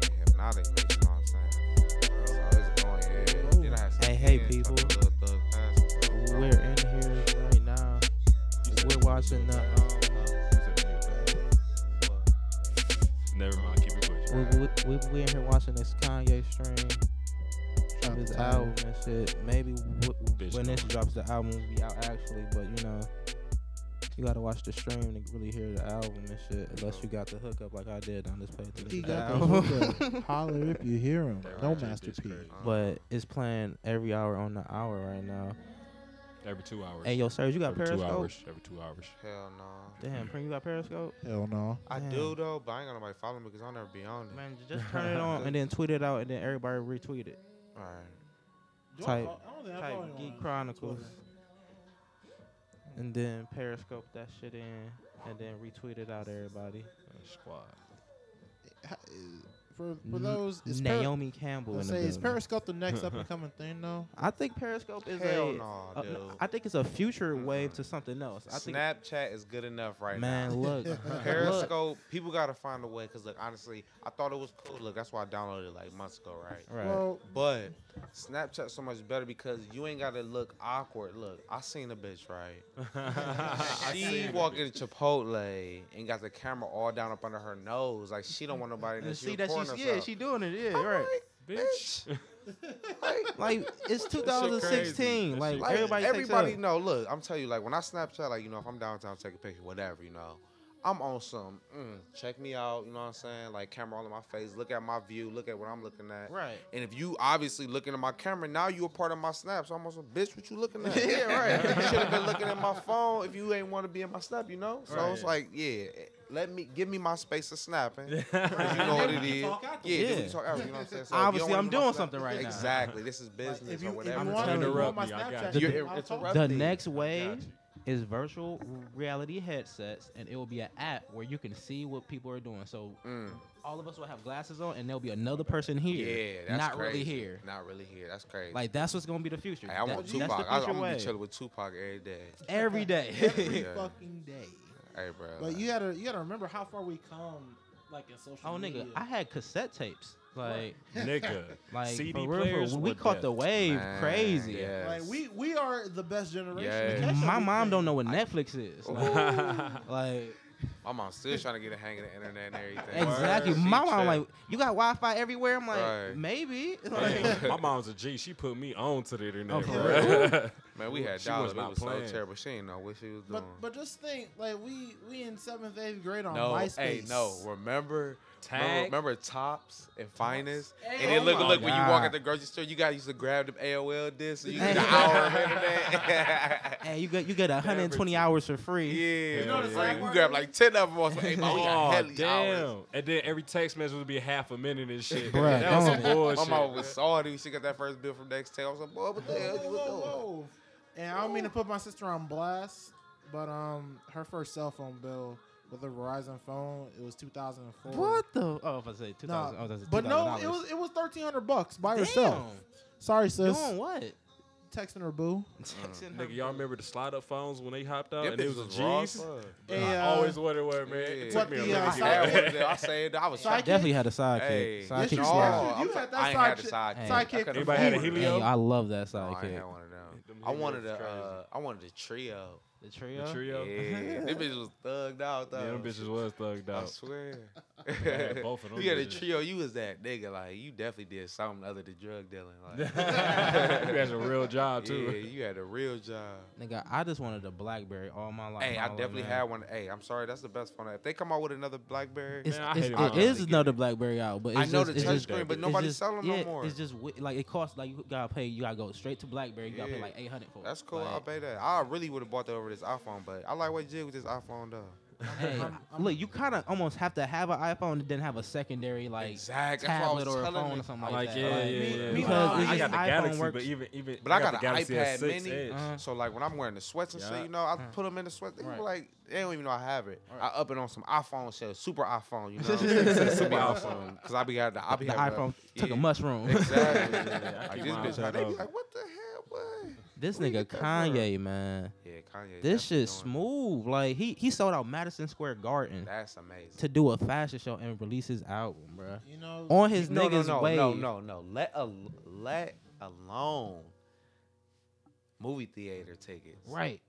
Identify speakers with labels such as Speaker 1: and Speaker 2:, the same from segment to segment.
Speaker 1: exotic bitch all the time. So it's going, yeah. Then I had some
Speaker 2: Hey, hey,
Speaker 1: kids,
Speaker 2: people.
Speaker 1: like a little thug fast, bro.
Speaker 2: We're in here right now. We're watching the. Um,
Speaker 3: Never mind. Keep it pushing.
Speaker 2: we, we, we, we in here watching this Kanye stream of his album and shit. Maybe w-
Speaker 3: Bitch,
Speaker 2: when this
Speaker 3: no.
Speaker 2: drops, the album will be out actually, but you know. You gotta watch the stream to really hear the album and shit. Unless you got the hookup like I did on this playthrough.
Speaker 4: He
Speaker 2: The
Speaker 4: got the
Speaker 2: album.
Speaker 4: hookup. Holler if you hear him. No Master P.
Speaker 2: but it's playing every hour on the hour right now.
Speaker 3: Every two hours.
Speaker 2: Hey, yo, Serge, you got
Speaker 3: every two
Speaker 2: Periscope?
Speaker 3: hours. Every two hours.
Speaker 1: Hell no.
Speaker 2: Damn, Prince, you got Periscope?
Speaker 4: Hell no.
Speaker 1: I
Speaker 2: Damn.
Speaker 1: do though, but I ain't got nobody follow me because I'll never be on it.
Speaker 2: Man, just turn it on and then tweet it out and then everybody retweet it.
Speaker 1: All right.
Speaker 2: Type-
Speaker 4: don't think
Speaker 2: Type Geek Chronicles. And then Periscope that shit in and then retweet it out to everybody.
Speaker 3: Uh, Squad.
Speaker 4: eh, For, for those, is Peri-
Speaker 2: Naomi Campbell.
Speaker 4: I
Speaker 2: In
Speaker 4: say,
Speaker 2: the
Speaker 4: is
Speaker 2: building.
Speaker 4: Periscope the next up and coming thing though?
Speaker 2: I think Periscope is
Speaker 1: Hell
Speaker 2: a.
Speaker 1: no,
Speaker 2: uh,
Speaker 1: dude.
Speaker 2: I think it's a future wave to something else. I think.
Speaker 1: Snapchat is good enough right now.
Speaker 2: Man, look.
Speaker 1: Periscope,
Speaker 2: Look.
Speaker 1: people gotta find a way. Cause look, honestly, I thought it was cool. Look, that's why I downloaded it like months ago, right?
Speaker 2: Right.
Speaker 4: Well,
Speaker 1: But Snapchat so much better because you ain't gotta look awkward. Look, I seen a bitch right. she walked into Chipotle and got the camera all down up under her nose, like she don't want nobody to
Speaker 2: and see that
Speaker 1: recording
Speaker 2: she's yeah,
Speaker 1: herself.
Speaker 2: she doing it. Yeah, right.
Speaker 3: Bitch.
Speaker 2: Like it's 2016.
Speaker 3: That
Speaker 2: Like
Speaker 3: shit
Speaker 1: Like,
Speaker 2: everybody, takes
Speaker 1: everybody
Speaker 2: up.
Speaker 1: know. Look, I'm telling you, like when I Snapchat, like you know, if I'm downtown, take a picture, whatever, you know, I'm on some. Mm, check me out, you know what I'm saying? Like camera all in my face. Look at my view. Look at what I'm looking at.
Speaker 2: Right.
Speaker 1: And if you obviously looking at my camera, now you a part of my snaps. I'm almost a bitch. What you looking at?
Speaker 2: Yeah, right.
Speaker 1: you should have been looking at my phone if you ain't want to be in my snap. You know. So it's
Speaker 3: Right.
Speaker 1: like, yeah, let me give me my space of snapping. 'Cause you know what it is. Yeah. then we
Speaker 2: Yeah.
Speaker 1: talk out, you know what I'm saying? So if you don't
Speaker 2: Obviously,
Speaker 1: wanna
Speaker 2: I'm
Speaker 1: be my
Speaker 2: doing
Speaker 1: snap-
Speaker 2: something right now.
Speaker 1: Exactly. This is business
Speaker 4: if
Speaker 1: or
Speaker 4: you, if
Speaker 1: whatever.
Speaker 4: you want
Speaker 3: trying
Speaker 4: to
Speaker 3: to
Speaker 4: interrupt my
Speaker 3: interrupt you. I
Speaker 4: Snapchat,
Speaker 3: got
Speaker 4: you
Speaker 1: you.
Speaker 4: can
Speaker 1: You're-
Speaker 4: I'll
Speaker 1: it's
Speaker 4: talk.
Speaker 1: a rep-
Speaker 2: The
Speaker 1: Update.
Speaker 2: next
Speaker 3: got
Speaker 2: wave
Speaker 3: you.
Speaker 2: is virtual reality headsets, and it will be an app where you can see what people are doing. So
Speaker 1: Mm.
Speaker 2: all of us will have glasses on, and there'll be another person here,
Speaker 1: Yeah, that's
Speaker 2: not
Speaker 1: crazy.
Speaker 2: really here.
Speaker 1: Not really here. That's crazy.
Speaker 2: Like that's what's gonna be the future.
Speaker 1: hey, I
Speaker 2: That-
Speaker 1: want
Speaker 2: that's the
Speaker 1: Tupac. I, I'm
Speaker 2: future
Speaker 1: gonna be
Speaker 2: wave.
Speaker 1: chilling with Tupac every day.
Speaker 2: every day.
Speaker 4: every
Speaker 1: Yeah.
Speaker 4: fucking day.
Speaker 1: Hey, bro.
Speaker 4: But
Speaker 1: like,
Speaker 4: you gotta you gotta remember how far we come, like in social
Speaker 2: oh
Speaker 4: media.
Speaker 2: nigga, I had cassette tapes. Like,
Speaker 3: Nigga.
Speaker 2: like
Speaker 3: CD
Speaker 2: for real, for real,
Speaker 3: players
Speaker 2: we
Speaker 3: were
Speaker 2: caught
Speaker 3: death.
Speaker 2: the wave
Speaker 1: man,
Speaker 2: crazy.
Speaker 1: yes.
Speaker 4: like we we are the best generation.
Speaker 1: Yes.
Speaker 4: to catch
Speaker 2: My
Speaker 4: everything.
Speaker 2: mom don't know what Netflix is. Like, like,
Speaker 1: My mom's still trying to get a hang of the internet and everything.
Speaker 2: exactly.
Speaker 1: She
Speaker 2: My mom
Speaker 1: tripped.
Speaker 2: like, you got Wi-Fi everywhere. I'm like,
Speaker 1: Right.
Speaker 2: maybe. Like,
Speaker 3: Hey, my mom's a G. She put me on to the internet.
Speaker 2: Oh, for
Speaker 3: bruh.
Speaker 1: man, we had
Speaker 3: She was
Speaker 1: dollars. It
Speaker 3: not
Speaker 1: was so
Speaker 3: playing.
Speaker 1: terrible. She didn't know what she was doing.
Speaker 4: But but just think, like we we in seventh eighth grade on
Speaker 1: no,
Speaker 4: MySpace.
Speaker 1: hey, no. Remember, remember,
Speaker 3: Tag.
Speaker 1: remember tops and finest.
Speaker 4: Hey,
Speaker 1: and then
Speaker 4: oh
Speaker 1: look,
Speaker 3: my
Speaker 1: look when you walk
Speaker 2: God.
Speaker 1: at the grocery store, you guys used to grab them AOL discs. and You
Speaker 2: Hey.
Speaker 1: get an hour of internet.
Speaker 2: Hey, you get you get 120 hours for free.
Speaker 1: Yeah,
Speaker 3: You know the
Speaker 1: yeah.
Speaker 3: side
Speaker 1: we
Speaker 4: part?
Speaker 1: grabbed like ten of them. Or something. Hey, man, we got
Speaker 3: Oh,
Speaker 1: hella
Speaker 3: damn.
Speaker 1: hours.
Speaker 3: And then every text message would be half a minute and shit.
Speaker 2: Bruh,
Speaker 3: that was
Speaker 2: don't.
Speaker 3: some bullshit.
Speaker 1: My mama was salty. She got that first bill from Nextel. I was like, boy, what the
Speaker 4: Whoa,
Speaker 1: hell you
Speaker 4: whoa,
Speaker 1: was doing?
Speaker 4: whoa. And I don't mean to put my sister on blast, but um, her first cell phone bill with a Verizon phone, it was two thousand and four.
Speaker 2: What the? Oh, if I say 2,000.
Speaker 4: Nah,
Speaker 2: oh, that's
Speaker 4: but no,
Speaker 2: $2,000.
Speaker 4: it was it was thirteen hundred bucks by
Speaker 2: Damn.
Speaker 4: herself. Sorry, sis.
Speaker 2: Doing what?
Speaker 4: Texting her boo.
Speaker 2: Texting her-
Speaker 3: Nigga, y'all remember the slide up phones when they hopped out
Speaker 1: Them
Speaker 3: and it
Speaker 1: bitches
Speaker 3: was a
Speaker 1: was raw as
Speaker 3: G's?
Speaker 1: fuck.
Speaker 4: Hey,
Speaker 3: I
Speaker 4: uh,
Speaker 3: always wondered where, man.
Speaker 1: Yeah.
Speaker 3: It took me a
Speaker 4: What
Speaker 3: minute
Speaker 4: the,
Speaker 3: to
Speaker 4: uh,
Speaker 1: I
Speaker 3: get
Speaker 4: side-
Speaker 3: there.
Speaker 1: saved it. I saved it. I was
Speaker 4: Side-
Speaker 1: shocked.
Speaker 2: Definitely had a sidekick.
Speaker 1: Hey,
Speaker 2: Sidekick
Speaker 4: Yes, you
Speaker 1: no,
Speaker 2: slide.
Speaker 4: did.
Speaker 1: I'm
Speaker 4: You had
Speaker 1: sorry.
Speaker 4: that
Speaker 1: I ain't had the
Speaker 4: sidekick.
Speaker 1: sidekick.
Speaker 2: Sidekick.
Speaker 1: I could've
Speaker 3: Everybody had a
Speaker 1: afforded it.
Speaker 3: Helio?
Speaker 2: Hey, I love that
Speaker 1: No, I ain't
Speaker 2: sidekick.
Speaker 1: had one of them.
Speaker 3: Them
Speaker 1: I wanted
Speaker 3: Helios
Speaker 1: a,
Speaker 3: crazy.
Speaker 1: uh, I wanted a trio.
Speaker 2: the trio.
Speaker 3: The trio.
Speaker 1: Yeah, them bitches was thugged out
Speaker 3: Yeah,
Speaker 1: though.
Speaker 3: them bitches was thugged
Speaker 1: I
Speaker 3: out.
Speaker 1: swear.
Speaker 3: had both of them
Speaker 1: you had a
Speaker 3: bitches.
Speaker 1: trio. You was that nigga. Like you definitely did something other than drug dealing.
Speaker 3: you
Speaker 1: Like,
Speaker 3: had a real job
Speaker 1: yeah,
Speaker 3: too.
Speaker 1: you had a real job.
Speaker 2: Nigga, I just wanted a BlackBerry all my life.
Speaker 1: Hey, I
Speaker 2: I'm like,
Speaker 1: definitely
Speaker 2: man,
Speaker 1: had one. Hey, I'm sorry, that's the best phone. If they come out with another BlackBerry,
Speaker 2: It's,
Speaker 3: Man, I
Speaker 2: it's,
Speaker 3: hated
Speaker 2: it
Speaker 3: mine.
Speaker 2: is another BlackBerry out, but it's
Speaker 1: I know
Speaker 2: just,
Speaker 1: the
Speaker 2: it's
Speaker 1: touch
Speaker 2: just-
Speaker 1: screen, but
Speaker 2: it's
Speaker 1: nobody's
Speaker 2: just-
Speaker 1: selling
Speaker 2: yeah,
Speaker 1: no more.
Speaker 2: It's just wi- like it costs like you gotta pay. You gotta go straight to BlackBerry. You gotta pay
Speaker 1: Yeah.
Speaker 2: like eight hundred for it.
Speaker 1: that's cool. I'll
Speaker 2: Like,
Speaker 1: pay that. I really would have bought that over this iPhone, but I like what you did with this iPhone though.
Speaker 2: hey,
Speaker 4: I'm- I'm-
Speaker 2: look, you kind of almost have to have an iPhone and then have a secondary like
Speaker 1: exactly. That's what I was
Speaker 2: tablet or a
Speaker 1: telling
Speaker 2: phone
Speaker 1: you.
Speaker 2: or something like,
Speaker 3: Like,
Speaker 2: that.
Speaker 3: yeah,
Speaker 2: Like,
Speaker 3: yeah,
Speaker 4: me-
Speaker 3: yeah.
Speaker 4: me-
Speaker 3: Like,
Speaker 4: uh,
Speaker 3: I
Speaker 4: it's
Speaker 3: got the
Speaker 2: iPhone
Speaker 3: Galaxy,
Speaker 2: works.
Speaker 3: but even even
Speaker 1: But I got,
Speaker 3: the
Speaker 1: an
Speaker 3: Galaxy
Speaker 1: iPad
Speaker 3: S6
Speaker 1: Mini,
Speaker 3: Edge.
Speaker 2: Uh-huh.
Speaker 1: so like when I'm wearing the sweats and
Speaker 3: Yeah.
Speaker 1: shit, you know, I
Speaker 2: Mm.
Speaker 1: put them in the sweat. They
Speaker 2: Right.
Speaker 1: were like they don't even know I have it.
Speaker 2: Right.
Speaker 1: I up it on some iPhone shit, super iPhone, you know, super iPhone, because I be got the I be
Speaker 2: the
Speaker 1: having
Speaker 2: iPhone took
Speaker 1: yeah.
Speaker 2: a mushroom.
Speaker 1: Exactly.
Speaker 3: Yeah, I
Speaker 1: like
Speaker 3: keep
Speaker 1: this
Speaker 3: mine
Speaker 1: bitch,
Speaker 3: shut
Speaker 1: they be
Speaker 3: off.
Speaker 1: like, what the hell, boy?
Speaker 2: This
Speaker 1: Where you
Speaker 2: nigga
Speaker 1: get that from?
Speaker 2: Kanye, man.
Speaker 1: Yeah, Kanye.
Speaker 2: This
Speaker 1: definitely
Speaker 2: shit's
Speaker 1: doing
Speaker 2: smooth. Like he he sold out Madison Square
Speaker 1: it.
Speaker 2: Garden
Speaker 1: That's amazing.
Speaker 2: to do a fashion show and release his album, bruh.
Speaker 4: You know,
Speaker 2: On his
Speaker 1: no,
Speaker 2: niggas
Speaker 1: no, no,
Speaker 2: wave.
Speaker 1: no, no, no. Let a, let alone movie theater tickets,
Speaker 2: Right.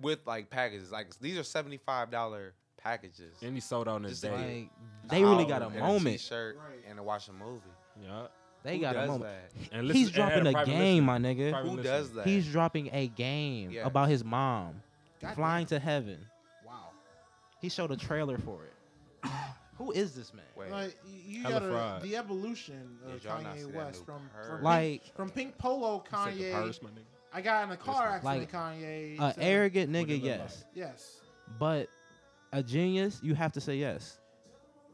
Speaker 1: With like packages, like these are seventy five dollar packages.
Speaker 5: And he sold out in his
Speaker 1: Just like-
Speaker 5: day.
Speaker 2: Like they really got a
Speaker 1: Album and
Speaker 2: moment.
Speaker 1: T-shirt
Speaker 4: Right.
Speaker 1: and to watch a movie.
Speaker 5: Yeah.
Speaker 2: They
Speaker 1: Who
Speaker 2: got a
Speaker 1: does
Speaker 2: moment.
Speaker 1: that?
Speaker 2: He-
Speaker 5: And
Speaker 2: He's
Speaker 5: listen- and
Speaker 2: dropping a
Speaker 5: private
Speaker 2: game,
Speaker 5: listening.
Speaker 2: my nigga.
Speaker 5: Private
Speaker 1: Who
Speaker 5: listening.
Speaker 1: does that?
Speaker 2: He's dropping a game
Speaker 1: Yes.
Speaker 2: about his mom
Speaker 4: God
Speaker 2: flying
Speaker 4: damn.
Speaker 2: to heaven.
Speaker 4: Wow.
Speaker 2: He showed a trailer for it. Who is this man?
Speaker 1: Wait,
Speaker 4: Like you, you
Speaker 5: Hella
Speaker 4: gotta
Speaker 5: fried.
Speaker 4: the evolution of
Speaker 1: Did y'all not see
Speaker 4: Kanye
Speaker 1: that
Speaker 4: West
Speaker 1: new
Speaker 4: from
Speaker 1: purge?
Speaker 4: from,
Speaker 2: Like
Speaker 4: pink, from pink polo
Speaker 5: Said the
Speaker 4: Kanye.
Speaker 5: purse, my nigga.
Speaker 4: I got in a car accident,
Speaker 2: Like, uh,
Speaker 4: Kanye.
Speaker 2: a
Speaker 4: to-
Speaker 2: arrogant
Speaker 5: What it
Speaker 2: nigga,
Speaker 5: look
Speaker 2: yes.
Speaker 4: Yes,
Speaker 2: But a genius, you have to say yes.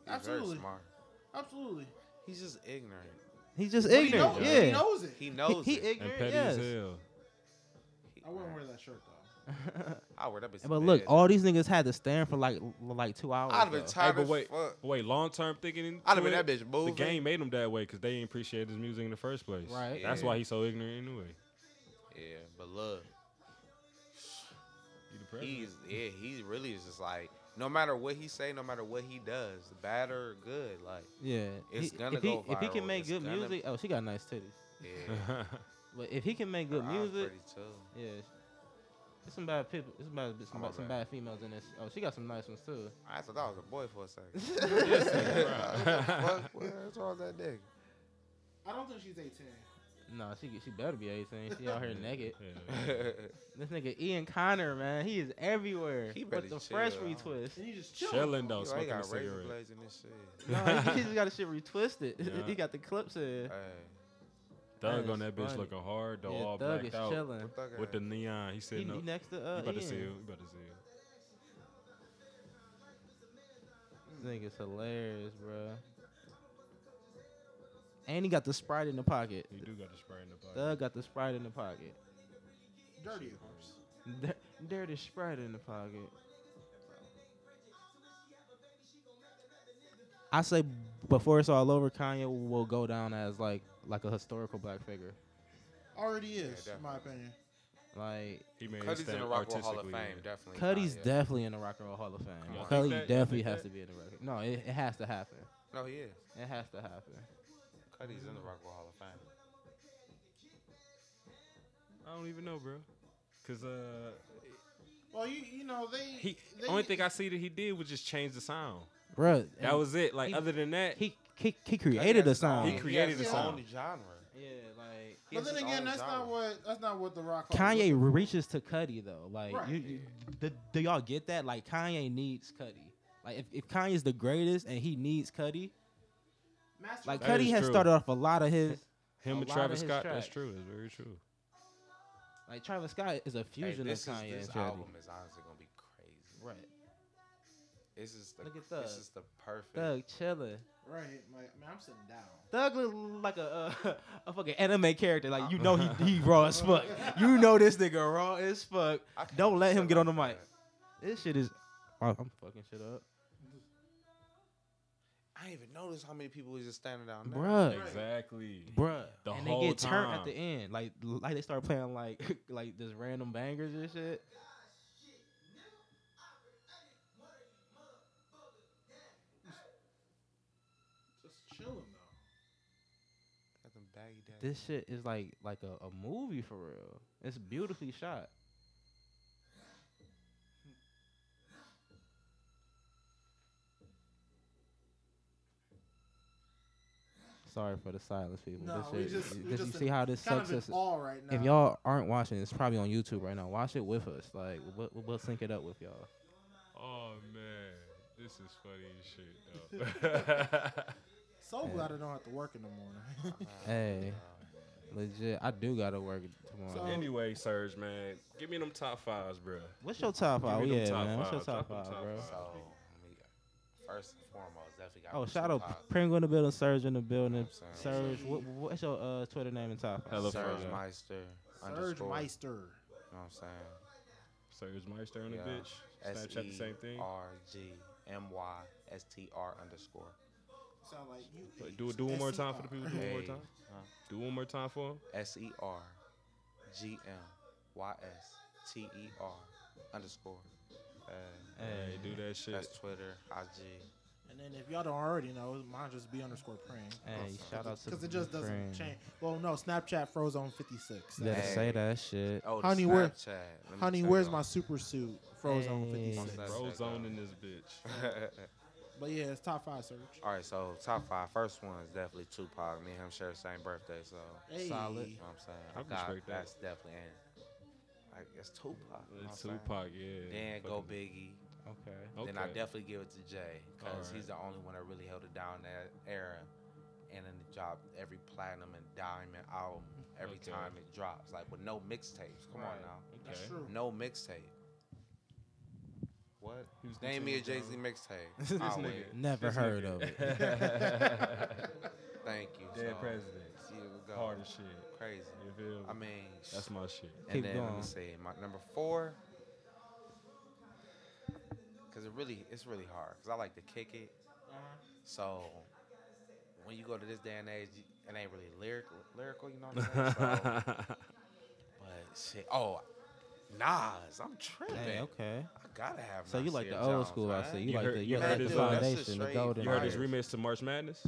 Speaker 1: he's
Speaker 4: absolutely.
Speaker 1: very smart.
Speaker 4: absolutely.
Speaker 1: He's just ignorant.
Speaker 2: He's just
Speaker 4: But
Speaker 2: ignorant.
Speaker 4: He knows,
Speaker 2: yeah.
Speaker 4: he knows it.
Speaker 1: He knows
Speaker 2: he
Speaker 1: it.
Speaker 5: And
Speaker 2: ignorant,
Speaker 5: petty
Speaker 2: yes.
Speaker 5: as hell.
Speaker 1: He-
Speaker 4: I wouldn't wear that shirt though.
Speaker 1: I wear that. bitch to
Speaker 2: but look,
Speaker 1: bed.
Speaker 2: all these niggas had to stand for like l- like two hours.
Speaker 1: I'd have been
Speaker 2: though.
Speaker 1: tired
Speaker 5: but
Speaker 1: as
Speaker 5: wait.
Speaker 1: fuck.
Speaker 5: Wait, long term thinking.
Speaker 1: I'd have been
Speaker 5: to
Speaker 1: that
Speaker 5: it,
Speaker 1: bitch
Speaker 5: The
Speaker 1: moving.
Speaker 5: game made him that way because they didn't appreciate his music in the first place.
Speaker 2: Right.
Speaker 5: That's
Speaker 1: Yeah.
Speaker 5: why he's so ignorant anyway.
Speaker 1: Yeah, but look,
Speaker 5: He the president.
Speaker 1: he's yeah, he really is just like no matter what he say, no matter what he does, bad or good, like
Speaker 2: Yeah.
Speaker 1: It's
Speaker 2: He-
Speaker 1: gonna
Speaker 2: if he,
Speaker 1: go
Speaker 2: If he can
Speaker 1: viral.
Speaker 2: make
Speaker 1: It's
Speaker 2: good
Speaker 1: gonna-
Speaker 2: music, oh, she got nice titties.
Speaker 1: yeah,
Speaker 2: But if he can make good
Speaker 1: her eyes
Speaker 2: music,
Speaker 1: pretty too.
Speaker 2: yeah. There's some bad people. There's some bad, some,
Speaker 1: I'm
Speaker 2: bad, some
Speaker 1: alright.
Speaker 2: bad females in this. Oh, she got some nice ones too.
Speaker 1: I thought that was a boy for a second.
Speaker 5: Yes,
Speaker 1: Fuck,
Speaker 5: sir.
Speaker 1: what's wrong with that dick?
Speaker 4: I don't think she's 18.
Speaker 2: No, she she better be 18. She out here naked.
Speaker 5: Yeah.
Speaker 2: This nigga Ian Connor, man, he is everywhere.
Speaker 1: He better
Speaker 2: with the fresh
Speaker 1: chill.
Speaker 2: retwist.
Speaker 4: And you just chill.
Speaker 5: Chilling though,
Speaker 1: Yo, he
Speaker 5: smoking a
Speaker 1: got razor
Speaker 5: cigarette.
Speaker 1: blades in this shit.
Speaker 2: No, he, he just got his shit retwisted.
Speaker 5: Yeah.
Speaker 2: he got the clips in.
Speaker 1: Hey,
Speaker 5: Thug
Speaker 2: That
Speaker 5: on
Speaker 2: is
Speaker 5: that bitch
Speaker 2: funny.
Speaker 5: looking hard though,
Speaker 2: yeah,
Speaker 5: all
Speaker 2: Thug
Speaker 5: blacked
Speaker 2: is
Speaker 5: out
Speaker 2: chilling.
Speaker 1: what that
Speaker 5: with the
Speaker 1: guy-
Speaker 5: neon. He
Speaker 2: He,
Speaker 5: sitting
Speaker 2: he
Speaker 5: up.
Speaker 2: next to uh,
Speaker 5: You about to see
Speaker 2: Ian.
Speaker 5: him. You about to see him.
Speaker 2: Nigga's hilarious, bro. And he got the sprite in the pocket.
Speaker 5: You do got the spray in the pocket.
Speaker 2: Thug got the sprite in the pocket.
Speaker 4: Dirty, of course.
Speaker 2: Dir- Dirty sprite in the pocket. I say before it's all over, Kanye will go down as like like a historical black figure.
Speaker 4: Already is, in
Speaker 1: definitely.
Speaker 4: my opinion.
Speaker 2: Like
Speaker 5: He made his
Speaker 1: Cuddy's in
Speaker 5: stand
Speaker 1: the Rock and Roll Hall of Fame,
Speaker 5: artistically, yeah.
Speaker 1: definitely.
Speaker 2: Cuddy's
Speaker 1: Kanye.
Speaker 2: definitely in the Rock and Roll Hall of Fame.
Speaker 1: Come on.
Speaker 2: Cuddy
Speaker 5: Think that-
Speaker 2: definitely
Speaker 5: think
Speaker 2: has
Speaker 5: that?
Speaker 2: to be in the record. No, it, it has to happen.
Speaker 1: No, he is.
Speaker 2: It has to happen.
Speaker 1: Cuddy's in the Rock and Roll Hall of Fame.
Speaker 5: I don't even know, bro. Cause uh,
Speaker 4: Well, you you know they.
Speaker 5: he
Speaker 4: they
Speaker 5: only thing I see that he did was just change the sound.
Speaker 2: Bruh,
Speaker 5: That
Speaker 2: and
Speaker 5: was it. Like
Speaker 2: he-
Speaker 5: other than that,
Speaker 2: he he, he
Speaker 1: Cuddy has
Speaker 2: created a
Speaker 1: his
Speaker 2: song.
Speaker 1: own-
Speaker 5: He created
Speaker 1: has
Speaker 4: a
Speaker 1: his
Speaker 4: song.
Speaker 1: own genre.
Speaker 2: yeah, like
Speaker 1: He
Speaker 4: But
Speaker 1: has
Speaker 4: then
Speaker 1: his
Speaker 4: again,
Speaker 1: own
Speaker 4: that's not
Speaker 1: genre.
Speaker 4: what that's not what the Rock. Hall
Speaker 2: Kanye
Speaker 4: was looking for.
Speaker 2: reaches to Cuddy though. Like
Speaker 4: Right.
Speaker 2: you, you do, do y'all get that? Like Kanye needs Cuddy. Like if, if Kanye's the greatest and he needs Cuddy,
Speaker 4: Master
Speaker 2: like
Speaker 5: That
Speaker 2: Cuddy
Speaker 5: is
Speaker 2: has
Speaker 5: true.
Speaker 2: started off a lot of his a
Speaker 5: him and
Speaker 2: lot of
Speaker 5: Travis
Speaker 2: his
Speaker 5: Scott.
Speaker 2: tracks.
Speaker 5: That's true. That's very true.
Speaker 2: like Travis Scott is a
Speaker 1: Hey,
Speaker 2: fusion
Speaker 1: this
Speaker 2: of
Speaker 1: is-
Speaker 2: Kanye
Speaker 1: this
Speaker 2: and Cuddy.
Speaker 1: album is honestly gonna be crazy.
Speaker 2: Right.
Speaker 1: It's just the,
Speaker 2: Look at
Speaker 1: It's
Speaker 2: Thug.
Speaker 1: just the perfect.
Speaker 2: Thug chilling.
Speaker 4: right, like man, I'm sitting down.
Speaker 2: Thug look like a uh, a fucking anime character. Like you know he he raw as fuck. You know this nigga raw as fuck.
Speaker 1: I can't
Speaker 2: Don't
Speaker 1: even
Speaker 2: let
Speaker 1: say
Speaker 2: him get on the
Speaker 1: nothing
Speaker 2: mic.
Speaker 1: about that.
Speaker 2: This shit is. Oh, I'm fucking shit up,
Speaker 1: I didn't even notice how many people was just standing down there.
Speaker 2: bruh.
Speaker 5: Exactly.
Speaker 2: Bruh,
Speaker 5: The
Speaker 2: and
Speaker 5: whole
Speaker 2: they get turned at
Speaker 5: time.
Speaker 2: the end, like like they start playing like like this random bangers and shit.
Speaker 4: Just chilling though.
Speaker 1: Got them baggy daddies.
Speaker 2: This shit is like like a, a movie for real. It's beautifully shot. Sorry for the silence, people.
Speaker 4: No, we
Speaker 2: this shit,
Speaker 4: just-
Speaker 2: you-
Speaker 4: we
Speaker 2: this-
Speaker 4: just
Speaker 2: you see how this
Speaker 4: Kind
Speaker 2: sucks
Speaker 4: of
Speaker 2: us.
Speaker 4: in awe right now.
Speaker 2: If y'all aren't watching, it's probably on YouTube right now. Watch it with us. Like we'll, we'll sync it up with y'all.
Speaker 5: Oh man, this is funny as shit though.
Speaker 4: so glad I don't have to work in the morning.
Speaker 2: Hey, legit, I do gotta work tomorrow.
Speaker 4: So-
Speaker 5: anyway, Serge, man, give me them top fives, bro.
Speaker 2: What's your top
Speaker 5: Give
Speaker 2: five?
Speaker 5: me them
Speaker 2: Yeah,
Speaker 5: top
Speaker 2: man. What's your
Speaker 5: fives.
Speaker 2: top five,
Speaker 5: Drop them top
Speaker 2: bro?
Speaker 5: fives.
Speaker 1: So, I mean, first and foremost, definitely got.
Speaker 2: Oh,
Speaker 1: Mr.
Speaker 2: shout out
Speaker 1: Pop.
Speaker 2: Pringle in the building, Surge in the building.
Speaker 1: Serge.
Speaker 2: Surge, what, what's your uh, Twitter name and top five?
Speaker 5: Hello,
Speaker 1: Serge
Speaker 5: Frodo.
Speaker 1: Meister.
Speaker 4: Surge
Speaker 1: underscore,
Speaker 4: Meister.
Speaker 1: You know what I'm saying?
Speaker 5: Serge Meister on the
Speaker 1: Yeah. E
Speaker 5: bitch. Snapchat the same thing.
Speaker 1: R G M Y S T R underscore.
Speaker 4: Sound like you.
Speaker 5: Wait, do it- do one more time for the people. Do one more
Speaker 1: Hey.
Speaker 5: time.
Speaker 1: Huh?
Speaker 5: Do one more time for him.
Speaker 1: S E R E G M Y S T E R underscore. Uh,
Speaker 3: Hey, do that
Speaker 1: that's
Speaker 3: shit.
Speaker 1: Twitter, IG.
Speaker 4: And then if y'all don't already know, mine just be underscore praying.
Speaker 2: Hey, shout out to
Speaker 4: Because it just doesn't
Speaker 2: friend.
Speaker 4: change. Well, no, Snapchat froze on 56.
Speaker 2: You gotta
Speaker 1: Hey.
Speaker 2: say that shit.
Speaker 1: Oh, the
Speaker 4: Honey, where-
Speaker 1: Snapchat. Let me
Speaker 4: Honey,
Speaker 1: check
Speaker 4: where's
Speaker 1: out.
Speaker 4: my super suit? Froze on
Speaker 2: Hey.
Speaker 4: 56.
Speaker 1: That's
Speaker 3: Bro
Speaker 1: it,
Speaker 3: zone
Speaker 1: though.
Speaker 3: in this bitch.
Speaker 4: But yeah, it's top five search.
Speaker 1: All right, so top five. First one is definitely Tupac. Me and him share the same birthday, so
Speaker 4: Hey.
Speaker 1: you know what I'm saying.
Speaker 3: I
Speaker 1: God,
Speaker 3: respect that.
Speaker 1: That's definitely in. Like it's Tupac. you know
Speaker 3: It's
Speaker 1: what I'm saying?
Speaker 3: Tupac, yeah.
Speaker 1: Then go
Speaker 3: Fucking-
Speaker 1: Biggie.
Speaker 2: Okay.
Speaker 3: Okay.
Speaker 1: Then I definitely give it to Jay because
Speaker 3: Alright.
Speaker 1: he's the only one that really held it down that era, and then dropped every platinum and diamond album every
Speaker 3: Okay.
Speaker 1: time it drops, like with no mixtapes. Come on
Speaker 2: Right.
Speaker 1: now,
Speaker 3: Okay.
Speaker 4: That's true.
Speaker 1: no mixtape. What?
Speaker 3: He was
Speaker 1: Name me a Jay
Speaker 3: continuing
Speaker 1: Z
Speaker 3: down.
Speaker 1: mixtape.
Speaker 3: This
Speaker 1: I'll
Speaker 3: nigga.
Speaker 1: wait.
Speaker 2: Never
Speaker 3: This
Speaker 2: heard
Speaker 3: nigga.
Speaker 2: of it.
Speaker 1: Thank you.
Speaker 3: Dead
Speaker 1: so,
Speaker 3: presidents.
Speaker 1: Here we go.
Speaker 3: Hard as shit.
Speaker 1: Crazy.
Speaker 3: You feel me?
Speaker 1: I mean,
Speaker 3: That's my shit.
Speaker 1: and
Speaker 2: Keep
Speaker 1: then let
Speaker 2: going.
Speaker 1: me see my number four, because it really it's really hard. Because I like to kick it. So when you go to this day and age, you- it ain't really lyrical, lyrical. You know what I'm saying? So, but shit, oh. Nas, I'm tripping.
Speaker 2: Hey, okay.
Speaker 1: I gotta have.
Speaker 2: So you
Speaker 1: Nas
Speaker 2: like
Speaker 1: here,
Speaker 2: the old
Speaker 1: Jones,
Speaker 2: school? I
Speaker 1: right?
Speaker 2: see. You,
Speaker 3: You
Speaker 2: like
Speaker 3: heard-
Speaker 2: the
Speaker 3: you
Speaker 2: you
Speaker 3: heard
Speaker 2: like the
Speaker 3: his- that's
Speaker 1: his
Speaker 2: foundation, the
Speaker 1: straight
Speaker 2: golden.
Speaker 3: You heard his
Speaker 1: Fire.
Speaker 2: era.
Speaker 3: remix to March Madness?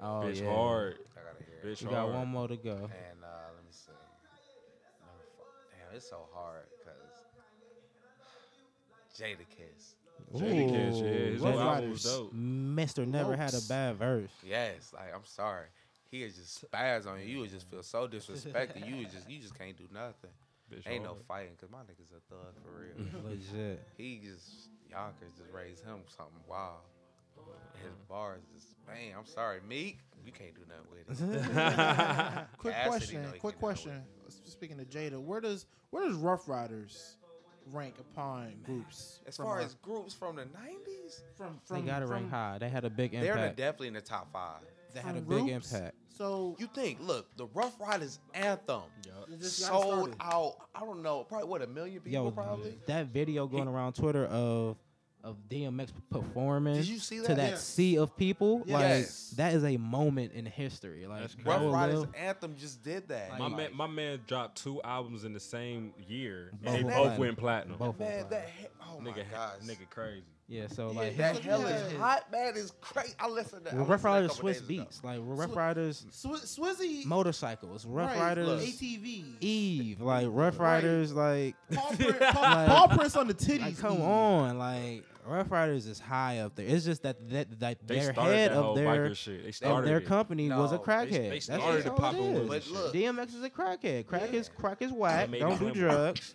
Speaker 2: Oh
Speaker 3: bitch,
Speaker 2: yeah.
Speaker 3: hard.
Speaker 1: I gotta hear. it.
Speaker 3: Bitch,
Speaker 2: You
Speaker 3: hard.
Speaker 2: got one more to go.
Speaker 1: And uh, let me see. Number four. Damn, it's so hard because Jada Kiss.
Speaker 3: Jadakiss, yeah, his
Speaker 2: Ooh,
Speaker 3: whole
Speaker 2: Jada-
Speaker 3: album was dope.
Speaker 2: Mister never had a
Speaker 4: Lopes.
Speaker 2: bad verse.
Speaker 1: Yes, like I'm sorry. He is just spaz on you. You would just feel so disrespected. You would just you just can't do nothing.
Speaker 3: Bitch,
Speaker 1: Ain't no
Speaker 3: hard.
Speaker 1: fighting because my nigga's a thug for real.
Speaker 2: Legit.
Speaker 1: he just Yonkers just raised him something wild. His bars just man, I'm sorry, Meek, you can't do nothing with it.
Speaker 4: Quick
Speaker 1: Cassidy
Speaker 4: question.
Speaker 1: know he
Speaker 4: Quick
Speaker 1: can do it.
Speaker 4: question. S- Speaking of Jada, where does where does Rough Riders rank upon groups?
Speaker 1: As
Speaker 4: from
Speaker 1: far
Speaker 4: our-
Speaker 1: as groups from the '90s,
Speaker 4: from
Speaker 2: They
Speaker 4: from
Speaker 2: got to
Speaker 4: from,
Speaker 2: rank high. They had a big
Speaker 1: they're the-
Speaker 2: impact.
Speaker 1: definitely in the top five.
Speaker 2: They had a
Speaker 4: from
Speaker 2: big
Speaker 4: groups?
Speaker 2: impact.
Speaker 4: So
Speaker 1: You think? Look, the Rough Riders anthem
Speaker 3: Yup.
Speaker 4: It just got
Speaker 1: sold
Speaker 4: started.
Speaker 1: out. I don't know, probably what a million people
Speaker 2: Yo,
Speaker 1: probably.
Speaker 2: that video going around Twitter of of DMX performing
Speaker 1: Did you see
Speaker 2: to
Speaker 1: that?
Speaker 2: that
Speaker 4: Yeah.
Speaker 2: sea of people,
Speaker 1: Yes.
Speaker 2: like that is a moment in history. Like
Speaker 3: That's
Speaker 2: Bro
Speaker 1: Rough
Speaker 3: crazy.
Speaker 1: Riders
Speaker 2: Lil-
Speaker 1: anthem just did that.
Speaker 3: My
Speaker 2: Like-
Speaker 3: man, my man dropped two albums in the same year.
Speaker 2: Both
Speaker 3: and they
Speaker 1: went
Speaker 3: both
Speaker 2: platinum.
Speaker 3: went platinum.
Speaker 2: Both
Speaker 1: Man,
Speaker 2: went
Speaker 1: that he- oh my
Speaker 3: Nigga,
Speaker 1: gosh,
Speaker 3: nigga, crazy.
Speaker 2: yeah, so
Speaker 1: Yeah,
Speaker 2: like
Speaker 1: that
Speaker 4: him-
Speaker 1: hell is
Speaker 4: Yeah.
Speaker 1: hot, man. Is crazy. I listened to. I
Speaker 2: well,
Speaker 1: listened
Speaker 2: Rough
Speaker 1: to that
Speaker 2: Riders
Speaker 1: couple
Speaker 2: Swiss
Speaker 1: days ago.
Speaker 2: beats, like Rough
Speaker 4: Swi-
Speaker 2: Riders
Speaker 4: Swi- Swizzy
Speaker 2: motorcycles, Rough
Speaker 4: right,
Speaker 2: Riders E
Speaker 4: ATV.
Speaker 2: Eve, like Rough
Speaker 4: Right.
Speaker 2: Riders, like
Speaker 4: Paul, Prin- Paul,
Speaker 2: Like-
Speaker 4: Paul Prince on the titties.
Speaker 2: like come
Speaker 4: Eve.
Speaker 2: on, like Rough Riders is high up there. It's just that that, that
Speaker 3: They
Speaker 2: their
Speaker 3: started
Speaker 2: head
Speaker 3: that whole
Speaker 2: of their
Speaker 3: biker shit. They
Speaker 2: of
Speaker 3: started
Speaker 2: their
Speaker 3: it.
Speaker 2: company was a
Speaker 1: No, they-
Speaker 2: crackhead.
Speaker 1: they
Speaker 2: That's
Speaker 3: started
Speaker 2: just
Speaker 3: to
Speaker 2: all
Speaker 3: pop
Speaker 2: it
Speaker 3: on
Speaker 2: is.
Speaker 3: with
Speaker 1: But
Speaker 3: shit.
Speaker 1: look,
Speaker 2: DMX is a crackhead. Crack is crack is whack.
Speaker 3: made
Speaker 2: Don't
Speaker 3: him
Speaker 2: do
Speaker 3: whack.
Speaker 2: drugs.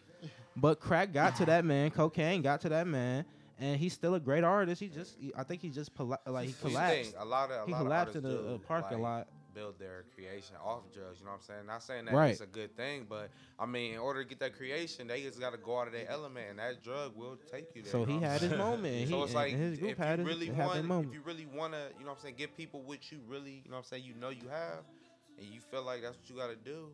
Speaker 2: But crack got to that man. Cocaine got to that man, and he's still a great artist. He just, he- I think he just poli- like he
Speaker 1: what you
Speaker 2: collapsed.
Speaker 1: think? A lot of a
Speaker 2: He
Speaker 1: lot
Speaker 2: collapsed
Speaker 1: of
Speaker 2: in a,
Speaker 1: artists
Speaker 2: a
Speaker 1: do,
Speaker 2: parking
Speaker 1: like,
Speaker 2: lot.
Speaker 1: Build their creation off drugs. You know what I'm saying? Not saying that
Speaker 2: Right.
Speaker 1: it's a good thing, but I mean, in order to get that creation, they just got to go out of their element, and that drug will take you there.
Speaker 2: So
Speaker 1: you know
Speaker 2: he
Speaker 1: what I'm
Speaker 2: had his
Speaker 1: saying?
Speaker 2: moment. and he,
Speaker 1: so it's
Speaker 2: and
Speaker 1: like
Speaker 2: his group
Speaker 1: if
Speaker 2: had
Speaker 1: you
Speaker 2: his,
Speaker 1: really
Speaker 2: had their
Speaker 1: want,
Speaker 2: moment.
Speaker 1: if you really want to, you know what I'm saying, get people what you really, you know what I'm saying, you know you have, and you feel like that's what you got to do,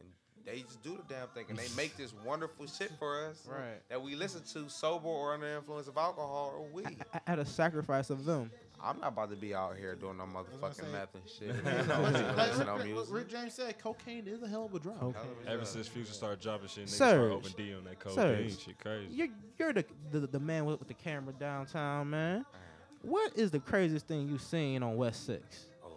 Speaker 1: and they just do the damn thing, and they make this wonderful shit for us,
Speaker 2: Right.
Speaker 1: That we listen to sober or under the influence of alcohol or weed.
Speaker 2: A- at a sacrifice of them.
Speaker 1: I'm not about to be out here doing no
Speaker 4: gonna
Speaker 1: motherfucking
Speaker 4: say-
Speaker 1: meth and shit. You know,
Speaker 4: Like,
Speaker 1: listen
Speaker 4: like
Speaker 1: to
Speaker 4: Rick,
Speaker 1: no
Speaker 4: Rick-
Speaker 1: music.
Speaker 4: Rick James said, cocaine is a hell of a drug.
Speaker 2: Okay.
Speaker 1: Hell of a
Speaker 3: Ever
Speaker 1: drug.
Speaker 3: since Fusion started dropping shit, niggas
Speaker 2: Surge.
Speaker 3: started open D on that codeine
Speaker 2: Surge.
Speaker 3: shit. Crazy.
Speaker 2: You're you're the the, the man with, with the camera downtown, man. What is the craziest thing you've seen on West Six?
Speaker 1: Oh.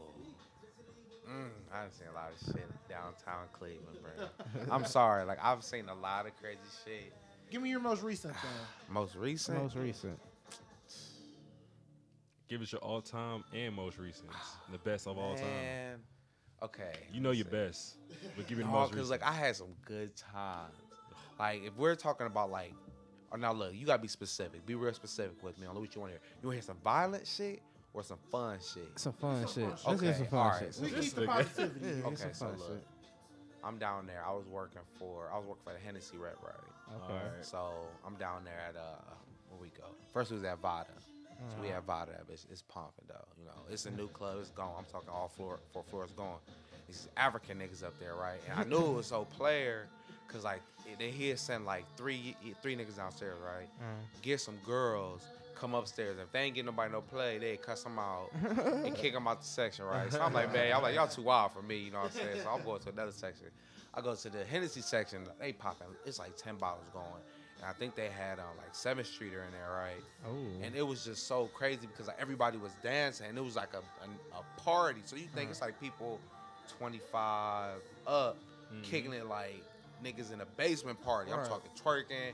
Speaker 1: Mm, I've seen a lot of shit downtown Cleveland, bro. I'm sorry, like I've seen a lot of crazy shit.
Speaker 4: Give me your most recent thing.
Speaker 1: Most recent,
Speaker 2: Most recent.
Speaker 3: Give us your all time and most recent. The best of all time.
Speaker 1: Man. Okay.
Speaker 3: You know
Speaker 1: let's
Speaker 3: your
Speaker 1: see.
Speaker 3: best, but give me the
Speaker 1: No,
Speaker 3: most
Speaker 1: because
Speaker 3: recent.
Speaker 1: like I had some good times. Like if we're talking about like, oh now look, you gotta be specific. Be real specific with me on what you want to hear. You want to hear some violent shit or some fun shit?
Speaker 2: Some fun shit. Let's
Speaker 1: Okay,
Speaker 2: get some fun
Speaker 1: alright,
Speaker 2: shit.
Speaker 1: so
Speaker 4: We
Speaker 3: This
Speaker 4: keep the
Speaker 3: nigga.
Speaker 4: positivity.
Speaker 2: Yeah,
Speaker 1: Okay,
Speaker 2: get some
Speaker 1: so
Speaker 2: fun
Speaker 1: look,
Speaker 2: shit.
Speaker 1: I'm down there. I was working for I was working for the Hennessy Rep right.
Speaker 2: Okay.
Speaker 3: Alright.
Speaker 1: So I'm down there at uh where we go. First we was at Vada. So
Speaker 2: Uh, Uh-huh.
Speaker 1: we at Vada, that bitch. It's pumping though. You know, it's a new club. It's gone. I'm talking all floor, four floors gone. These African niggas up there, right? And I knew it was so player, cause like it- they here sent like three three niggas downstairs, right?
Speaker 2: Mm.
Speaker 1: Get some girls, come upstairs. If they ain't get nobody no play, they cuss them out and kick them out the section, right? So I'm like, man, I'm like, y'all too wild for me, you know what I'm saying? So I'm going to another section. I go to the Hennessy section. They popping. It's like ten bottles going, and I think they had um, like Seventh Streeter in there, right?
Speaker 2: Oh.
Speaker 1: And it was just so crazy because like, everybody was dancing. and It was like a, a, a party. So you think it's like people 25 up
Speaker 5: Mm-hmm.
Speaker 1: kicking it like niggas in a basement party. I'm
Speaker 4: Right.
Speaker 1: talking twerking,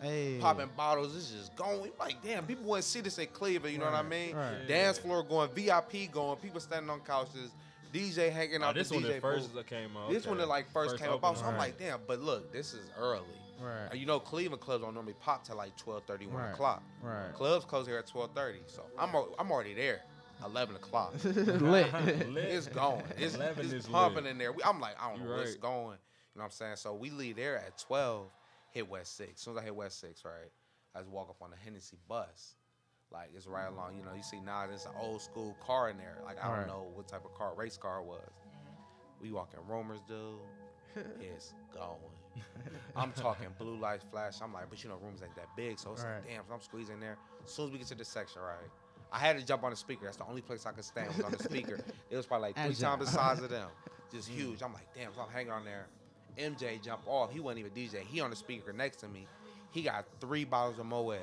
Speaker 2: Hey.
Speaker 1: popping bottles. It's just going. Like, damn, people wouldn't see this in Cleveland. You know what I
Speaker 2: Right,
Speaker 1: mean?
Speaker 2: right.
Speaker 1: Dance floor going, VIP going, people standing on couches, DJ hanging
Speaker 3: Oh,
Speaker 1: out.
Speaker 3: this
Speaker 1: the
Speaker 3: one
Speaker 1: DJ
Speaker 3: that first
Speaker 1: booth.
Speaker 3: that came out.
Speaker 1: This one that like first, came
Speaker 3: opened.
Speaker 1: about. So I'm
Speaker 2: Right.
Speaker 1: like, damn, but look, this is early. Uh,
Speaker 2: Right.
Speaker 1: You know, Cleveland clubs don't normally pop till like 12, 31
Speaker 2: Right.
Speaker 1: o'clock.
Speaker 2: Right.
Speaker 1: Clubs close here at 12.30, so I'm, al- I'm already there, 11 o'clock.
Speaker 2: Lit.
Speaker 3: Lit.
Speaker 1: it's going. It's,
Speaker 3: 11
Speaker 1: it's
Speaker 3: is lit.
Speaker 1: pumping in there. We- I'm like, I don't
Speaker 3: You
Speaker 1: know what's
Speaker 3: right.
Speaker 1: going. You know what I'm saying? So we leave there at 12, hit West 6. As soon as I hit West 6, right, I just walk up on the Hennessy bus. Like, it's right along. You know, you see now it's an old school car in there. Like, I don't
Speaker 2: Right.
Speaker 1: know what type of car, race car it was. We walking rumors, dude. It's going. I'm talking blue lights flash. I'm like, but you know, rooms ain't that big, so it's
Speaker 2: Right.
Speaker 1: like, damn. So I'm squeezing in there. As soon as we get to this section, right, I had to jump on the speaker. That's the only place I could stand was on the speaker. It was probably like three
Speaker 2: Agile.
Speaker 1: times the size of them, just huge. I'm like, damn. So I'm hanging on there. MJ jump off. He wasn't even DJ. He on the speaker next to me. He got three bottles of Moet.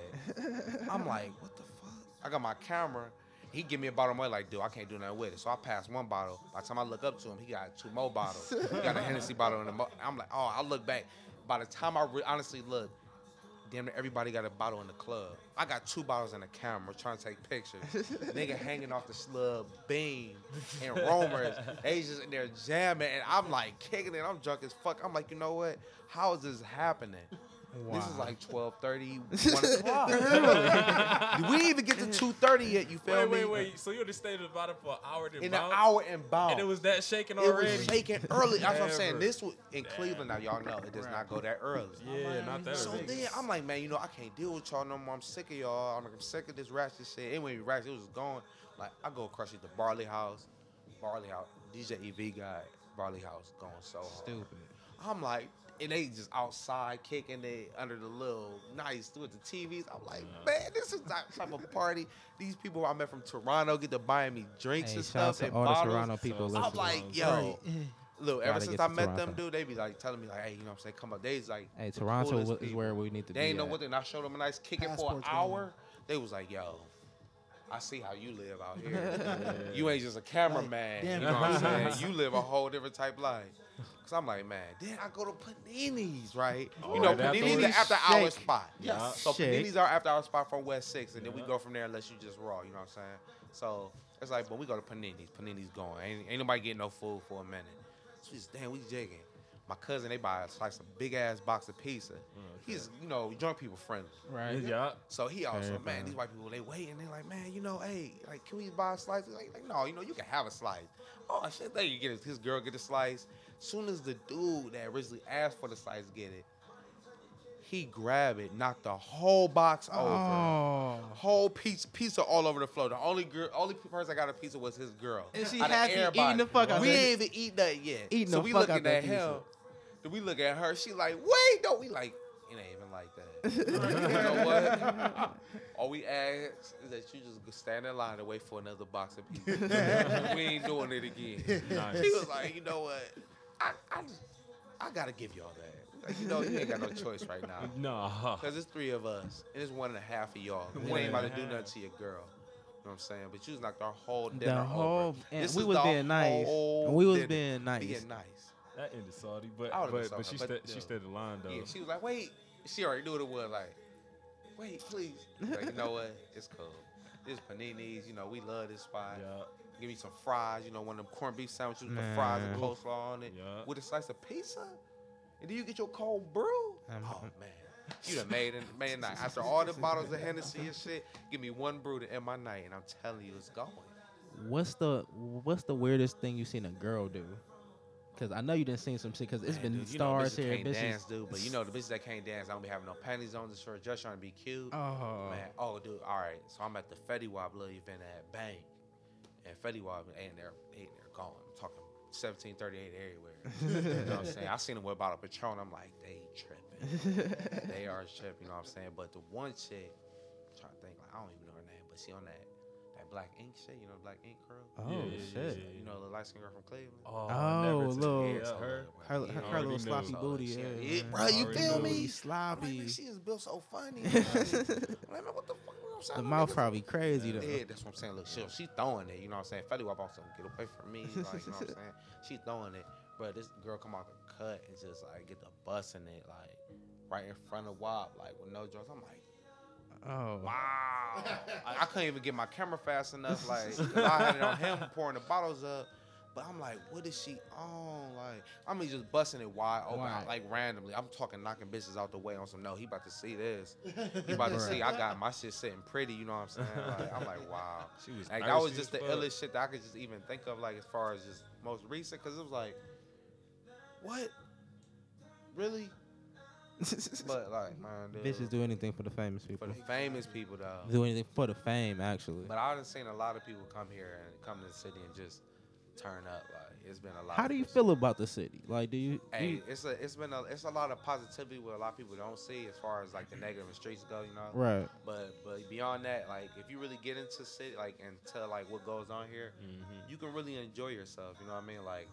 Speaker 1: I'm like, what the fuck? I got my camera. He give me a bottle of Moet, like, dude, I can't do nothing with it. So I pass one bottle. By the time I look up to him, he got two more bottles. he got a Hennessy bottle and a Mo- I'm like, oh, I look back. By the time I re- honestly look, damn near everybody got a bottle in the club. I got two bottles in the camera trying to take pictures. Nigga hanging off the slug beam and roamers. They just in there jamming and I'm like kicking it. I'm drunk as fuck. I'm like, you know what? How is this happening? This is
Speaker 2: Wow.
Speaker 1: like 12:30, 1 o'clock. we didn't even get to 2:30 yet, you feel
Speaker 3: Wait,
Speaker 1: me?
Speaker 3: wait, wait. So you just stayed at the bottom for an hour then
Speaker 1: In an
Speaker 3: bounced?
Speaker 1: hour and bound.
Speaker 3: And it was that shaking
Speaker 1: it
Speaker 3: already?
Speaker 1: was shaking early. That's what I'm saying.
Speaker 3: Never.
Speaker 1: This was in Cleveland now, y'all know it does not go that early.
Speaker 3: Yeah, not that
Speaker 1: So
Speaker 3: early.
Speaker 1: then I'm like, man, you know, I can't deal with y'all no more. I'm sick of y'all. I'm like, I'm sick of this ratchet shit. It wasn't even ratchet. It was gone. Like, I go across it to Barley House. Barley House. DJ EV guy. Barley House going so hard.
Speaker 2: Stupid.
Speaker 1: I'm like, and they just outside kicking it under the little nice with the TVs. I'm like, man, this is not type of party. These people I met from Toronto get to buying me drinks
Speaker 2: Hey,
Speaker 1: and
Speaker 2: shout out
Speaker 1: stuff and
Speaker 2: to all the
Speaker 1: bottles.
Speaker 2: Toronto people
Speaker 3: I'm
Speaker 1: I'm
Speaker 2: listening.
Speaker 3: Right.
Speaker 1: like, yo, look. Ever
Speaker 2: Gotta
Speaker 1: since
Speaker 2: get
Speaker 1: I
Speaker 2: to
Speaker 1: met them,
Speaker 2: Toronto.
Speaker 1: dude, they be like telling me like, hey, you know what I'm saying? Come up. They's like,
Speaker 2: Hey,
Speaker 1: the
Speaker 2: Toronto
Speaker 1: coolest
Speaker 2: wa- is
Speaker 1: people.
Speaker 2: where we need to
Speaker 1: They
Speaker 2: be.
Speaker 1: ain't know
Speaker 2: at.
Speaker 1: what. And I showed them a nice kick it for an
Speaker 4: Passport's gone.
Speaker 1: hour. They was like, yo. I see how you live out here. you ain't just a cameraman.
Speaker 4: damn,
Speaker 1: you know what I'm
Speaker 4: Panini.
Speaker 1: saying? You live a whole different type life. Cause I'm like, man, then I go to Panini's, right? you
Speaker 3: Oh,
Speaker 1: know,
Speaker 3: that
Speaker 1: Panini's the
Speaker 3: place
Speaker 1: after hour
Speaker 2: shake.
Speaker 1: spot.
Speaker 3: Yeah.
Speaker 1: So
Speaker 2: Shake.
Speaker 1: Panini's our after hour spot from West Six, and then we
Speaker 3: Yeah.
Speaker 1: go from there unless you just raw. You know what I'm saying? So it's like, but we go to Panini's. Panini's going. Ain't, ain't nobody getting no food for a minute. So we just damn, we jigging. My cousin, they buy a slice of big ass box of pizza. He's, you know, drunk people friendly.
Speaker 2: Right.
Speaker 3: Yeah.
Speaker 1: So he also,
Speaker 2: Fair,
Speaker 1: man,
Speaker 2: man.
Speaker 1: these white people, they waiting. They like, man, you know, hey, like, can we buy a slice? He's Like, like, no, you know, you can have a slice. Oh shit, there you get it. His girl get a slice. Soon as the dude that originally asked for the slice get it, he grab it, knocked the whole box over,
Speaker 2: Oh.
Speaker 1: whole piece pizza all over the floor. The only girl, only person that got a pizza was his girl.
Speaker 2: And she
Speaker 1: Out of
Speaker 2: happy eating
Speaker 1: everybody.
Speaker 2: the fuck out
Speaker 1: We
Speaker 2: that-
Speaker 1: ain't even eat that yet.
Speaker 2: Eating
Speaker 1: so
Speaker 2: the
Speaker 1: we
Speaker 2: fuck
Speaker 1: looking
Speaker 2: out that
Speaker 1: at him.
Speaker 2: pizza.
Speaker 1: Then we look at her. She like, wait, no. We like, it ain't even like that. you know what? All we ask is that you just stand in line and wait for another box of pizza. we ain't doing it again.
Speaker 3: Nice.
Speaker 1: She was like, you know what? I, I, just- I gotta give y'all that. Like, you know, you ain't got no choice right now.
Speaker 3: Nah.
Speaker 1: Cause it's three of us, and it's one and a half of y'all. We
Speaker 2: One
Speaker 1: ain't
Speaker 2: and
Speaker 1: about
Speaker 2: a
Speaker 1: to do
Speaker 3: half.
Speaker 1: nothing to your girl. You know what I'm saying? But you was knocked our whole
Speaker 2: The
Speaker 1: dinner
Speaker 2: whole-
Speaker 1: over.
Speaker 2: and
Speaker 1: This
Speaker 2: we
Speaker 1: is
Speaker 2: was
Speaker 1: the
Speaker 2: being nice.
Speaker 1: whole
Speaker 2: And we was
Speaker 1: dinner.
Speaker 2: being nice.
Speaker 1: Being nice.
Speaker 3: That ended salty, but
Speaker 1: I would've been
Speaker 3: but, but she
Speaker 1: salty, but
Speaker 3: stayed
Speaker 1: still.
Speaker 3: she stayed in line though.
Speaker 1: Yeah, she was like, wait. She already knew what it was. Like, wait, please. Like, you know what? It's cool. This paninis, you know, we love this spot.
Speaker 3: yeah,
Speaker 1: Give me some fries, you know, one of them corned beef sandwiches with the
Speaker 2: Man.
Speaker 1: fries and coleslaw on it,
Speaker 3: Yeah.
Speaker 1: with a slice of pizza, and then you get your cold brew.
Speaker 2: I'm-
Speaker 1: oh
Speaker 2: I'm-
Speaker 1: man, you done made it, made a night. After all the bottles of Hennessy and shit, give me one brew to end my night, and I'm telling you, it's going.
Speaker 2: What's the What's the weirdest thing you seen a girl do? Because I know you didn't seen some shit. Because it's
Speaker 1: Man,
Speaker 2: been
Speaker 1: dude, you know
Speaker 2: stars
Speaker 1: bitches
Speaker 2: here,
Speaker 1: Can't
Speaker 2: bitches.
Speaker 1: dance, dude. But you know the bitches that can't dance, I don't be having no panties on. Just for just trying to be cute.
Speaker 2: Oh.
Speaker 1: Man, oh dude, all right. So I'm at the Fetty Wap little event at Bank, and Fetty Wap ain't there, ain't there gone. I'm talking 1738 everywhere. you know what I'm saying? I seen them whip out a Patron. I'm like, they tripping. they are tripping. You know what I'm saying? But the one chick, I'm trying to think, like I don't even know she on that that black ink shit. You know, black ink curl.
Speaker 2: Oh
Speaker 3: Yeah, yeah, yeah,
Speaker 2: shit.
Speaker 3: yeah, yeah.
Speaker 1: You know, the light skin girl from Cleveland.
Speaker 3: Oh,
Speaker 2: Oh,
Speaker 3: never took
Speaker 2: look.
Speaker 3: it.
Speaker 1: Yeah, so,
Speaker 3: her.
Speaker 1: like, yeah, I
Speaker 2: Her, her, her
Speaker 1: already
Speaker 2: little
Speaker 1: knew.
Speaker 2: sloppy
Speaker 1: So,
Speaker 2: booty.
Speaker 1: she-
Speaker 2: Yeah,
Speaker 1: yeah,
Speaker 2: man.
Speaker 1: bro, you
Speaker 3: Already
Speaker 1: feel
Speaker 3: knew.
Speaker 1: me? I'm like,
Speaker 2: Sloppy.
Speaker 1: man, she is built so funny. I'm like, man, what the fuck? I'm saying, my
Speaker 2: The mouth
Speaker 1: niggas-
Speaker 2: probably crazy though.
Speaker 1: Yeah, that's what I'm saying. Look, she, she throwing it. You know what I'm saying? Fetty Wap also get away from me. Like, you know what I'm saying? She throwing it. But this girl come out the cut and just like get the bus in it, like right in front of Wop, like with no drugs. I'm like,
Speaker 2: Oh.
Speaker 1: wow. I, I couldn't even get my camera fast enough. Like, 'cause I had it on him pouring the bottles up. But I'm like, what is she on? Like, I mean, just busting it wide open,
Speaker 2: Right.
Speaker 1: like randomly. I'm talking knocking bitches out the way on some. No, he about to see this. He about to see. I got my shit sitting pretty. You know what I'm saying? Like, I'm like, wow.
Speaker 3: She was
Speaker 1: Like that was
Speaker 3: thirsty
Speaker 1: just the
Speaker 3: as fuck.
Speaker 1: illest shit that I could just even think of, like as far as just most recent, because it was like, what, really? But like, man, dude,
Speaker 2: Bitches do anything for the famous
Speaker 1: for
Speaker 2: people.
Speaker 1: the famous people though.
Speaker 2: Do anything for the fame, actually.
Speaker 1: But I've seen a lot of people come here and come to the city and just turn up. Like it's been a lot.
Speaker 2: How
Speaker 1: of
Speaker 2: do you
Speaker 1: good
Speaker 2: feel about the city? Like, do you?
Speaker 1: shit. Hey,
Speaker 2: you-
Speaker 1: it's a it's been a it's a lot of positivity where a lot of people don't see as far as like the negative streets go, you know.
Speaker 2: right.
Speaker 1: But but beyond that, like if you really get into city, like into like what goes on here,
Speaker 3: Mhm.
Speaker 1: you can really enjoy yourself. You know what I mean? Like,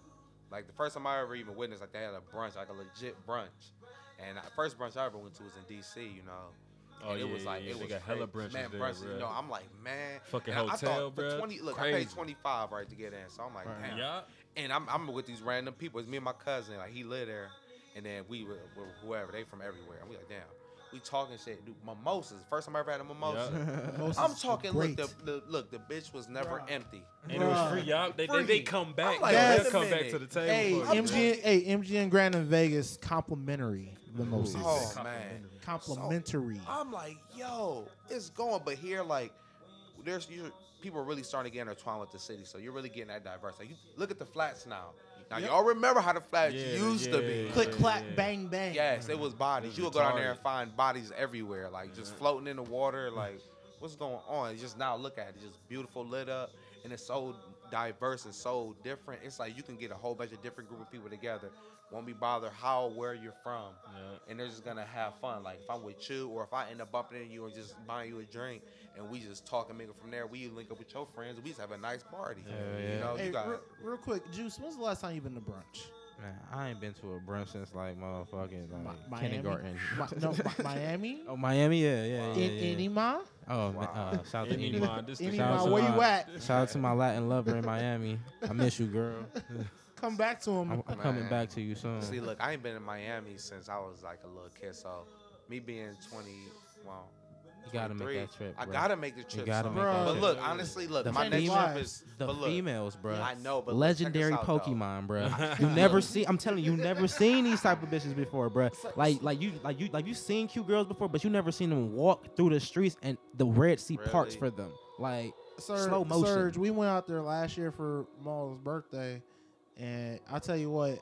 Speaker 1: like the first time I ever even witnessed, like they had a brunch, like a legit brunch. And the first brunch I ever went to was in D.C. You know,
Speaker 3: Oh,
Speaker 1: and
Speaker 3: yeah,
Speaker 1: it was like
Speaker 3: yeah,
Speaker 1: it
Speaker 3: they
Speaker 1: was
Speaker 3: got hella
Speaker 1: crazy.
Speaker 3: brunches
Speaker 1: man,
Speaker 3: there,
Speaker 1: brunches,
Speaker 3: bruh.
Speaker 1: You know, I'm like man,
Speaker 3: Fucking
Speaker 1: and I- I
Speaker 3: hotel,
Speaker 1: thought for
Speaker 3: bruh.
Speaker 1: twenty. Look, I paid
Speaker 3: Crazy.
Speaker 1: twenty five right to get in, so I'm like,
Speaker 2: Right.
Speaker 1: damn.
Speaker 3: Yeah.
Speaker 1: And I'm I'm with these random people. It's me and my cousin. Like he live there, and then we were, were whoever they from everywhere. And we like damn. We talking shit, dude. Mimosas. First time I ever had a mimosa.
Speaker 4: Mimosas
Speaker 1: I'm
Speaker 4: is
Speaker 1: talking. Look,
Speaker 4: great.
Speaker 1: the, the look, the bitch was never
Speaker 4: Bruh.
Speaker 1: empty.
Speaker 3: And it was
Speaker 4: Bruh.
Speaker 3: free. Y'all, they, they, they
Speaker 1: Free.
Speaker 3: come back.
Speaker 1: I'm like,
Speaker 3: though.
Speaker 4: wait
Speaker 3: They'll
Speaker 4: a
Speaker 3: come back
Speaker 1: minute.
Speaker 3: to the
Speaker 4: Hey,
Speaker 3: table. for you.
Speaker 4: MGM, hey, MGM Grand in Vegas, complimentary mimosas.
Speaker 1: Oh
Speaker 3: Complimentary.
Speaker 1: man. oh,
Speaker 4: complimentary.
Speaker 1: I'm like, yo, it's going, but here, like, there's you people are really starting to get intertwined with the city, so you're really getting that diverse. Like, you look at the flats now. Now
Speaker 4: Yep.
Speaker 1: y'all remember how the flats
Speaker 3: Yeah,
Speaker 1: used to be.
Speaker 3: yeah,
Speaker 4: Click,
Speaker 3: yeah,
Speaker 4: clack,
Speaker 3: yeah.
Speaker 4: bang, bang.
Speaker 1: Yes, it was
Speaker 3: It
Speaker 1: bodies.
Speaker 3: was
Speaker 1: you would go down there
Speaker 3: retarded.
Speaker 1: and find bodies everywhere, like just floating in the water. Like, what's going on? It's just now look at it, just beautiful lit up, and it's so diverse and so different. It's like you can get a whole bunch of different group of people together. Won't be bothered how where you're from.
Speaker 3: Yeah.
Speaker 1: and they're just gonna have fun. Like if I'm with you, or if I end up bumping into you and just buying you a drink, and we just talk and make it from there. We link up with your friends. We just have a nice party.
Speaker 2: Yeah,
Speaker 1: You
Speaker 2: yeah.
Speaker 1: know,
Speaker 4: Hey,
Speaker 1: you got
Speaker 4: re- real quick, Juice. When's the last time you been to brunch?
Speaker 2: Man, I ain't been to a brunch since like motherfucking
Speaker 4: Mi-
Speaker 2: like
Speaker 4: Miami?
Speaker 2: kindergarten.
Speaker 4: Mi- no, Mi- Miami.
Speaker 2: Oh, Miami. Yeah, yeah,
Speaker 4: In
Speaker 2: yeah. yeah.
Speaker 4: Enema.
Speaker 2: Oh, man,
Speaker 1: Wow.
Speaker 2: uh, shout out to
Speaker 3: Any
Speaker 2: Enima.
Speaker 3: mind, this the
Speaker 4: Any
Speaker 3: shout
Speaker 2: mind,
Speaker 3: out
Speaker 2: where
Speaker 3: to
Speaker 2: you
Speaker 3: my-
Speaker 4: at?
Speaker 2: Shout out to my Latin lover in Miami. I miss you, girl.
Speaker 4: Come back to him.
Speaker 2: I'm, I'm coming
Speaker 1: Man.
Speaker 2: back to you soon.
Speaker 1: see, look, I ain't been in Miami since I was like a little kid. So me being 20, well,
Speaker 2: You gotta make
Speaker 1: 23,
Speaker 2: that trip.
Speaker 1: I
Speaker 2: bro.
Speaker 1: gotta make the trip.
Speaker 2: gotta
Speaker 1: son.
Speaker 2: make
Speaker 4: that
Speaker 1: But
Speaker 4: trip.
Speaker 1: look, honestly, look,
Speaker 2: The
Speaker 1: my next
Speaker 4: females-
Speaker 1: trip is
Speaker 2: the
Speaker 1: but look,
Speaker 2: females, bro.
Speaker 1: I know, but look, check this
Speaker 2: legendary
Speaker 1: out, though.
Speaker 2: Pokemon, bro. you never see. I'm telling you, you never seen these type of bitches before, bro. Like, like you, like you, like you seen cute girls before, but you never seen them walk through the streets and the Red Sea parks for
Speaker 1: Really?
Speaker 2: them. Like,
Speaker 4: Surge,
Speaker 2: Slow motion.
Speaker 4: Surge, we went out there last year for Maul's birthday, and I tell you what,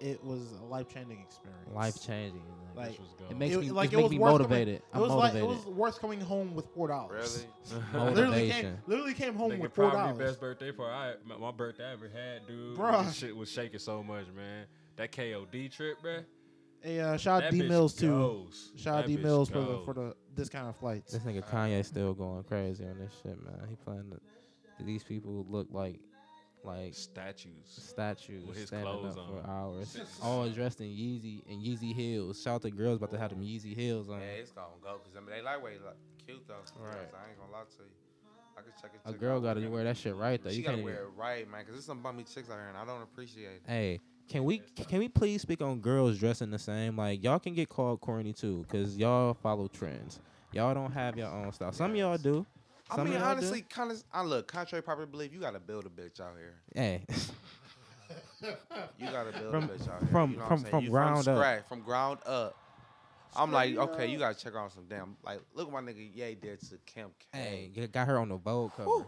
Speaker 4: it was a life changing experience.
Speaker 2: life changing. Like,
Speaker 4: Like,
Speaker 3: This was
Speaker 2: it
Speaker 3: gone.
Speaker 2: makes
Speaker 4: it-
Speaker 2: me,
Speaker 4: like,
Speaker 2: it
Speaker 4: it
Speaker 2: makes
Speaker 4: was
Speaker 2: me
Speaker 4: worth coming-
Speaker 2: motivated.
Speaker 4: It was
Speaker 2: I'm
Speaker 4: like it
Speaker 2: motivated.
Speaker 4: was worth coming home with four dollars.
Speaker 1: Really?
Speaker 4: Literally
Speaker 2: Motivation.
Speaker 4: came, literally came home
Speaker 3: Nigga,
Speaker 4: with four
Speaker 3: probably
Speaker 4: dollars.
Speaker 3: best birthday for I my, my birthday I ever had, dude.
Speaker 4: Bruh.
Speaker 3: This shit was shaking so much, man. That KOD trip, bruh.
Speaker 4: Hey, uh, shout out
Speaker 3: that
Speaker 4: D
Speaker 3: bitch
Speaker 4: Mills too.
Speaker 3: goes.
Speaker 4: Shout out
Speaker 3: That
Speaker 4: D
Speaker 3: bitch
Speaker 4: Mills for the
Speaker 3: goes.
Speaker 4: for the discounted flights.
Speaker 2: This nigga Kanye still going crazy on this shit, man. He playing. The, these people look like, like
Speaker 3: statues.
Speaker 2: statues
Speaker 3: With his
Speaker 2: standing
Speaker 3: clothes
Speaker 2: up
Speaker 3: on.
Speaker 2: for hours, all dressed in Yeezy and Yeezy heels. Shout out to girls about to have them Yeezy heels on.
Speaker 1: Yeah, it's gonna go because I mean they lightweight, like cute though.
Speaker 2: Right.
Speaker 1: So I ain't gonna lie to you. I could check it.
Speaker 2: A
Speaker 1: check
Speaker 2: girl
Speaker 1: out.
Speaker 2: gotta wear that shit right though.
Speaker 1: She
Speaker 2: You
Speaker 1: gotta
Speaker 2: can't.
Speaker 1: wear
Speaker 2: Even,
Speaker 1: it right, man, because there's some bummy chicks out here, and I don't appreciate it.
Speaker 2: hey, can we can we please speak on girls dressing the same? Like y'all can get called corny too, cause y'all follow trends. Y'all don't have your own style. Some of y'all do. Some
Speaker 1: I mean,
Speaker 2: of y'all do.
Speaker 1: honestly, kind of. I look contrary to popular belief. You gotta build a bitch out here.
Speaker 2: hey,
Speaker 1: You gotta build
Speaker 2: From-
Speaker 1: a bitch out here.
Speaker 2: from-
Speaker 1: you know what I'm
Speaker 2: from-
Speaker 1: saying?
Speaker 2: from
Speaker 1: You
Speaker 2: ground up.
Speaker 1: scratch, From ground up. I'm like,
Speaker 4: Straight
Speaker 1: okay, you
Speaker 4: up.
Speaker 1: gotta check on some damn. Like, look what my nigga Ye did to Kim K.
Speaker 2: hey, g- got her on the Vogue cover.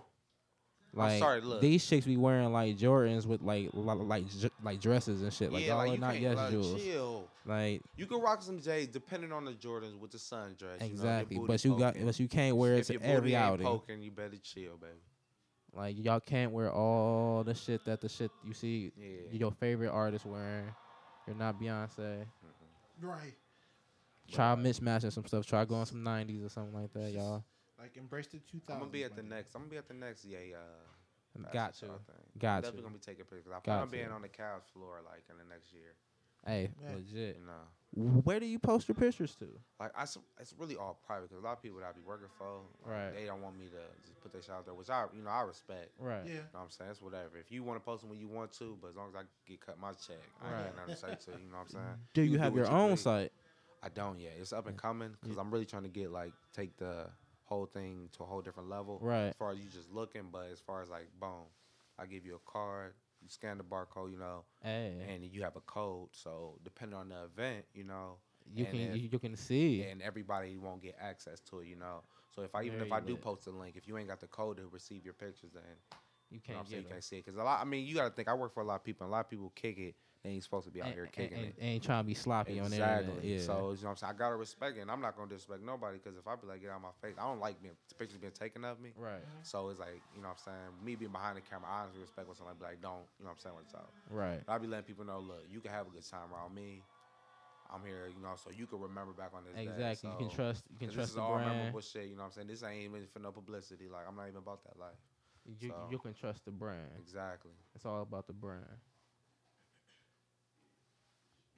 Speaker 2: Like
Speaker 1: sorry, look.
Speaker 2: these chicks be wearing like Jordans with like li- like j- like dresses and shit. Like
Speaker 1: yeah,
Speaker 2: y'all
Speaker 1: like
Speaker 2: are
Speaker 1: you
Speaker 2: not
Speaker 1: can't
Speaker 2: yes
Speaker 1: like,
Speaker 2: jewels.
Speaker 1: chill.
Speaker 2: Like
Speaker 1: You can rock some J's depending on the Jordans with the sundress.
Speaker 2: exactly,
Speaker 1: you know, your booty
Speaker 2: but you got
Speaker 1: poking.
Speaker 2: but you can't wear it
Speaker 1: if your
Speaker 2: to
Speaker 1: booty
Speaker 2: every
Speaker 1: ain't
Speaker 2: outing.
Speaker 1: Poking, you better chill, baby.
Speaker 2: Like y'all can't wear all the shit that the shit you see
Speaker 1: Yeah.
Speaker 2: your favorite artist wearing. You're not Beyonce.
Speaker 4: Right.
Speaker 2: Try mismatching some stuff. Try going some '90s or something like that, y'all.
Speaker 4: Like embrace the 2000s.
Speaker 1: I'm gonna be at
Speaker 4: my
Speaker 1: the
Speaker 4: nigga.
Speaker 1: next. I'm gonna be at the next. uh, Yeah, yeah.
Speaker 2: Got
Speaker 1: Fashion
Speaker 2: you.
Speaker 1: Show thing.
Speaker 2: Got
Speaker 1: Definitely
Speaker 2: you.
Speaker 1: gonna be taking pictures. I plan
Speaker 2: Got
Speaker 1: on being
Speaker 2: you.
Speaker 1: on the couch floor like in the next year.
Speaker 2: Hey,
Speaker 4: Yeah.
Speaker 2: legit.
Speaker 1: You know,
Speaker 2: Where do you post your pictures to?
Speaker 1: like I, s- it's really all private because a lot of people that I be working for, like,
Speaker 2: Right.
Speaker 1: they don't want me to just put their shit out there, which I, you know, I respect.
Speaker 2: Right.
Speaker 4: Yeah.
Speaker 1: You know what I'm saying? It's whatever. If you want to post them when you want to, but as long as I get cut my check, I ain't
Speaker 2: Right.
Speaker 1: got nothing to say to you. You know what I'm saying?
Speaker 2: Do you,
Speaker 1: do
Speaker 2: have
Speaker 1: what
Speaker 2: your
Speaker 1: you
Speaker 2: own
Speaker 1: believe.
Speaker 2: site?
Speaker 1: I don't yet. It's up and coming because I'm really trying to get like take the whole thing to a whole different level.
Speaker 2: Right.
Speaker 1: As far as you just looking, but as far as like boom, I give you a card, you scan the barcode, you know,
Speaker 2: Hey,
Speaker 1: and you have a code. So depending on the event, you know,
Speaker 2: you
Speaker 1: and
Speaker 2: can
Speaker 1: if-
Speaker 2: you, you can see.
Speaker 1: and everybody won't get access to it, you know. So if I even
Speaker 2: Very
Speaker 1: if I do
Speaker 2: lit.
Speaker 1: post a link, if you ain't got the code to receive your pictures, then you
Speaker 2: you
Speaker 1: know what
Speaker 2: can't
Speaker 1: I'm saying
Speaker 2: get
Speaker 1: you
Speaker 2: them.
Speaker 1: can't see it. Because a lot, I mean, you got to think. I work for a lot of people, and a lot of people kick it. They ain't supposed to be out
Speaker 2: Ain't-
Speaker 1: here
Speaker 2: ain't-
Speaker 1: kicking it.
Speaker 2: ain't, ain't trying to be sloppy
Speaker 1: Exactly.
Speaker 2: on the internet. Yeah.
Speaker 1: So you know what I'm saying. I gotta respect it. And I'm not gonna disrespect nobody because if I be like get out of my face, I don't like being pictures being taken of me.
Speaker 2: right,
Speaker 1: So it's like you know what I'm saying. Me being behind the camera, I honestly respect when somebody be like, don't you know what I'm saying when it's out.
Speaker 2: right,
Speaker 1: But I be letting people know, look, you can have a good time around me. I'm here, you know, so you can remember back on this. day.
Speaker 2: exactly. you can
Speaker 1: So-
Speaker 2: trust. You
Speaker 1: 'cause
Speaker 2: can
Speaker 1: This is
Speaker 2: trust the
Speaker 1: all
Speaker 2: brand.
Speaker 1: memorable shit. You know what I'm saying. This ain't even for no publicity. Like I'm not even about that life.
Speaker 2: You,
Speaker 1: so.
Speaker 2: you can trust the brand.
Speaker 1: Exactly.
Speaker 2: It's all about the brand.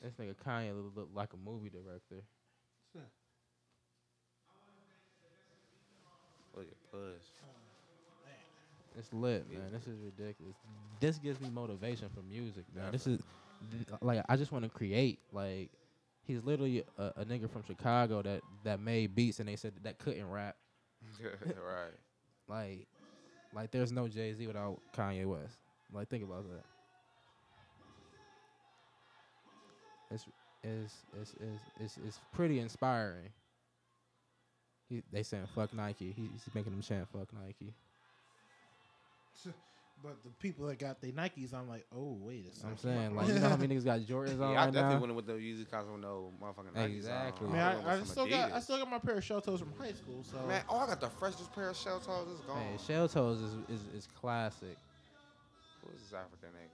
Speaker 2: This nigga Kanye look, look like a movie director.
Speaker 1: Look at push.
Speaker 2: It's lit,
Speaker 1: Yeah.
Speaker 2: man. This is ridiculous. This gives me motivation for music, man. This is th- like I just want to create. Like he's literally a, a nigga from Chicago that that made beats and they said that, couldn't rap.
Speaker 1: right.
Speaker 2: Like like there's no Jay Z without Kanye West. Like think about that. It's it's it's it's it's, it's pretty inspiring. He, they saying fuck Nike. He, he's making them chant fuck Nike.
Speaker 4: But the people that got their Nikes, I'm like, oh wait a 2nd
Speaker 2: I'm saying like you know how many niggas got Jordans on
Speaker 1: Yeah, I
Speaker 2: right
Speaker 1: definitely
Speaker 2: now.
Speaker 1: wouldn't with the Yeezy concert with no motherfucking Nikes
Speaker 2: Exactly.
Speaker 1: on.
Speaker 4: Man,
Speaker 1: would've
Speaker 4: I, I
Speaker 1: went with some
Speaker 4: still got I
Speaker 1: Adidas.
Speaker 4: still got my pair of shell toes from high school. So
Speaker 1: Man, oh, I got the freshest pair of shell toes. It's gone.
Speaker 2: Hey, Shell Toes is, is, is classic.
Speaker 1: Who is this African nigga?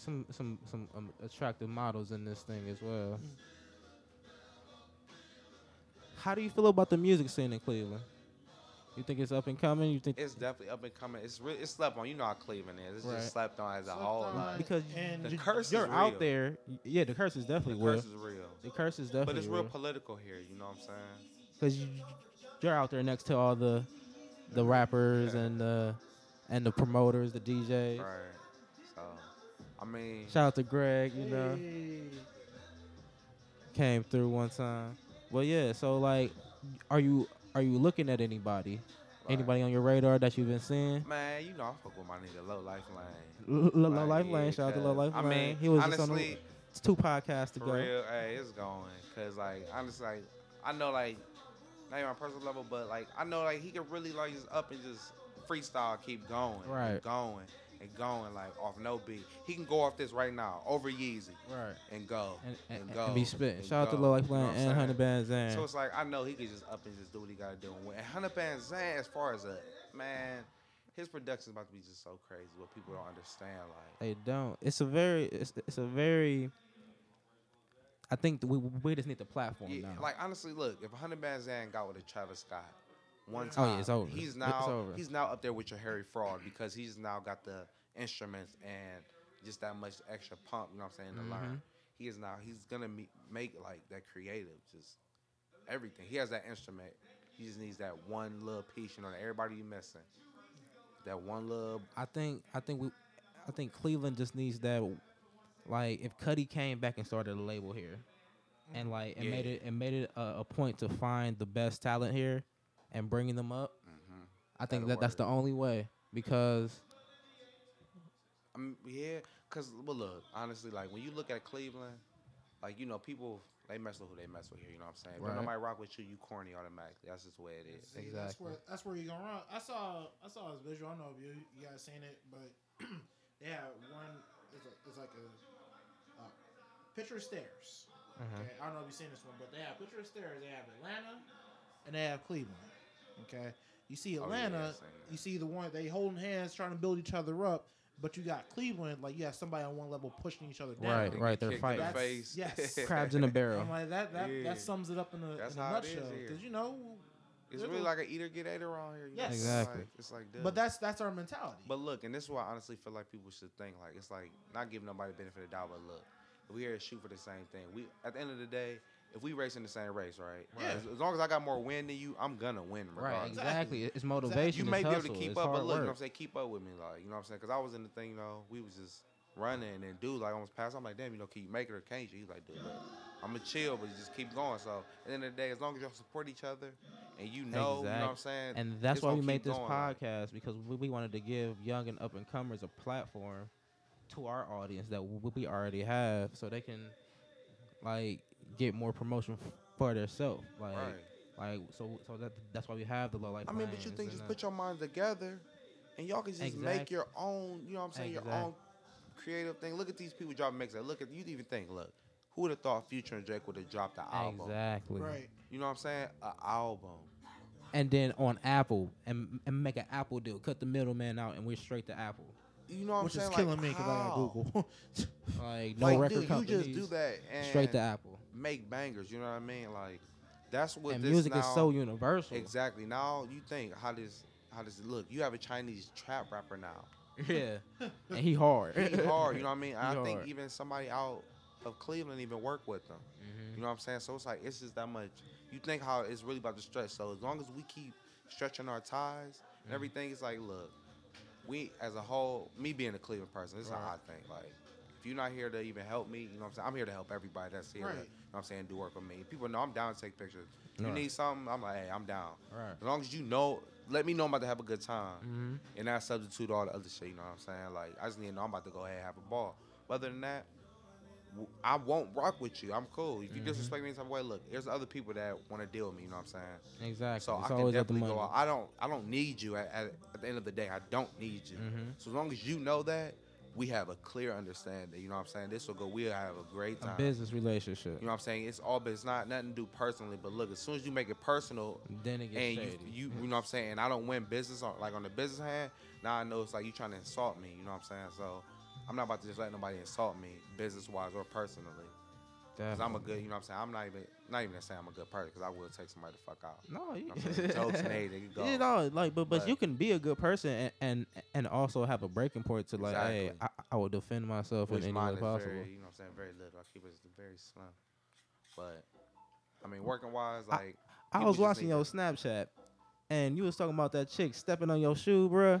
Speaker 2: Some some some um, attractive models in this thing as well. How do you feel about the music scene in Cleveland? You think it's up and coming? You think
Speaker 1: It's definitely up and coming. It's really it's slept on. You know how Cleveland is. It's
Speaker 2: Right.
Speaker 1: just slept on as a
Speaker 4: Slept
Speaker 1: whole.
Speaker 4: on.
Speaker 1: Like,
Speaker 2: because
Speaker 4: and
Speaker 1: the
Speaker 4: you-
Speaker 1: curse
Speaker 2: you're
Speaker 1: is real.
Speaker 2: out there? y- Yeah, the curse is
Speaker 1: The
Speaker 2: definitely real.
Speaker 1: curse is real.
Speaker 2: the curse is
Speaker 1: But it's
Speaker 2: definitely
Speaker 1: real
Speaker 2: real
Speaker 1: political here. You know what I'm saying?
Speaker 2: because you, you're out there next to all the the rappers and the and the promoters, the DJs.
Speaker 1: Right. So, I mean,
Speaker 2: Shout out to Greg, you know.
Speaker 4: Hey.
Speaker 2: came through one time. Well, yeah. So like, are you are you looking at anybody?
Speaker 1: like,
Speaker 2: Anybody on your radar that you've been seeing?
Speaker 1: Man, you know I fuck with my nigga Low Life Lane.
Speaker 2: L- L- Low
Speaker 1: Like,
Speaker 2: Life
Speaker 1: yeah,
Speaker 2: Lane. Shout out to Low
Speaker 1: 'cause,
Speaker 2: Life
Speaker 1: I
Speaker 2: Lane.
Speaker 1: mean,
Speaker 2: he was just on
Speaker 1: honestly,
Speaker 2: the, it's two podcasts
Speaker 1: For
Speaker 2: ago.
Speaker 1: real, hey, it's going. Cause like honestly, like I know like not even on a personal level, but like I know like he could really like just up and just freestyle, keep going, and
Speaker 2: Right.
Speaker 1: going and going like off no beat. He can go off this right now over Yeezy
Speaker 2: Right.
Speaker 1: and go
Speaker 2: And, and, and,
Speaker 1: go
Speaker 2: be spitting.
Speaker 1: and
Speaker 2: Shout out to
Speaker 1: go.
Speaker 2: Low Life
Speaker 1: You know
Speaker 2: Lane
Speaker 1: what I'm
Speaker 2: and Hunter
Speaker 1: saying?
Speaker 2: Van Zandt.
Speaker 1: So it's like I know he could just up and just do what he gotta do. And when- and Hunter Van Zandt, as far as a man, his production's about to be just so crazy. What people don't understand, like
Speaker 2: they don't. It's a very. It's, it's a very. I think that we we just need the platform
Speaker 1: Yeah,
Speaker 2: now.
Speaker 1: like honestly, look, if Hunter Van Zandt got with a Travis Scott one
Speaker 2: Oh,
Speaker 1: time,
Speaker 2: yeah, it's over.
Speaker 1: he's
Speaker 2: It's
Speaker 1: now
Speaker 2: over.
Speaker 1: he's now up there with your Harry Fraud because he's now got the instruments and just that much extra pump. You know what I'm saying
Speaker 2: Mm-hmm.
Speaker 1: to learn. He is now he's gonna me- make like that creative, just everything. He has that instrument. He just needs that one little piece. You know, that everybody you missing. That one little
Speaker 2: I think I think we, I think Cleveland just needs that. Like if Cuddy came back and started a label here, and like and made
Speaker 1: Yeah.
Speaker 2: it and made it a, a point to find the best talent here, and bringing them up. I think
Speaker 1: Mm-hmm. That'll
Speaker 2: that that's the only way because
Speaker 1: Um, yeah, cause well, look, honestly, like when you look at Cleveland, like you know, people they mess with who they mess with here. You know what I'm saying?
Speaker 2: Right.
Speaker 1: If nobody rock with you, you corny automatically. That's just the way it is.
Speaker 4: See, That's
Speaker 2: Exactly.
Speaker 4: where that's where you going wrong. I saw I saw his visual. I don't know if you you guys seen it, but they had one. It's, a, it's like a, a picture of stairs.
Speaker 2: Uh-huh.
Speaker 4: Okay, I don't know if you've seen this one, but they have picture of stairs. They have Atlanta, and they have Cleveland. Okay, you see
Speaker 1: Oh, yeah, yeah,
Speaker 4: Atlanta,
Speaker 1: I've seen that.
Speaker 4: you see the one they holding hands, trying to build each other up, But you got Cleveland, like you got somebody on one level pushing each other down.
Speaker 2: Right,
Speaker 1: They
Speaker 2: right,
Speaker 1: get
Speaker 2: they're
Speaker 1: kicked in the
Speaker 4: fighting.
Speaker 1: face.
Speaker 4: Yes.
Speaker 2: Crabs in a barrel.
Speaker 4: I'm like that. That,
Speaker 1: Yeah.
Speaker 4: that sums it up in a,
Speaker 1: That's
Speaker 4: in a
Speaker 1: how it is
Speaker 4: nutshell.
Speaker 1: here.
Speaker 4: Because you know,
Speaker 1: It's
Speaker 4: They're
Speaker 1: really
Speaker 4: gonna-
Speaker 1: like an eater get ate around here. you know?
Speaker 4: Yes.
Speaker 1: It's
Speaker 2: Exactly.
Speaker 1: like- It's like, duh.
Speaker 4: but that's that's our mentality.
Speaker 1: But look, and this is why I honestly feel like people should think like it's like not giving nobody the benefit of the doubt, but look, if we here to shoot for the same thing. We at the end of the day, if we racing the same race, right?
Speaker 4: Yeah.
Speaker 1: As, as long as I got more win than you, I'm gonna win regardless.
Speaker 2: Right, exactly. It's
Speaker 4: Exactly.
Speaker 2: motivation.
Speaker 1: You may
Speaker 2: it's
Speaker 1: be able to
Speaker 2: hustle,
Speaker 1: keep
Speaker 2: it's
Speaker 1: up, but look,
Speaker 2: hard
Speaker 1: you know what
Speaker 2: work.
Speaker 1: I'm saying? Keep up with me, like you know what I'm saying? Because I was in the thing, you know, we was just running, and then dude like almost passed. I'm like, damn, you know, can you make it or can't you? He's like, dude, look, I'ma chill, but just keep going. So at the end of the day, as long as y'all support each other, and you know, you know what I'm
Speaker 2: Exact-
Speaker 1: saying,
Speaker 2: and that's
Speaker 1: it's
Speaker 2: why
Speaker 1: gonna
Speaker 2: we
Speaker 1: keep
Speaker 2: made this
Speaker 1: going, like-
Speaker 2: podcast because we, we wanted to give young and up and comers a platform to our audience that w- we already have, so they can like get more promotion f- for themselves. Like,
Speaker 1: right.
Speaker 2: like so so that that's why we have the low life. uh,
Speaker 1: I mean, but you think just put your mind together, and y'all can just make
Speaker 2: Exact-
Speaker 1: your own. You know what I'm saying? Your
Speaker 2: Exact-
Speaker 1: own creative thing. Look at these people dropping mixes. Look at you. Even think, look, who would have thought Future and Drake would have dropped the album?
Speaker 2: exactly
Speaker 4: right.
Speaker 1: You know what I'm saying? An album.
Speaker 2: and then on Apple and and make an Apple deal, cut the middleman out, and we're straight to Apple.
Speaker 1: You know what
Speaker 4: Which
Speaker 1: I'm
Speaker 4: is
Speaker 1: saying?
Speaker 4: killing
Speaker 1: like,
Speaker 4: me because I got
Speaker 1: how?
Speaker 4: Google.
Speaker 2: Like no
Speaker 1: Like,
Speaker 2: record
Speaker 1: dude, you
Speaker 2: companies,
Speaker 1: just do that and
Speaker 2: straight to Apple.
Speaker 1: make bangers. You know what I mean? Like, that's what
Speaker 2: And
Speaker 1: this
Speaker 2: music
Speaker 1: now,
Speaker 2: is so universal.
Speaker 1: Exactly. Now you think how does how does it look? You have a Chinese trap rapper now.
Speaker 2: Yeah, and he hard.
Speaker 1: He hard. You know what I mean? I think
Speaker 2: hard.
Speaker 1: even somebody out of Cleveland even work with them.
Speaker 2: Mm-hmm.
Speaker 1: You know what I'm saying? So it's like it's just that much. You think how it's really about the stretch. So as long as we keep stretching our ties and
Speaker 2: Mm-hmm.
Speaker 1: everything, it's like look, we as a whole, me being a Cleveland person, this is
Speaker 2: Right.
Speaker 1: how I think. Like if you're not here to even help me, you know what I'm saying? I'm here to help everybody that's here.
Speaker 4: Right.
Speaker 1: To, you know what I'm saying? Do work with me. People know I'm down to take pictures. You
Speaker 2: Right.
Speaker 1: need something, I'm like, hey, I'm down.
Speaker 2: Right.
Speaker 1: As long as you know, let me know I'm about to have a good time
Speaker 2: Mhm.
Speaker 1: and I substitute all the other shit. You know what I'm saying? Like I just need to know I'm about to go ahead and have a ball. But other than that, w- I won't rock with you. I'm cool. If you
Speaker 2: Mm-hmm.
Speaker 1: disrespect me in some way, look, there's other people that want to deal with me. You know what I'm saying?
Speaker 2: Exactly.
Speaker 1: So
Speaker 2: it's
Speaker 1: I can
Speaker 2: always at the
Speaker 1: definitely
Speaker 2: money.
Speaker 1: go. out. I don't. I don't need you at, at, at the end of the day. I don't need you.
Speaker 2: Mhm.
Speaker 1: So as long as you know that, we have a clear understanding. You know what I'm saying? This will go. We'll have a great
Speaker 2: A
Speaker 1: time.
Speaker 2: business relationship.
Speaker 1: You know what I'm saying? It's all, but it's not nothing to do personally. But look, as soon as you make it personal,
Speaker 2: then it gets
Speaker 1: and
Speaker 2: shady.
Speaker 1: you, you, you know what I'm saying. And I don't win business on like on the business hand. Now I know it's like you trying to insult me. You know what I'm saying. So I'm not about to just let nobody insult me, business wise or personally. Cause I'm a good, you know what I'm saying. I'm not even not even gonna say I'm a good person, cause I will take somebody the fuck out.
Speaker 2: no, you
Speaker 1: You know what I'm saying? Jokes made, they can go.
Speaker 2: You know, like, but but
Speaker 1: But-
Speaker 2: you can be a good person and and, and also have a breaking point to like, hey, I,
Speaker 1: Exactly.
Speaker 2: I will defend myself
Speaker 1: Which
Speaker 2: in any
Speaker 1: mine
Speaker 2: way
Speaker 1: is
Speaker 2: possible.
Speaker 1: very, you know what I'm saying, very little. I keep it very slim. But I mean, working wise,
Speaker 2: I-
Speaker 1: like
Speaker 2: I
Speaker 1: people
Speaker 2: was
Speaker 1: just
Speaker 2: watching
Speaker 1: need
Speaker 2: your
Speaker 1: to-
Speaker 2: Snapchat, and you was talking about that chick stepping on your shoe, bruh.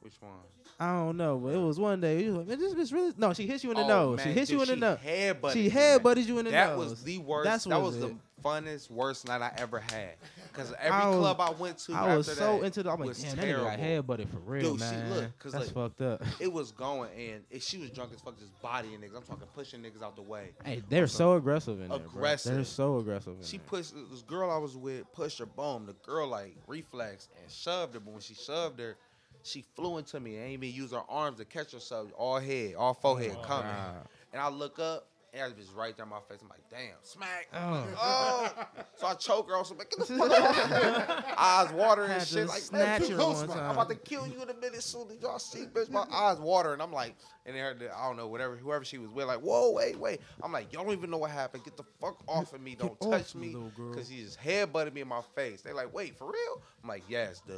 Speaker 1: which one?
Speaker 2: I don't know, but it was one day you was like, man, this bitch really. No, she hit you in the
Speaker 1: Oh,
Speaker 2: nose. she
Speaker 1: man,
Speaker 2: hit you in
Speaker 1: dude,
Speaker 2: the nose.
Speaker 1: She headbutted
Speaker 2: She
Speaker 1: me,
Speaker 2: head
Speaker 1: man.
Speaker 2: butted you in the
Speaker 1: that
Speaker 2: nose.
Speaker 1: was the worst.
Speaker 2: That's
Speaker 1: that
Speaker 2: was
Speaker 1: was the
Speaker 2: it.
Speaker 1: funnest, worst night I ever had. Cause every
Speaker 2: I was-
Speaker 1: club I went to,
Speaker 2: I was
Speaker 1: after
Speaker 2: so
Speaker 1: that
Speaker 2: into the. I'm like,
Speaker 1: was
Speaker 2: damn,
Speaker 1: terrible.
Speaker 2: that nigga got headbutted for real,
Speaker 1: Dude, she
Speaker 2: man.
Speaker 1: look, 'cause,
Speaker 2: That's
Speaker 1: like-
Speaker 2: fucked up.
Speaker 1: It was going, and if she was drunk as fuck, just bodying niggas. I'm talking pushing niggas out the way.
Speaker 2: Hey, they're so aggressive in there. Aggressive. They're
Speaker 1: Aggressive.
Speaker 2: so aggressive. In
Speaker 1: She
Speaker 2: there.
Speaker 1: pushed this girl I was with, pushed her boom. The girl like reflex and shoved her, but when she shoved her, she flew into me and ain't even use her arms to catch herself. All head, all forehead
Speaker 3: Oh,
Speaker 1: coming.
Speaker 2: God.
Speaker 1: And I look up, and I was right there in my face. I'm like, damn, smack.
Speaker 2: Oh.
Speaker 1: Oh, so I choke her. I was like, get the fuck out. eyes watering and
Speaker 2: Had to
Speaker 1: shit. Like,
Speaker 2: snatch
Speaker 1: man,
Speaker 2: her
Speaker 1: close,
Speaker 2: one
Speaker 1: man.
Speaker 2: time.
Speaker 1: I'm about to kill you in a minute. Soon as y'all see, bitch, my eyes watering. I'm like, and then her, I don't know, whatever, whoever she was with, like, whoa, wait, wait. I'm like, y'all don't even know what happened. Get the fuck off of me. Don't
Speaker 2: off
Speaker 1: touch
Speaker 2: me,
Speaker 1: me,
Speaker 2: little girl.
Speaker 1: because she just headbutted me in my face. They like, wait, for real? I'm like, yes, dude.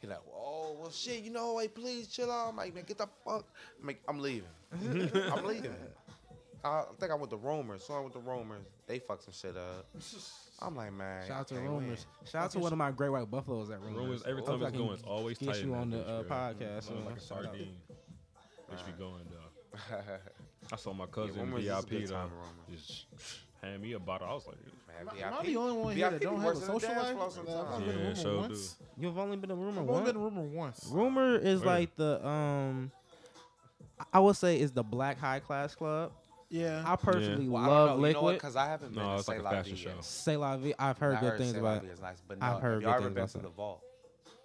Speaker 1: He like, oh well, shit. You know, like, please chill out. I'm like, man, get the fuck. I'm like, I'm leaving. I'm leaving. I think I went to Romers. So I went to Romers. They fucked some shit up. I'm like, man.
Speaker 2: Shout out to
Speaker 1: I can't
Speaker 2: rumors. Shout out to one of my great white buffaloes at rumors.
Speaker 3: Rumors every time
Speaker 2: If I
Speaker 3: it's
Speaker 2: can
Speaker 3: going, it's always
Speaker 2: get
Speaker 3: tight.
Speaker 2: you
Speaker 3: man,
Speaker 2: on the
Speaker 3: bitch,
Speaker 2: uh,
Speaker 3: really.
Speaker 2: podcast.
Speaker 3: Mother
Speaker 2: man.
Speaker 3: like a
Speaker 2: Shout out.
Speaker 3: sardine. Bitch be going though.
Speaker 1: win.
Speaker 3: I saw my
Speaker 1: Yeah,
Speaker 3: cousin in
Speaker 1: Rumors is a
Speaker 3: VIP
Speaker 1: good time,
Speaker 3: though.
Speaker 1: Rumors.
Speaker 3: Just hand me a bottle. I was like,
Speaker 1: Man,
Speaker 4: Am I-
Speaker 1: VIP.
Speaker 4: am I the only one here
Speaker 1: VIP
Speaker 4: that
Speaker 1: be
Speaker 4: don't have
Speaker 1: worse
Speaker 4: a
Speaker 1: than the
Speaker 4: social
Speaker 1: dance
Speaker 4: life?
Speaker 1: floor
Speaker 4: Like, I've
Speaker 1: sometimes.
Speaker 4: only been to
Speaker 3: Yeah,
Speaker 4: rumor
Speaker 3: so do.
Speaker 4: once.
Speaker 2: You've only been a rumor
Speaker 4: I've only
Speaker 2: once.
Speaker 4: been to rumor once.
Speaker 2: Rumor is
Speaker 3: Where?
Speaker 2: like the um, I- I would say is the black high class club.
Speaker 4: Yeah.
Speaker 2: I personally
Speaker 1: Well, I don't
Speaker 2: love
Speaker 1: know. You know
Speaker 2: Liquid.
Speaker 1: Because I haven't been
Speaker 3: No,
Speaker 1: to
Speaker 3: it's
Speaker 1: Say
Speaker 3: like a
Speaker 1: La
Speaker 3: fashion
Speaker 1: Vie
Speaker 3: show.
Speaker 1: yet.
Speaker 2: Say La Vie. I've heard
Speaker 1: I
Speaker 2: good
Speaker 1: heard
Speaker 2: things
Speaker 1: Say La
Speaker 2: about
Speaker 1: Vie
Speaker 2: it.
Speaker 1: is nice, but no,
Speaker 2: I've
Speaker 1: have
Speaker 2: heard
Speaker 1: y'all
Speaker 2: good
Speaker 1: ever
Speaker 2: things
Speaker 1: been to
Speaker 2: about
Speaker 1: the
Speaker 2: that.
Speaker 1: vault?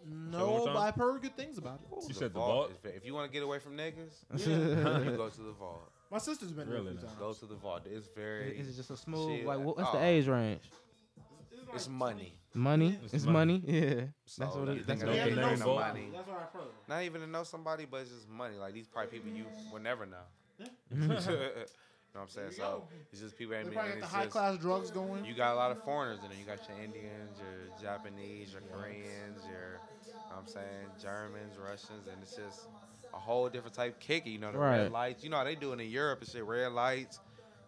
Speaker 3: one
Speaker 4: No,
Speaker 3: more
Speaker 4: but
Speaker 3: time?
Speaker 4: I've heard good things about it.
Speaker 1: Ooh,
Speaker 3: You said the vault?
Speaker 1: is ve- if you want to get away from niggas,
Speaker 4: Yeah.
Speaker 1: you go to the vault.
Speaker 4: My sister's been
Speaker 3: Really
Speaker 4: there a few
Speaker 3: nice.
Speaker 1: Go
Speaker 4: times.
Speaker 1: to the vault. It's
Speaker 2: Is
Speaker 1: very.
Speaker 2: is it just a smooth?
Speaker 1: Shit, uh,
Speaker 2: Like,
Speaker 1: I-
Speaker 2: wha- what's the
Speaker 1: oh.
Speaker 2: age range?
Speaker 4: It's
Speaker 1: It's money.
Speaker 2: Money.
Speaker 3: It's
Speaker 2: It's,
Speaker 3: money.
Speaker 2: money. Yeah.
Speaker 1: So
Speaker 2: what it-
Speaker 1: you
Speaker 2: that's
Speaker 1: think
Speaker 2: what
Speaker 1: I
Speaker 2: it
Speaker 1: don't
Speaker 2: is.
Speaker 1: know
Speaker 3: Learn about
Speaker 1: nobody.
Speaker 4: That's what I approach.
Speaker 1: Not even to know somebody, but it's just money. Like these probably people you will never know.
Speaker 4: Yeah.
Speaker 1: you know what I'm saying?
Speaker 4: you
Speaker 1: So
Speaker 4: go.
Speaker 1: it's just people ain't
Speaker 4: They
Speaker 1: being.
Speaker 4: probably got
Speaker 1: and
Speaker 4: the
Speaker 1: it's
Speaker 4: high
Speaker 1: just-
Speaker 4: class drugs going.
Speaker 1: You got a lot of foreigners in there. You got your Indians, your Japanese, your Koreans, your I'm saying Germans, Russians, and it's just a whole different type kick. it, You know the
Speaker 2: Right.
Speaker 1: red lights. You know how they doing in Europe and shit. Red lights.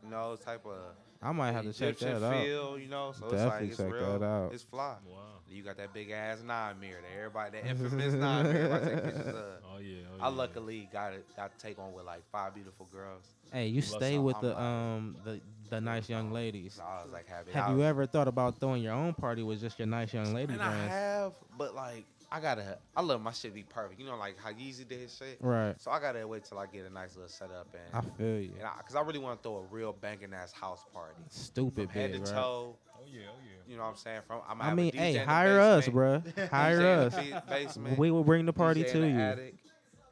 Speaker 1: You know type of
Speaker 2: I might have to check
Speaker 1: Egyptian
Speaker 2: that out.
Speaker 1: feel. You know, so
Speaker 2: Definitely
Speaker 1: it's like
Speaker 2: check
Speaker 1: it's real.
Speaker 2: that out.
Speaker 1: It's fly.
Speaker 3: Wow.
Speaker 1: You got that big ass nine mirror. That everybody, that infamous nine mirror. Everybody take pictures of.
Speaker 3: Oh yeah. Oh,
Speaker 1: uh, I
Speaker 3: yeah.
Speaker 1: luckily got it. Got to take on with like five beautiful girls.
Speaker 2: Hey, you
Speaker 3: Plus,
Speaker 2: stay
Speaker 1: I'm-
Speaker 2: with
Speaker 1: I'm
Speaker 2: the
Speaker 1: not-
Speaker 2: um the the nice young ladies.
Speaker 1: So I was like happy. I
Speaker 2: Have
Speaker 1: was-
Speaker 2: you ever thought about throwing your own party with just your nice young lady
Speaker 1: And I
Speaker 2: friends?
Speaker 1: have, but like I gotta, I love my shit be perfect. You know, like how Yeezy did his shit.
Speaker 2: Right.
Speaker 1: So I gotta wait till I get a nice little setup
Speaker 2: I
Speaker 1: and,
Speaker 2: feel you.
Speaker 1: and I, cause I really want to throw a real banging ass house party,
Speaker 2: Stupid
Speaker 1: head to
Speaker 2: big, right?
Speaker 1: toe.
Speaker 3: Oh yeah. Oh yeah.
Speaker 1: You know what I'm saying? From I'm
Speaker 2: I mean, hey, hire us, bro. Hire us. We will bring the party to you.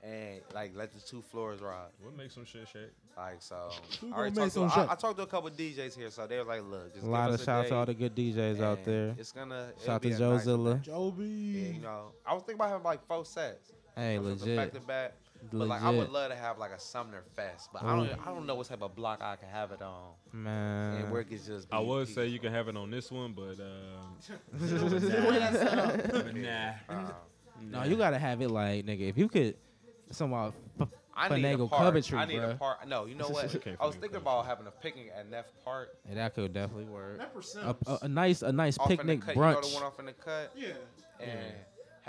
Speaker 1: and like let the two floors rock.
Speaker 3: We'll make some shit shake.
Speaker 1: Like so,
Speaker 2: We
Speaker 1: I, already
Speaker 2: gonna
Speaker 1: talked
Speaker 2: make
Speaker 1: to,
Speaker 2: some shit.
Speaker 1: I, I talked to a couple DJs here, so they were like, "Look, just
Speaker 2: A lot
Speaker 1: give
Speaker 2: of
Speaker 1: us a
Speaker 2: shout out
Speaker 1: day,
Speaker 2: to all the good DJs out
Speaker 1: and
Speaker 2: there.
Speaker 1: It's gonna it'll
Speaker 2: Shout out
Speaker 1: be
Speaker 2: to
Speaker 1: a nice
Speaker 2: Jozilla.
Speaker 4: Joby.
Speaker 1: Yeah, you know, I was thinking about having like four sets.
Speaker 2: Hey,
Speaker 1: Some
Speaker 2: legit.
Speaker 1: Back to back. But
Speaker 2: legit. Oh.
Speaker 1: like, I would love to have like a Sumner Fest, but I
Speaker 2: Ooh.
Speaker 1: don't, I don't know what type of block I can have it on, and where
Speaker 2: Man.
Speaker 1: it could just. Be
Speaker 3: I would say you
Speaker 1: peaceful.
Speaker 3: can have it on this one, but um,
Speaker 4: Nah.
Speaker 3: but nah.
Speaker 1: Um,
Speaker 2: No, you gotta have it like, nigga, if you could somehow f-
Speaker 1: I need a
Speaker 2: Finagle
Speaker 1: park.
Speaker 2: Coventry,
Speaker 1: I need a
Speaker 2: bruh.
Speaker 1: park. No, you know what?
Speaker 3: Okay,
Speaker 1: I was
Speaker 3: Finagle Coventry.
Speaker 1: thinking about having a picnic at Neff Park.
Speaker 2: Yeah, that could definitely work.
Speaker 4: Pepper
Speaker 2: A,
Speaker 4: Sims.
Speaker 2: a, a nice, a nice
Speaker 1: Off in
Speaker 2: picnic
Speaker 1: the cut, You know
Speaker 2: brunch.
Speaker 1: the one off in the cut,
Speaker 4: yeah.
Speaker 1: and
Speaker 3: Yeah.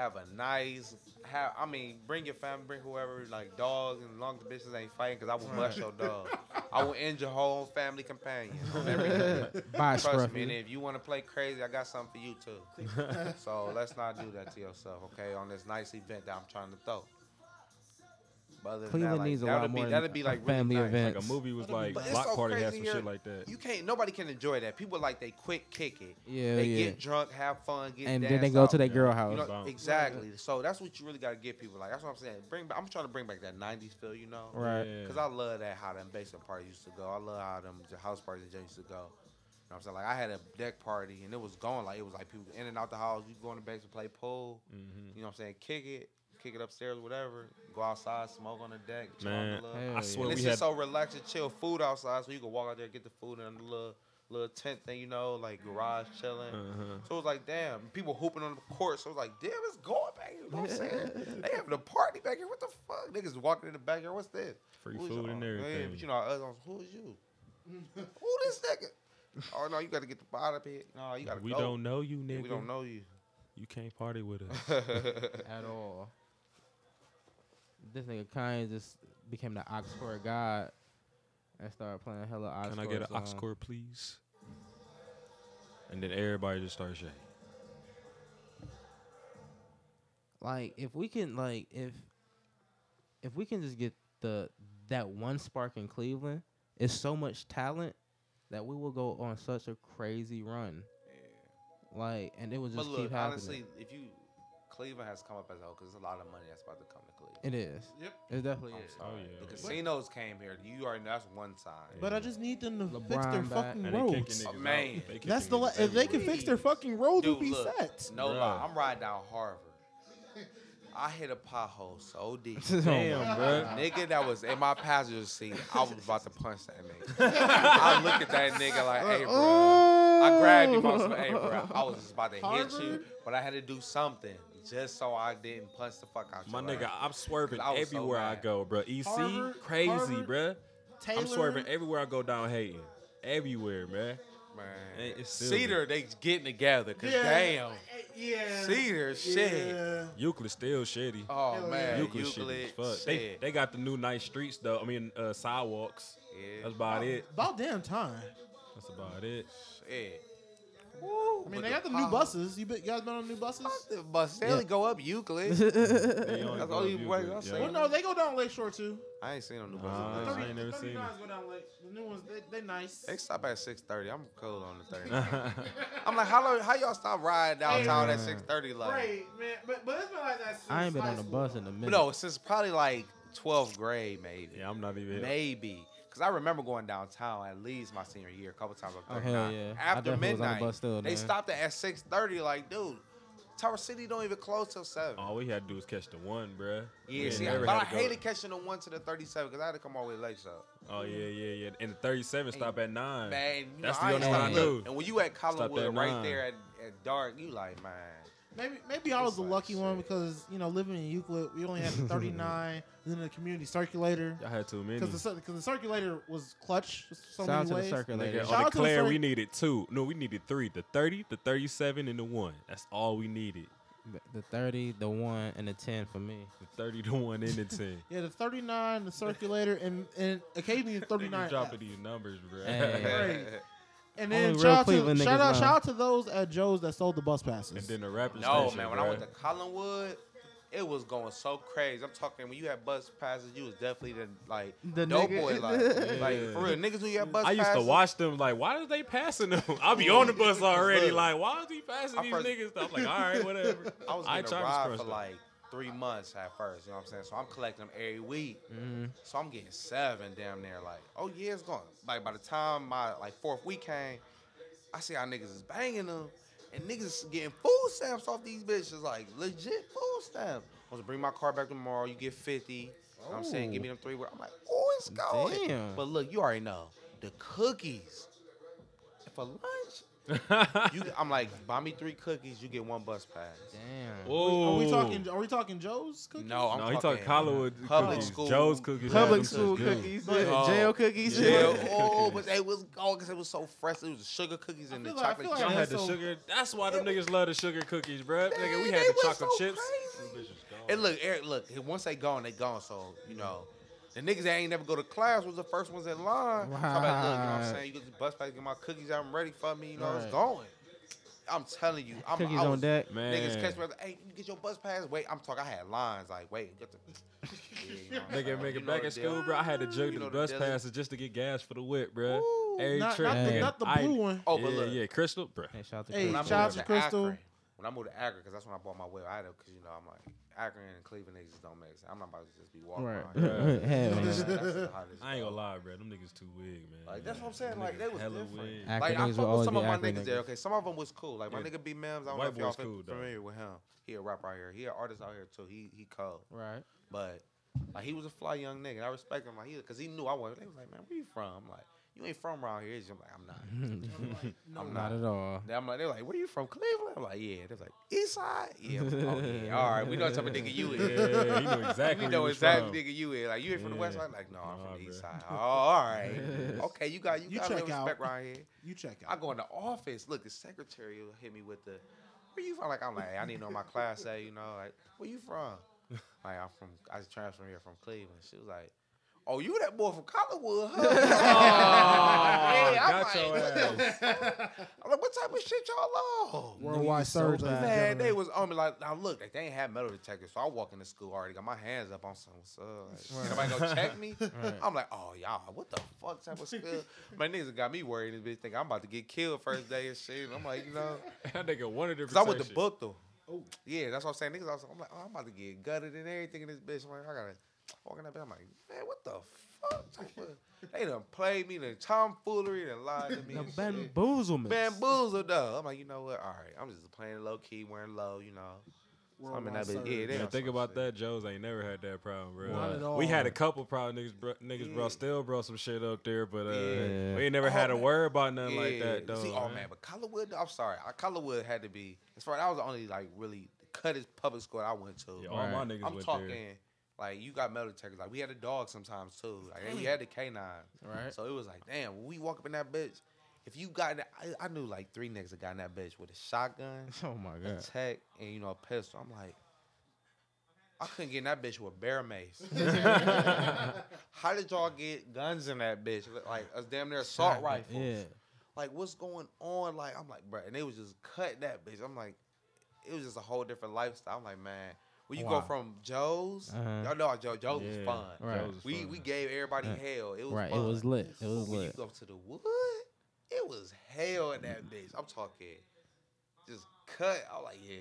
Speaker 1: have a nice. Have I mean, bring your family, bring whoever, like dogs, and as long as the bitches ain't fighting, because I will bust your dog. I will end your whole family companion. on every hood.
Speaker 2: Bye,
Speaker 1: Trust me, and
Speaker 2: Scruffy.
Speaker 1: if you want to play crazy, I got something for you too. So let's not do that to yourself, okay? On this nice event that I'm trying to throw. But other than
Speaker 2: Cleveland
Speaker 1: that, like,
Speaker 2: needs a
Speaker 1: that'll
Speaker 2: lot
Speaker 1: be,
Speaker 2: more
Speaker 1: That'd
Speaker 2: than
Speaker 1: be
Speaker 2: a
Speaker 1: like really
Speaker 2: family
Speaker 1: nice.
Speaker 2: event.
Speaker 3: Like a movie was like
Speaker 1: But it's
Speaker 3: Block
Speaker 1: so
Speaker 3: Party had
Speaker 1: crazy
Speaker 3: some
Speaker 1: here.
Speaker 3: shit like that.
Speaker 1: You can't. Nobody can enjoy that. People like they quick kick it.
Speaker 2: Yeah,
Speaker 1: they
Speaker 2: yeah.
Speaker 1: get drunk, have fun, get
Speaker 2: And then they
Speaker 1: danced
Speaker 2: go
Speaker 1: out.
Speaker 2: to that girl
Speaker 1: You
Speaker 2: house.
Speaker 1: know,
Speaker 3: Bounce.
Speaker 1: exactly. So that's what you really gotta give people. Like that's what I'm saying. Bring. Back, I'm trying to bring back that '90s feel. You know.
Speaker 2: Right.
Speaker 3: Yeah.
Speaker 1: Cause I love that how them basement parties used to go. I love how them j- house parties in general used to go. You know what I'm saying? Like I had a deck party and it was going like it was like people in and out the house. You go in the basement, play pool.
Speaker 3: Mhm.
Speaker 1: You know what I'm saying? Kick it, kick it upstairs, whatever. Go outside, smoke on the deck, chill
Speaker 3: Man,
Speaker 1: on the
Speaker 2: Hell
Speaker 1: little.
Speaker 3: I swear
Speaker 1: And
Speaker 3: we
Speaker 1: it's
Speaker 3: had
Speaker 1: just so relaxed and chill. Food outside, so you can walk out there get the food in the little little tent thing, you know, like garage chilling.
Speaker 3: Uh-huh.
Speaker 1: So it was like, damn, people hooping on the court. So it was like, damn, it's going back here. You know what I'm saying? they having a party back here. What the fuck? Niggas walking in the backyard. What's this?
Speaker 3: free
Speaker 1: Who's
Speaker 3: food
Speaker 1: y'all?
Speaker 3: and
Speaker 1: Yeah,
Speaker 3: everything.
Speaker 1: but you know, us, I was, who's you? Who this nigga? Oh no, you gotta get the bottom here. No, you gotta
Speaker 3: we
Speaker 1: go.
Speaker 3: don't know you,
Speaker 1: Yeah,
Speaker 3: nigga.
Speaker 1: we don't know you.
Speaker 3: You can't party with us.
Speaker 2: at all. This nigga Kanye just became the Oxford god and started playing hella Oxford.
Speaker 3: Can I get an
Speaker 2: songs.
Speaker 1: uh-huh.
Speaker 3: Oxcord, please? And then everybody just starts shaking.
Speaker 2: Like, if we can, like, if if we can just get the that one spark in Cleveland, it's so much talent that we will go on such a crazy run. Like, and it will just
Speaker 1: but
Speaker 2: keep
Speaker 1: look,
Speaker 2: happening.
Speaker 1: honestly, if you Cleveland has come up as well because there's a lot of money that's about to come to Cleveland.
Speaker 2: it is.
Speaker 4: Yep.
Speaker 2: It definitely
Speaker 1: I'm
Speaker 2: is.
Speaker 1: sorry.
Speaker 3: yeah, oh,
Speaker 1: the
Speaker 3: yeah.
Speaker 1: casinos came here. You already know that's one sign.
Speaker 4: But I just need them to fix
Speaker 2: LeBron
Speaker 4: their
Speaker 2: back.
Speaker 4: fucking
Speaker 3: And they kicking
Speaker 4: roads.
Speaker 3: niggas
Speaker 1: Oh,
Speaker 3: out.
Speaker 1: man.
Speaker 3: They kicking
Speaker 4: That's the
Speaker 3: niggas
Speaker 4: la- if they
Speaker 3: everywhere.
Speaker 4: can fix their fucking roads, we'll
Speaker 1: Dude,
Speaker 4: be
Speaker 1: look,
Speaker 4: set.
Speaker 1: no
Speaker 3: Bruh.
Speaker 1: lie, I'm riding down Harvard. I hit a pothole so deep.
Speaker 2: Oh
Speaker 3: Damn, bro.
Speaker 1: nigga that was in my passenger seat, I was about to punch that nigga. I looked at that nigga like, hey, bro. I grabbed him. I was like, hey, bro, I was just about to hit you,
Speaker 4: Harvard?
Speaker 1: but I had to do something just so I didn't punch the fuck out
Speaker 3: My
Speaker 1: your
Speaker 3: nigga,
Speaker 1: ass.
Speaker 3: I'm swerving
Speaker 1: I was so
Speaker 3: everywhere I
Speaker 1: mad.
Speaker 3: go, bro. EC,
Speaker 4: Harvard-
Speaker 3: crazy,
Speaker 4: Harvard,
Speaker 3: bro.
Speaker 4: Taylor,
Speaker 3: I'm swerving everywhere I go down hating. Everywhere, man.
Speaker 1: Man.
Speaker 3: Hey, it's silver.
Speaker 1: Cedar, they getting together. Cause
Speaker 4: Yeah.
Speaker 1: damn.
Speaker 4: Yeah.
Speaker 1: Cedar, shit.
Speaker 4: Yeah.
Speaker 3: Euclid still shitty.
Speaker 1: Oh
Speaker 4: Hell
Speaker 1: man,
Speaker 4: yeah.
Speaker 3: Euclid,
Speaker 1: Euclid,
Speaker 3: shitty as fuck. They,
Speaker 1: shit.
Speaker 3: they got the new nice streets though. I mean uh, sidewalks.
Speaker 1: yeah,
Speaker 3: That's about it.
Speaker 4: About damn time.
Speaker 3: That's about it.
Speaker 1: shit.
Speaker 4: I
Speaker 1: But
Speaker 4: mean, they got the new
Speaker 1: pothole-
Speaker 4: buses. You, be, you guys been on new buses?
Speaker 1: Fuck The bus, they only go up Euclid.
Speaker 3: They only
Speaker 1: That's
Speaker 3: go
Speaker 1: all
Speaker 3: to
Speaker 1: you-
Speaker 3: Euclid,
Speaker 1: what I say.
Speaker 4: Well, no, they go down Lakeshore too.
Speaker 1: I ain't seen no new
Speaker 3: Nah,
Speaker 1: buses.
Speaker 3: Uh, I ain't
Speaker 1: They-
Speaker 3: never seen
Speaker 4: 39s go down Lake. The new ones, they, they nice.
Speaker 1: They stop at six thirty. I'm cold on the thirty.
Speaker 3: yeah.
Speaker 1: I'm like, how long, how y'all stop riding downtown at
Speaker 2: Hey.
Speaker 1: six thirty? Like,
Speaker 4: Great, man. But, but it's been like that since
Speaker 2: I ain't been
Speaker 4: high
Speaker 2: on a
Speaker 4: school.
Speaker 2: bus in a minute.
Speaker 1: no, since probably like twelfth grade, maybe,
Speaker 3: yeah, I'm not even.
Speaker 1: maybe. Cause I remember going downtown at least my senior year, a couple times. up
Speaker 2: Oh,
Speaker 1: there.
Speaker 2: hell
Speaker 1: Nah,
Speaker 2: yeah. I
Speaker 1: After
Speaker 2: definitely was on the
Speaker 1: midnight,
Speaker 2: bus still,
Speaker 1: they
Speaker 2: man.
Speaker 1: stopped it at six thirty. Like, dude, Tower City don't even close till seven.
Speaker 5: All we had to do was catch the one, bruh.
Speaker 1: yeah,
Speaker 5: We
Speaker 1: see,
Speaker 5: Oh, never
Speaker 1: but I
Speaker 5: had to go-
Speaker 1: hated catching the one to the thirty-seven because I had to come all the way late. So,
Speaker 5: Oh yeah, yeah, yeah. And the 37 stop at nine.
Speaker 1: man, you
Speaker 5: That's
Speaker 1: know,
Speaker 5: the
Speaker 1: I ain't
Speaker 5: only one I
Speaker 1: stopped- look,
Speaker 5: knew.
Speaker 1: And when you at Collinwood
Speaker 5: at
Speaker 1: right
Speaker 5: nine.
Speaker 1: there at, at dark, you like, man,
Speaker 4: Maybe maybe I was
Speaker 1: It's
Speaker 4: the
Speaker 1: like
Speaker 4: lucky one
Speaker 1: shit.
Speaker 4: because you know living in Euclid, we only had the 39, then the community circulator.
Speaker 5: Y'all had too many.
Speaker 4: Because the, cir- 'cause the circulator was clutch. So
Speaker 2: Shout out
Speaker 4: many
Speaker 2: to the
Speaker 4: ways.
Speaker 2: circulator.
Speaker 5: Nigga,
Speaker 4: Shout
Speaker 5: on
Speaker 4: out
Speaker 5: the
Speaker 4: to the
Speaker 5: Claire,
Speaker 4: third-
Speaker 5: we needed two. No, we needed three. The 30, the 37, and the one. That's all we needed.
Speaker 2: The- The thirty, the one, and the ten for me.
Speaker 5: The 30, the one, and the 10.
Speaker 4: Yeah, the 39, the circulator, and and occasionally the
Speaker 5: Niggas
Speaker 4: 39.
Speaker 5: dropping these numbers, bruh.
Speaker 2: Hey.
Speaker 4: And
Speaker 2: Only
Speaker 4: then
Speaker 2: real
Speaker 4: shout out, to,
Speaker 2: Cleveland
Speaker 4: shout,
Speaker 2: niggas
Speaker 4: out,
Speaker 2: know.
Speaker 4: shout out to those at Joe's that sold the bus passes.
Speaker 5: and then the rappers.
Speaker 1: no,
Speaker 5: station,
Speaker 1: man. When I went
Speaker 5: bruh.
Speaker 1: to Collinwood, it was going so crazy. I'm talking when you had bus passes, you was definitely the like
Speaker 2: The
Speaker 1: dope
Speaker 2: nigga-
Speaker 1: boy, like, like for real niggas knew you had bus.
Speaker 5: I used to
Speaker 1: passes.
Speaker 5: watch them like, why are they passing them? I'll be on the bus already.
Speaker 1: Look.
Speaker 5: Like, why is he passing
Speaker 1: I
Speaker 5: these
Speaker 1: first-
Speaker 5: niggas? I'm like, all right, whatever.
Speaker 1: I was
Speaker 5: I
Speaker 1: getting a
Speaker 5: Travis
Speaker 1: ride
Speaker 5: Crunch,
Speaker 1: for
Speaker 5: though.
Speaker 1: like three months at first. You know what I'm saying? So I'm collecting them every week.
Speaker 2: Mhm.
Speaker 1: So I'm getting seven damn near. Like, oh yeah, it's gone. Like by the time my like fourth week came, I see how niggas is banging them, and niggas getting food stamps off these bitches. Like legit food stamps. I was bring my car back tomorrow. You get fifty. You know what I'm saying, give me them three. I'm like, oh, it's going.
Speaker 2: Damn.
Speaker 1: But look, you already know the cookies for lunch. You, I'm like, buy me three cookies. You get one bus pass.
Speaker 2: Damn.
Speaker 4: are
Speaker 5: Whoa.
Speaker 4: we talking? Are we talking Joe's cookies?
Speaker 1: No, I'm
Speaker 5: No, he talking Collinwood
Speaker 1: public
Speaker 5: cookies,
Speaker 1: school-
Speaker 5: Joe's cookies,
Speaker 2: Public
Speaker 5: them
Speaker 2: school
Speaker 5: shit's good.
Speaker 2: cookies,
Speaker 4: But-
Speaker 1: Oh,
Speaker 2: yeah, jail cookies.
Speaker 1: jail.
Speaker 5: Yeah.
Speaker 1: Oh, but they was oh, cause it was so fresh. It was the sugar cookies and
Speaker 4: I
Speaker 1: the
Speaker 4: feel like- I
Speaker 1: chocolate.
Speaker 4: feel
Speaker 5: Y'all
Speaker 4: like-
Speaker 1: chip.
Speaker 5: had the
Speaker 4: So-
Speaker 5: sugar. That's why them niggas love the sugar cookies, bruh. Nigga, we
Speaker 1: Man,
Speaker 5: had
Speaker 1: they
Speaker 5: the
Speaker 1: was
Speaker 5: chocolate
Speaker 1: so
Speaker 5: chips.
Speaker 1: crazy. And look, Eric, look. Once they gone, they gone. So you know, the niggas that ain't never go to class was the first ones in line. So I'm like, look, you know what
Speaker 2: Right.
Speaker 1: I'm saying? You get the bus back, get my cookies out ready for me. You know,
Speaker 2: Right.
Speaker 1: it's going. I'm telling you, I'm
Speaker 2: Cookies
Speaker 1: I
Speaker 2: on
Speaker 1: was-
Speaker 2: deck.
Speaker 5: Man.
Speaker 1: Niggas catch me. I was like, Hey, you get your bus pass. Wait, I'm talking. I had lines like, wait, get the. Yeah, you know what I'm saying?
Speaker 5: Nigga, make
Speaker 1: You
Speaker 5: it
Speaker 1: know
Speaker 5: back
Speaker 1: the
Speaker 5: at
Speaker 1: deal.
Speaker 5: school, bro. I had to jug
Speaker 1: You know
Speaker 5: the
Speaker 1: the
Speaker 5: bus
Speaker 1: deal.
Speaker 5: passes just to get gas for the whip, bruh.
Speaker 1: Ooh.
Speaker 5: Every
Speaker 4: not,
Speaker 5: trip,
Speaker 4: not, the,
Speaker 5: nigga,
Speaker 4: not the
Speaker 5: I-
Speaker 4: blue one.
Speaker 1: Oh,
Speaker 5: yeah,
Speaker 1: but look,
Speaker 5: yeah, Crystal, bruh.
Speaker 2: Hey, shout out to
Speaker 4: Hey,
Speaker 1: When I
Speaker 2: Cleveland.
Speaker 1: moved
Speaker 4: shout out
Speaker 1: to
Speaker 4: to Crystal.
Speaker 1: Akron, when I moved to Akron, because that's when I bought my way out of, because, you know, I'm like, Akron and Cleveland niggas just don't mix. I'm not about to just be walking
Speaker 2: Right.
Speaker 1: around. here.
Speaker 5: Right.
Speaker 2: Hell,
Speaker 1: Like,
Speaker 2: man.
Speaker 1: that's just how this
Speaker 5: I ain't
Speaker 1: go.
Speaker 5: gonna lie, bruh. Them niggas too wig, man.
Speaker 1: Like, that's what I'm saying. Like, they was
Speaker 5: hella
Speaker 1: different.
Speaker 5: wig.
Speaker 2: Akron
Speaker 1: Like, I
Speaker 2: niggas will
Speaker 1: fuck with
Speaker 2: always
Speaker 1: some
Speaker 2: be
Speaker 1: of my
Speaker 2: Akron
Speaker 1: niggas there. Okay, some of them was cool. Like, my
Speaker 5: Yeah.
Speaker 1: nigga B. Mims, I don't
Speaker 5: White
Speaker 1: know if y'all
Speaker 5: boy's
Speaker 1: fam-
Speaker 5: cool, though.
Speaker 1: familiar with him. He a rapper out here. He an artist out here, too. He, he cold.
Speaker 2: Right.
Speaker 1: But like he was a fly young nigga, and I respect him. Like he, cause he knew I was. They was like, man, where you from? I'm like, you ain't from around here. is you?" I'm like, I'm not. I'm
Speaker 2: Not at all.
Speaker 1: Then I'm like, they're like, where you from? Cleveland? I'm like, yeah. They're like, East Side? Yeah. I'm like, oh, yeah. All right. We know what type of nigga you is.
Speaker 5: Yeah, he knew exactly.
Speaker 1: We
Speaker 5: where
Speaker 1: know
Speaker 5: he was
Speaker 1: exactly
Speaker 5: from.
Speaker 1: nigga you is. Like, you ain't from the West
Speaker 5: Yeah.
Speaker 1: Side? Like, no, I'm
Speaker 5: Nah,
Speaker 1: from the East
Speaker 5: bro.
Speaker 1: Side. Oh, all right. Okay, you got you,
Speaker 4: You
Speaker 1: got a
Speaker 4: check
Speaker 1: little respect
Speaker 4: out.
Speaker 1: around here.
Speaker 4: You check
Speaker 1: I
Speaker 4: out.
Speaker 1: go in the office. Look, the secretary will hit me with the, where you from? Like, I'm like, "Hey, I need to know my class say, you know, like, where you from? Like, I'm from, I just transferred here from Cleveland. She was like, oh, you that boy from Collinwood, huh? yeah,
Speaker 5: Oh, got
Speaker 1: I'm
Speaker 5: your
Speaker 1: like, what the
Speaker 5: ass.
Speaker 1: fuck? I'm like, what type of shit y'all on?
Speaker 4: Worldwide surge. ladies and
Speaker 1: Man,
Speaker 4: gentlemen.
Speaker 1: they was on me like, now look, like, they ain't had metal detectors, so I walk into school already, got my hands up on something. What's up? Like, Somebody gonna check me? I'm like, oh y'all, what the fuck type of school? My niggas got me worried. This bitch think I'm about to get killed first day and shit. And I'm like, you know,
Speaker 5: That nigga wanted to.
Speaker 1: because I was the book
Speaker 5: book.
Speaker 1: though.
Speaker 4: Oh.
Speaker 1: Yeah, that's what I'm saying. Niggas, I was, I'm like, oh, I'm about to get gutted and everything in this bitch. I'm like, I gotta walk in that bitch. I'm like, man, what the fuck? type of- They done played me, done tomfoolery, done lied to me.
Speaker 2: The
Speaker 1: and shit
Speaker 2: bamboozlement.
Speaker 1: bamboozled though. I'm like, you know what? All right, I'm just playing low key, wearing low, you know. So I'm in that
Speaker 4: Worldwide
Speaker 1: bitch. Yeah,
Speaker 4: surge.
Speaker 1: they
Speaker 5: Yeah,
Speaker 1: on
Speaker 5: think
Speaker 1: some
Speaker 5: about
Speaker 1: shit.
Speaker 5: that. Joe's ain't never had that problem, bro.
Speaker 2: Not
Speaker 4: at
Speaker 5: Uh,
Speaker 4: all.
Speaker 5: We had a couple problem niggas, bro, niggas, bro,
Speaker 1: Yeah.
Speaker 5: still brought some shit up there, but uh,
Speaker 1: Yeah.
Speaker 5: we ain't never
Speaker 1: Oh,
Speaker 5: had a
Speaker 1: man.
Speaker 5: word about nothing like that,
Speaker 1: Yeah.
Speaker 5: though.
Speaker 1: See, oh man, but Collinwood, I'm sorry, I, Collinwood had to be. As far that was the only like really cutest public school I went to.
Speaker 5: Yeah, all my
Speaker 2: Right.
Speaker 5: niggas
Speaker 1: I'm
Speaker 5: went
Speaker 1: talking.
Speaker 5: there.
Speaker 1: Like you got metal detectors. Like we had a dog sometimes too. Like and we had the canine.
Speaker 2: Right.
Speaker 1: So it was like, damn, when we walk up in that bitch. If you got, in that- I, I knew like three niggas that got in that bitch with a shotgun.
Speaker 2: Oh my
Speaker 1: a
Speaker 2: god.
Speaker 1: tech and you know a pistol. I'm like, I couldn't get in that bitch with bear mace. How did y'all get guns in that bitch? Like us damn near assault rifles.
Speaker 2: Yeah.
Speaker 1: Like what's going on? Like I'm like, bro, and they was just cutting that bitch. I'm like, it was just a whole different lifestyle. I'm like, man, when you go
Speaker 2: Wow.
Speaker 1: from Joe's,
Speaker 2: Uh-huh.
Speaker 1: y'all know Joe, Joe's
Speaker 5: Yeah,
Speaker 1: was fun.
Speaker 2: Right.
Speaker 5: Joe's was
Speaker 1: We
Speaker 5: fun.
Speaker 1: we gave everybody
Speaker 2: Uh,
Speaker 1: hell. It was
Speaker 2: Right. It
Speaker 1: fun.
Speaker 2: was lit. It was
Speaker 1: When you
Speaker 2: lit.
Speaker 1: go to the wood, it was hell in that bitch. I'm talking just cut. I was like, yeah.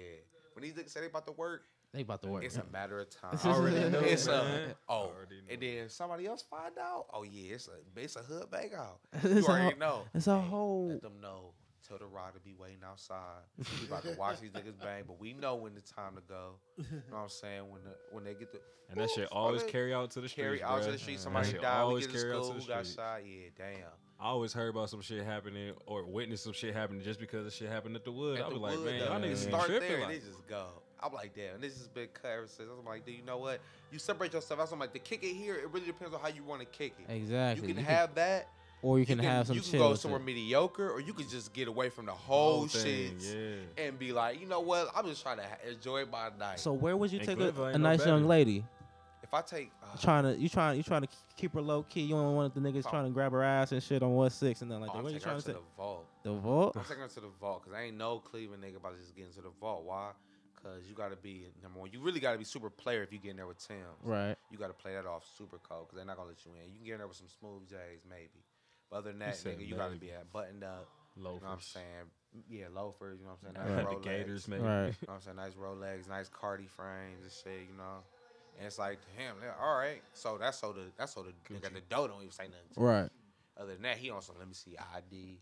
Speaker 1: When these niggas say they about to work,
Speaker 2: They about to work.
Speaker 1: It's a matter of time.
Speaker 2: I already know,
Speaker 1: It's
Speaker 5: man.
Speaker 1: a oh,
Speaker 5: Already know.
Speaker 1: and then somebody else find out. Oh yeah, it's a it's a hood bake out.
Speaker 2: It's
Speaker 1: you
Speaker 2: a
Speaker 1: already
Speaker 2: whole-
Speaker 1: know.
Speaker 2: it's a
Speaker 1: Hey,
Speaker 2: whole-
Speaker 1: Let them know. Tell the rod to be waiting outside. We about to watch these niggas bang, but we know when the time to go. You know what I'm saying? When the, when they get the
Speaker 5: And that shit
Speaker 1: Oops,
Speaker 5: always
Speaker 1: brother.
Speaker 5: carry out to the streets.
Speaker 1: carry out to
Speaker 5: bruh.
Speaker 1: the street,
Speaker 5: That
Speaker 1: somebody
Speaker 5: shit
Speaker 1: died, we
Speaker 5: always
Speaker 1: get to
Speaker 5: carry out to
Speaker 1: school,
Speaker 5: the
Speaker 1: who got
Speaker 5: streets.
Speaker 1: shot? Yeah, damn.
Speaker 5: I always heard about some shit happening or witnessed some shit happening just because the shit happened at the wood. I
Speaker 1: At
Speaker 5: was
Speaker 1: the
Speaker 5: like,
Speaker 1: wood,
Speaker 5: man, y'all
Speaker 1: though, they
Speaker 5: niggas be
Speaker 1: start
Speaker 5: tripping.
Speaker 1: there and
Speaker 5: Like,
Speaker 1: they just go. I'm like, damn, this has been cut ever since. I'm like, dude, you know what? You separate yourself. That's what I'm like, to kick it here, it really depends on how you want to kick it. You
Speaker 2: Exactly.
Speaker 1: can have that.
Speaker 2: or you can, have some
Speaker 1: You
Speaker 2: chill
Speaker 1: can go
Speaker 2: with it.
Speaker 1: somewhere mediocre, or you can just get away from the
Speaker 5: whole
Speaker 1: whole, shit
Speaker 5: thing, yeah.
Speaker 1: and be like, you know what? I'm just trying to ha- enjoy my night.
Speaker 2: So where would you
Speaker 5: And
Speaker 2: take
Speaker 5: Glendale
Speaker 2: a,
Speaker 5: ain't
Speaker 2: a
Speaker 5: no
Speaker 2: nice young
Speaker 5: better.
Speaker 2: lady?
Speaker 1: if I take, uh,
Speaker 2: Trying to you trying you trying to keep her low key. You don't want the niggas
Speaker 1: Oh.
Speaker 2: trying to grab her ass and shit on one six and then
Speaker 1: oh,
Speaker 2: like that.
Speaker 1: I'm
Speaker 2: What you
Speaker 1: taking her
Speaker 2: trying
Speaker 1: to
Speaker 2: to say?
Speaker 1: the vault.
Speaker 2: The vault.
Speaker 1: I'm taking her to the vault because I ain't no Cleveland nigga about to just getting to the vault. Why? Because you got to be number one. You really got to be super player if you get in there with Tim.
Speaker 2: Right.
Speaker 1: You got to play that off super cold because they're not gonna let you in. You can get in there with some smooth J's maybe, but other than that,
Speaker 5: said
Speaker 1: nigga, you got to
Speaker 5: maybe.
Speaker 1: be at buttoned up. You know what I'm
Speaker 5: Loafers.
Speaker 1: saying? Yeah, loafers. You know what I'm saying?
Speaker 5: Had
Speaker 1: Nice
Speaker 5: the
Speaker 1: Rolex.
Speaker 5: Gators, maybe.
Speaker 1: You
Speaker 2: Right.
Speaker 1: know what I'm saying? Nice Rolex, nice Cardi frames and shit, you know? And it's like, damn, yeah, all right. So that's so the that's so the nigga at the dough don't even say nothing to me.
Speaker 2: Right.
Speaker 1: Other than that, he on some let me see ID.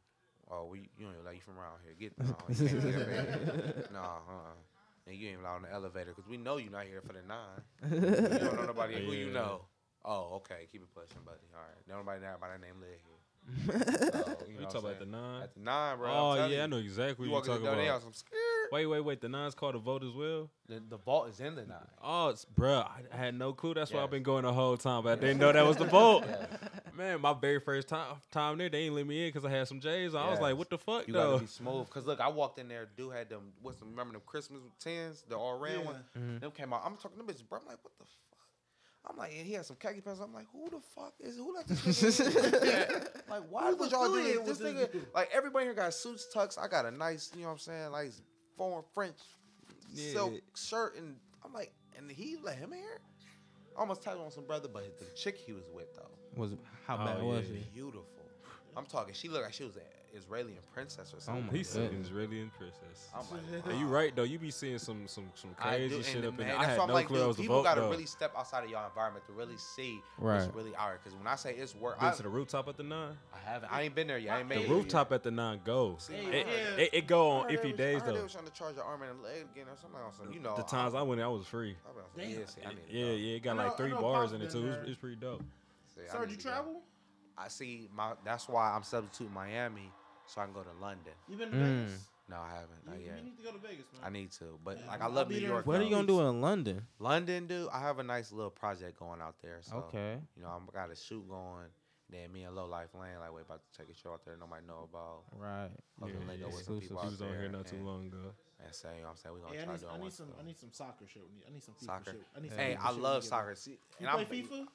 Speaker 1: Oh, we you know like you from around here. Get no, you can't get up in here. Nah, uh-uh. And you ain't allowed on the elevator because we know you're not here for the nine. you don't know nobody who you
Speaker 5: Yeah.
Speaker 1: know. Oh, okay, keep it pushing, buddy. All right. Nobody there by that name live here. So,
Speaker 5: You
Speaker 1: know what
Speaker 5: talking
Speaker 1: I'm
Speaker 5: about the
Speaker 1: saying?
Speaker 5: nine?
Speaker 1: At the nine, bro. I'm
Speaker 5: Oh
Speaker 1: telling
Speaker 5: yeah,
Speaker 1: you.
Speaker 5: I know exactly
Speaker 1: You
Speaker 5: what
Speaker 1: walk
Speaker 5: you're
Speaker 1: in the
Speaker 5: talking
Speaker 1: door, they on
Speaker 5: about.
Speaker 1: some scared.
Speaker 5: Wait, wait, wait. The nine's called a vote as well.
Speaker 1: The, the vault is in the nine.
Speaker 5: Oh, it's, bruh, I, I had no clue. That's why I've
Speaker 1: Yes.
Speaker 5: been going the whole time, but I didn't know that was the vote. Man, my very first time time there, they ain't let me in because I had some J's. I was like,
Speaker 1: Yes.
Speaker 5: what the fuck
Speaker 1: You
Speaker 5: though?
Speaker 1: gotta be smooth. Cause look, I walked in there, dude had them what's the remember them Christmas tens, the all round
Speaker 4: Yeah.
Speaker 1: one.
Speaker 5: Mm-hmm.
Speaker 1: Them came out. I'm talking to them bitches, bro. I'm like, what the fuck? I'm like, and he had some khaki pants. I'm like, who the fuck is who let this nigga in? Like, why
Speaker 4: Who's
Speaker 1: would y'all do
Speaker 4: affiliated
Speaker 1: this? This
Speaker 4: with
Speaker 1: nigga,
Speaker 4: this dude?
Speaker 1: like everybody here got suits, tucks. I got a nice, you know what I'm saying, like foreign French silk
Speaker 5: Yeah.
Speaker 1: shirt, and I'm like, and he let him in here. I Almost tapped on some brother, but the chick he was with though
Speaker 2: Was how
Speaker 5: Oh,
Speaker 2: bad was
Speaker 5: yeah.
Speaker 2: he?
Speaker 1: beautiful. I'm talking. She looked like she was an Israeli princess or something.
Speaker 2: my
Speaker 5: He
Speaker 1: like
Speaker 2: God.
Speaker 1: that.
Speaker 5: said he's really impressed.
Speaker 1: I'm like,
Speaker 5: Hey, Oh you right though. You be seeing some some some
Speaker 1: I do,
Speaker 5: crazy
Speaker 1: and
Speaker 5: shit
Speaker 1: the
Speaker 5: up in
Speaker 1: man-
Speaker 5: there. I
Speaker 1: that's
Speaker 5: had
Speaker 1: why I'm
Speaker 5: no
Speaker 1: like,
Speaker 5: clue
Speaker 1: dude,
Speaker 5: that was the
Speaker 1: people
Speaker 5: vote
Speaker 1: gotta
Speaker 5: though.
Speaker 1: really step outside of your environment to really see
Speaker 2: Right.
Speaker 1: what's really out. Because when I say it's work, I,
Speaker 5: Been to the rooftop at the nine.
Speaker 1: I haven't. I ain't been there yet. I ain't made
Speaker 5: The
Speaker 1: it
Speaker 5: rooftop at the nine go.
Speaker 1: See, I
Speaker 5: It,
Speaker 1: heard-
Speaker 5: it, it go
Speaker 1: yet.
Speaker 5: on
Speaker 1: I heard they
Speaker 5: iffy
Speaker 1: was-
Speaker 5: Oh, days
Speaker 1: I heard They
Speaker 5: though.
Speaker 1: was trying to charge your arm and a leg again or something. Or something. You know,
Speaker 5: The times I went, in, I was free.
Speaker 1: I, I was like, oh,
Speaker 4: Damn.
Speaker 1: yeah, see, I need to
Speaker 5: Yeah,
Speaker 1: go.
Speaker 5: yeah, it got
Speaker 4: I know-
Speaker 5: like three
Speaker 4: I know
Speaker 5: bars
Speaker 4: Pop's
Speaker 5: in it
Speaker 4: been
Speaker 5: too. It's,
Speaker 4: there.
Speaker 5: it's pretty dope.
Speaker 1: See, I
Speaker 4: Sir,
Speaker 1: need
Speaker 4: you
Speaker 1: to go.
Speaker 4: travel?
Speaker 1: I see. My that's why I'm substituting Miami so I can go to London.
Speaker 4: You been to
Speaker 2: Mm.
Speaker 4: Vegas?
Speaker 1: No, I haven't. Not
Speaker 4: You,
Speaker 1: yet.
Speaker 4: you need to go to Vegas, man.
Speaker 1: I need to, but
Speaker 4: Yeah,
Speaker 1: like I
Speaker 4: I'll
Speaker 1: love
Speaker 4: be
Speaker 1: New
Speaker 4: there in
Speaker 1: York.
Speaker 2: What are you
Speaker 1: though.
Speaker 2: gonna do in London?
Speaker 1: London, dude, I have a nice little project going out there. So,
Speaker 2: Okay.
Speaker 1: You know, I'm got a shoot going. Then me and Low Life Lane, like, we about to take a show out there. Nobody know about.
Speaker 2: Right.
Speaker 1: Other
Speaker 5: Yeah,
Speaker 1: lingo
Speaker 5: yeah.
Speaker 1: with some people
Speaker 5: He
Speaker 1: out
Speaker 5: was on here
Speaker 1: there,
Speaker 5: not too
Speaker 1: and-
Speaker 5: long ago.
Speaker 1: And say, you know what I'm saying? We're going to
Speaker 4: Hey, I
Speaker 1: try
Speaker 4: need,
Speaker 1: to do
Speaker 4: I
Speaker 1: it
Speaker 4: need
Speaker 1: once.
Speaker 4: some. I need some soccer shit. I need, I need some FIFA
Speaker 1: Soccer.
Speaker 4: shit. I need some
Speaker 1: Hey,
Speaker 4: FIFA
Speaker 1: I
Speaker 4: shit when
Speaker 1: love
Speaker 4: you get
Speaker 1: soccer.
Speaker 4: back.
Speaker 1: See,
Speaker 4: You
Speaker 1: and
Speaker 4: play
Speaker 1: I'm-
Speaker 4: FIFA?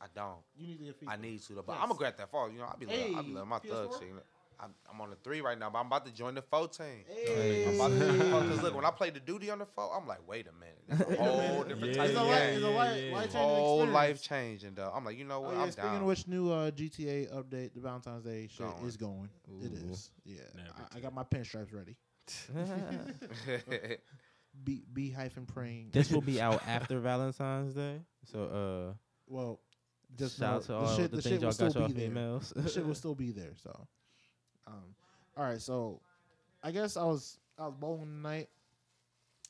Speaker 1: I don't.
Speaker 4: You need to get FIFA.
Speaker 1: I need to, though, but
Speaker 4: Yes.
Speaker 1: I'm gonna grab that fall. You know, I be love, I be
Speaker 4: Hey,
Speaker 1: loving my thug
Speaker 4: PS4?
Speaker 1: shit. you know. I'm, I'm on the three right now, but I'm about to join the four team.
Speaker 4: Hey.
Speaker 1: I'm about to join the four, Cause look, when I play the duty on the four, I'm like, wait a minute, that's a whole different
Speaker 5: Yeah,
Speaker 1: type
Speaker 4: It's a
Speaker 1: of
Speaker 4: life.
Speaker 5: yeah,
Speaker 1: game.
Speaker 4: It's a
Speaker 5: yeah,
Speaker 4: life.
Speaker 5: yeah.
Speaker 4: life
Speaker 1: Whole life changing, though. I'm like, you know
Speaker 4: Oh,
Speaker 1: what?
Speaker 4: yeah,
Speaker 1: I'm
Speaker 4: speaking
Speaker 1: down.
Speaker 4: of which, new uh, GTA update, the Valentine's Day shit
Speaker 1: Going.
Speaker 4: is going. It
Speaker 2: Ooh.
Speaker 4: is. Yeah.
Speaker 5: Never
Speaker 4: I, I got my pinstripes ready. B B hyphen praying.
Speaker 2: this will be out after Valentine's Day. So uh
Speaker 4: well, just
Speaker 2: shout
Speaker 4: know,
Speaker 2: out to
Speaker 4: the
Speaker 2: all
Speaker 4: shit,
Speaker 2: the,
Speaker 4: the
Speaker 2: things
Speaker 4: shit
Speaker 2: y'all
Speaker 4: will
Speaker 2: got
Speaker 4: still
Speaker 2: y'all
Speaker 4: be there.
Speaker 2: females.
Speaker 4: the shit will still be there. So, um, all right. So, I guess I was I was bowling tonight,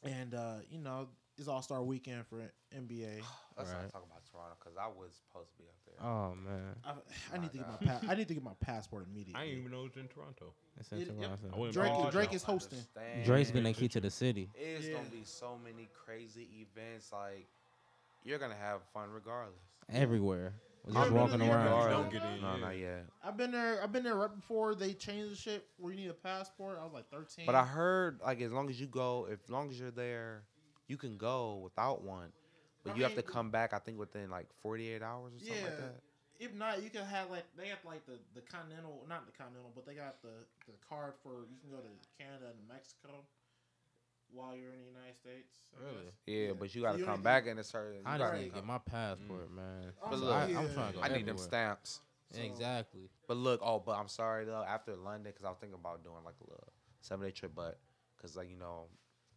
Speaker 4: and uh, you know it's All Star Weekend for NBA.
Speaker 1: Let's
Speaker 2: Right.
Speaker 1: not talk about Toronto because I was supposed to be up there.
Speaker 2: oh man.
Speaker 4: I, I need to get
Speaker 1: My
Speaker 4: my pa- I need to get my passport immediately.
Speaker 5: I didn't even know it was in Toronto.
Speaker 2: That's
Speaker 4: It- yep.
Speaker 2: interesting.
Speaker 5: I wouldn't
Speaker 4: Drake,
Speaker 5: mind.
Speaker 4: Drake
Speaker 1: don't
Speaker 4: is hosting.
Speaker 1: understand.
Speaker 2: Drake's been the key to the city.
Speaker 1: It's
Speaker 4: Yeah.
Speaker 1: gonna be so many crazy events. Like you're gonna have fun regardless.
Speaker 2: Everywhere. Just
Speaker 4: I've been
Speaker 2: walking
Speaker 4: to the
Speaker 2: around.
Speaker 4: Alright.
Speaker 5: Don't get in.
Speaker 1: No,
Speaker 5: yeah.
Speaker 1: not yet.
Speaker 4: I've been there. I've been there right before they changed the shit where you need a passport. I was like thirteen.
Speaker 1: But I heard like as long as you go, if long as you're there, you can go without one. But
Speaker 4: I
Speaker 1: you have to
Speaker 4: mean-
Speaker 1: come back. I think within like 48 hours or something like
Speaker 4: Yeah.
Speaker 1: that.
Speaker 4: if not, you can have like they got like the the continental, not the continental, but they got the the card for you can go to Canada and Mexico while you're in the United States. I
Speaker 2: Really?
Speaker 4: guess.
Speaker 1: Yeah, but you gotta
Speaker 4: You
Speaker 1: come
Speaker 4: only
Speaker 1: back in a certain. You
Speaker 2: I
Speaker 1: gotta
Speaker 2: just need to
Speaker 1: come-
Speaker 2: get my passport,
Speaker 1: Mm.
Speaker 2: man.
Speaker 4: I'm
Speaker 1: But
Speaker 4: sorry,
Speaker 1: look,
Speaker 2: I, am trying to go
Speaker 1: I need them
Speaker 2: everywhere.
Speaker 1: stamps.
Speaker 4: So-
Speaker 2: Exactly.
Speaker 1: But look, oh, but I'm sorry though. After London, because I was thinking about doing like a little seven day trip, but because like you know,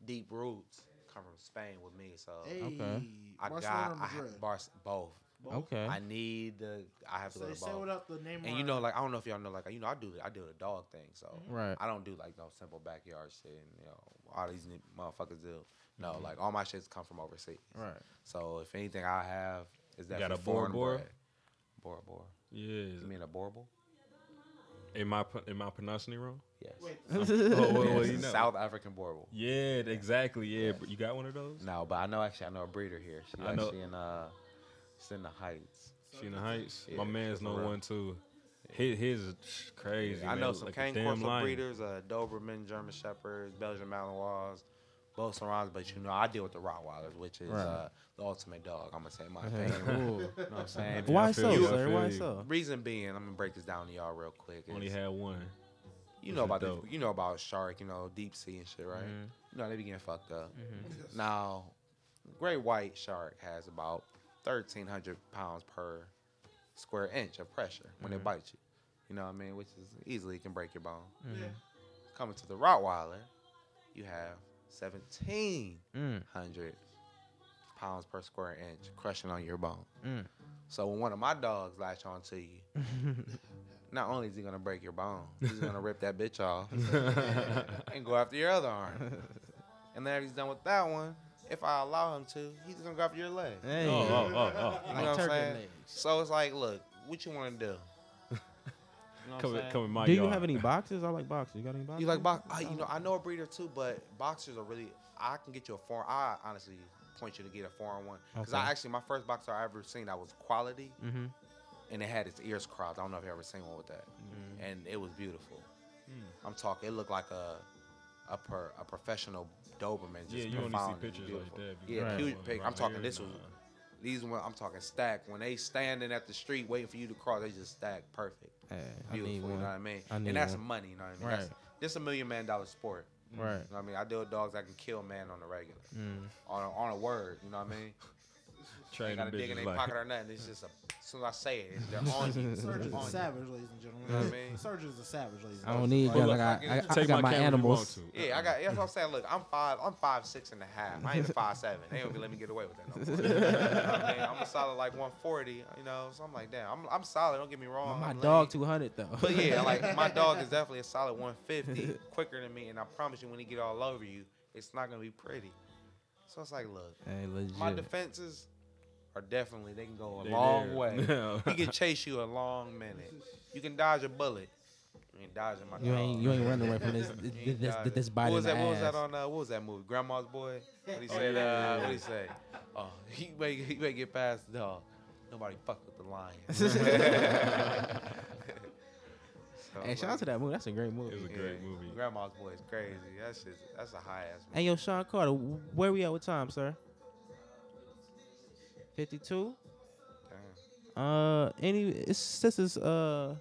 Speaker 1: deep roots come from Spain with me, so
Speaker 4: Hey,
Speaker 2: Okay.
Speaker 1: I
Speaker 4: Barcelona
Speaker 1: got I,
Speaker 4: or Madrid.
Speaker 1: Bar- both.
Speaker 4: Both.
Speaker 2: Okay.
Speaker 1: I need the. I have to
Speaker 4: So
Speaker 1: go
Speaker 4: they
Speaker 1: to both.
Speaker 4: sold up the name.
Speaker 1: And you know, like I don't know if y'all know, like you know, I do I do the dog thing, so
Speaker 4: Mm-hmm.
Speaker 2: Right.
Speaker 1: I don't do like no simple backyard shit and you know all these new motherfuckers do. No,
Speaker 5: Mm-hmm.
Speaker 1: like all my shits come from overseas.
Speaker 2: Right.
Speaker 1: So if anything I have is
Speaker 5: You
Speaker 1: that
Speaker 5: got a Bora
Speaker 1: foreign
Speaker 5: Bora?
Speaker 1: bread. Bora Bora.
Speaker 5: Yeah.
Speaker 1: You mean a Borble?
Speaker 5: Am I pro- am I pronouncing it wrong?
Speaker 1: Yes.
Speaker 4: Wait,
Speaker 5: Oh, well,
Speaker 1: Yes,
Speaker 5: well,
Speaker 1: it's
Speaker 5: you
Speaker 1: a
Speaker 5: know.
Speaker 1: South African Borble.
Speaker 5: Yeah, exactly. Yeah, but you got one of those.
Speaker 1: No, but I know actually I know a breeder here. She
Speaker 5: I know-
Speaker 1: actually in uh, she's in the Heights.
Speaker 5: She in the Heights.
Speaker 1: Yeah,
Speaker 5: My man's
Speaker 1: for
Speaker 5: no
Speaker 1: real.
Speaker 5: one too. His, his is sh- crazy.
Speaker 1: I
Speaker 5: man.
Speaker 1: know
Speaker 5: Look
Speaker 1: some
Speaker 5: like a
Speaker 1: cane
Speaker 5: damn
Speaker 1: corso
Speaker 5: lion.
Speaker 1: breeders, uh, Doberman, German Shepherds, Belgian Malinois, Bolsonars, but you know I deal with the Rottweilers, which is
Speaker 2: Right.
Speaker 1: uh, the ultimate dog. I'm gonna say in my
Speaker 2: Okay,
Speaker 1: opinion.
Speaker 2: cool.
Speaker 1: You know what I'm saying?
Speaker 5: Yeah, I
Speaker 2: Why
Speaker 5: feel
Speaker 2: so,
Speaker 5: you, I
Speaker 2: sir?
Speaker 5: feel
Speaker 2: Why
Speaker 5: you.
Speaker 2: so?
Speaker 1: Reason being, I'm gonna break this down to y'all real quick. is
Speaker 5: Only had one.
Speaker 1: you
Speaker 5: this
Speaker 1: know
Speaker 5: is
Speaker 1: about the,
Speaker 5: dope. Mm-hmm.
Speaker 1: you know about shark, you know deep sea and shit, right?
Speaker 2: Mhm.
Speaker 1: You know they be getting fucked up.
Speaker 2: Mhm.
Speaker 1: Now, great white shark has about 1,300 pounds per square inch of pressure when
Speaker 5: Mm-hmm.
Speaker 2: Mhm.
Speaker 1: it bites you. You know what I mean? Which is easily can break your bone.
Speaker 2: Mhm.
Speaker 1: Coming to the Rottweiler, you have 1,700
Speaker 2: Mm.
Speaker 1: pounds per square inch crushing on your bone.
Speaker 2: Mm.
Speaker 1: So when one of my dogs latch onto you,
Speaker 5: Mm-hmm.
Speaker 1: not only is he gonna break your bone, he's gonna rip that bitch off and go after your other
Speaker 5: Mm-hmm.
Speaker 1: arm. And then after he's done with that one, if I allow him to, he's gonna go after your leg.
Speaker 2: Hey.
Speaker 5: Oh, oh, oh, oh.
Speaker 1: You know what I'm saying? So it's like, look, what you want to do? You know what
Speaker 5: Come,
Speaker 1: I'm
Speaker 5: in-
Speaker 1: saying?
Speaker 5: come in my
Speaker 2: Do you
Speaker 5: yard.
Speaker 2: have any boxes? I like boxes. You got any boxes?
Speaker 1: You like box? I, you know, I know a breeder too, but boxers are really. I can get you a foreign. I honestly point you to get a foreign one because
Speaker 2: Okay.
Speaker 1: I actually my first boxer I ever seen that was quality
Speaker 2: Mm-hmm.
Speaker 1: and it had its ears cropped. I don't know if you ever seen one with that,
Speaker 2: Mm-hmm.
Speaker 1: and it was beautiful.
Speaker 2: Hmm.
Speaker 1: I'm talking. It looked like a a per, a professional Doberman. Just
Speaker 5: Yeah, you only see
Speaker 1: profound and
Speaker 5: pictures like
Speaker 1: beautiful.
Speaker 5: that.
Speaker 1: Yeah,
Speaker 2: Right.
Speaker 1: huge pig. I'm talking. This was these one. I'm talking stack. When they standing at the street waiting for you to cross, they just stack perfect.
Speaker 2: Hey, I
Speaker 1: Beautiful.
Speaker 2: need
Speaker 1: You know
Speaker 2: one.
Speaker 1: what I mean?
Speaker 2: I need
Speaker 1: and that's
Speaker 2: one.
Speaker 1: money. You know what I mean?
Speaker 2: Right.
Speaker 1: That's, this a million man dollar sport.
Speaker 2: Right.
Speaker 1: You know what I mean? I deal with dogs that can kill man on the regular,
Speaker 2: Mm.
Speaker 1: on a, on a word. You know what I mean? They
Speaker 5: Train
Speaker 1: got to
Speaker 5: the
Speaker 1: dig in
Speaker 5: bitches
Speaker 1: their
Speaker 5: like,
Speaker 1: pocket or nothing. It's just a, as soon as I say it, it's, they're on you.
Speaker 4: Surge
Speaker 1: They're
Speaker 4: is a
Speaker 1: on you.
Speaker 4: savage, ladies and gentlemen.
Speaker 1: You know what I mean?
Speaker 4: Surge is a savage, ladies and
Speaker 2: I don't
Speaker 4: gentlemen.
Speaker 2: need
Speaker 5: Well,
Speaker 2: that.
Speaker 5: look,
Speaker 2: I got,
Speaker 1: I
Speaker 2: I,
Speaker 1: can
Speaker 2: I
Speaker 5: Take
Speaker 2: got my
Speaker 5: camera if you
Speaker 2: animals.
Speaker 5: want to.
Speaker 1: Yeah, I got. That's what I'm saying. Look, I'm five. I'm five six and a half. I ain't a five seven. They don't let me get away with that. No more. You know what I mean? I'm a solid like 140. You know, so I'm like, damn, I'm, I'm solid. Don't get me wrong.
Speaker 2: My
Speaker 1: I'm
Speaker 2: dog
Speaker 1: lean.
Speaker 2: 200 though.
Speaker 1: But yeah, like my dog is definitely a solid 150, quicker than me, and I promise you, when he get all over you, it's not gonna be pretty. So it's like, look,
Speaker 2: hey,
Speaker 1: my
Speaker 2: legit.
Speaker 1: defenses are definitely they can go a
Speaker 5: They
Speaker 1: long
Speaker 5: there.
Speaker 1: way.
Speaker 5: Yeah.
Speaker 1: he can chase you a long minute. You can dodge a bullet. You ain't dodging my
Speaker 2: You
Speaker 1: dog.
Speaker 2: ain't you ain't running away from this
Speaker 1: You
Speaker 2: this
Speaker 1: ain't
Speaker 2: this,
Speaker 1: dodging.
Speaker 2: this, this bite
Speaker 1: What
Speaker 2: in
Speaker 1: was
Speaker 2: the
Speaker 1: that? What was
Speaker 2: ass.
Speaker 1: that on? Uh, what was that movie? Grandma's Boy. What
Speaker 4: Oh,
Speaker 1: he said?
Speaker 5: yeah,
Speaker 1: uh,
Speaker 5: yeah,
Speaker 1: What he say? Oh, he may he may get past the dog. Nobody fuck with the lion. So
Speaker 2: Hey, shout out
Speaker 1: like-
Speaker 2: to that movie. That's a great
Speaker 5: It was
Speaker 2: movie.
Speaker 5: a great movie.
Speaker 1: Grandma's Boy is crazy. That's just that's a high ass
Speaker 2: Hey,
Speaker 1: movie.
Speaker 2: yo, Sean Carter, wh- where we at with time, sir? Fifty-two.
Speaker 1: Damn.
Speaker 2: Uh, any it's, since it's uh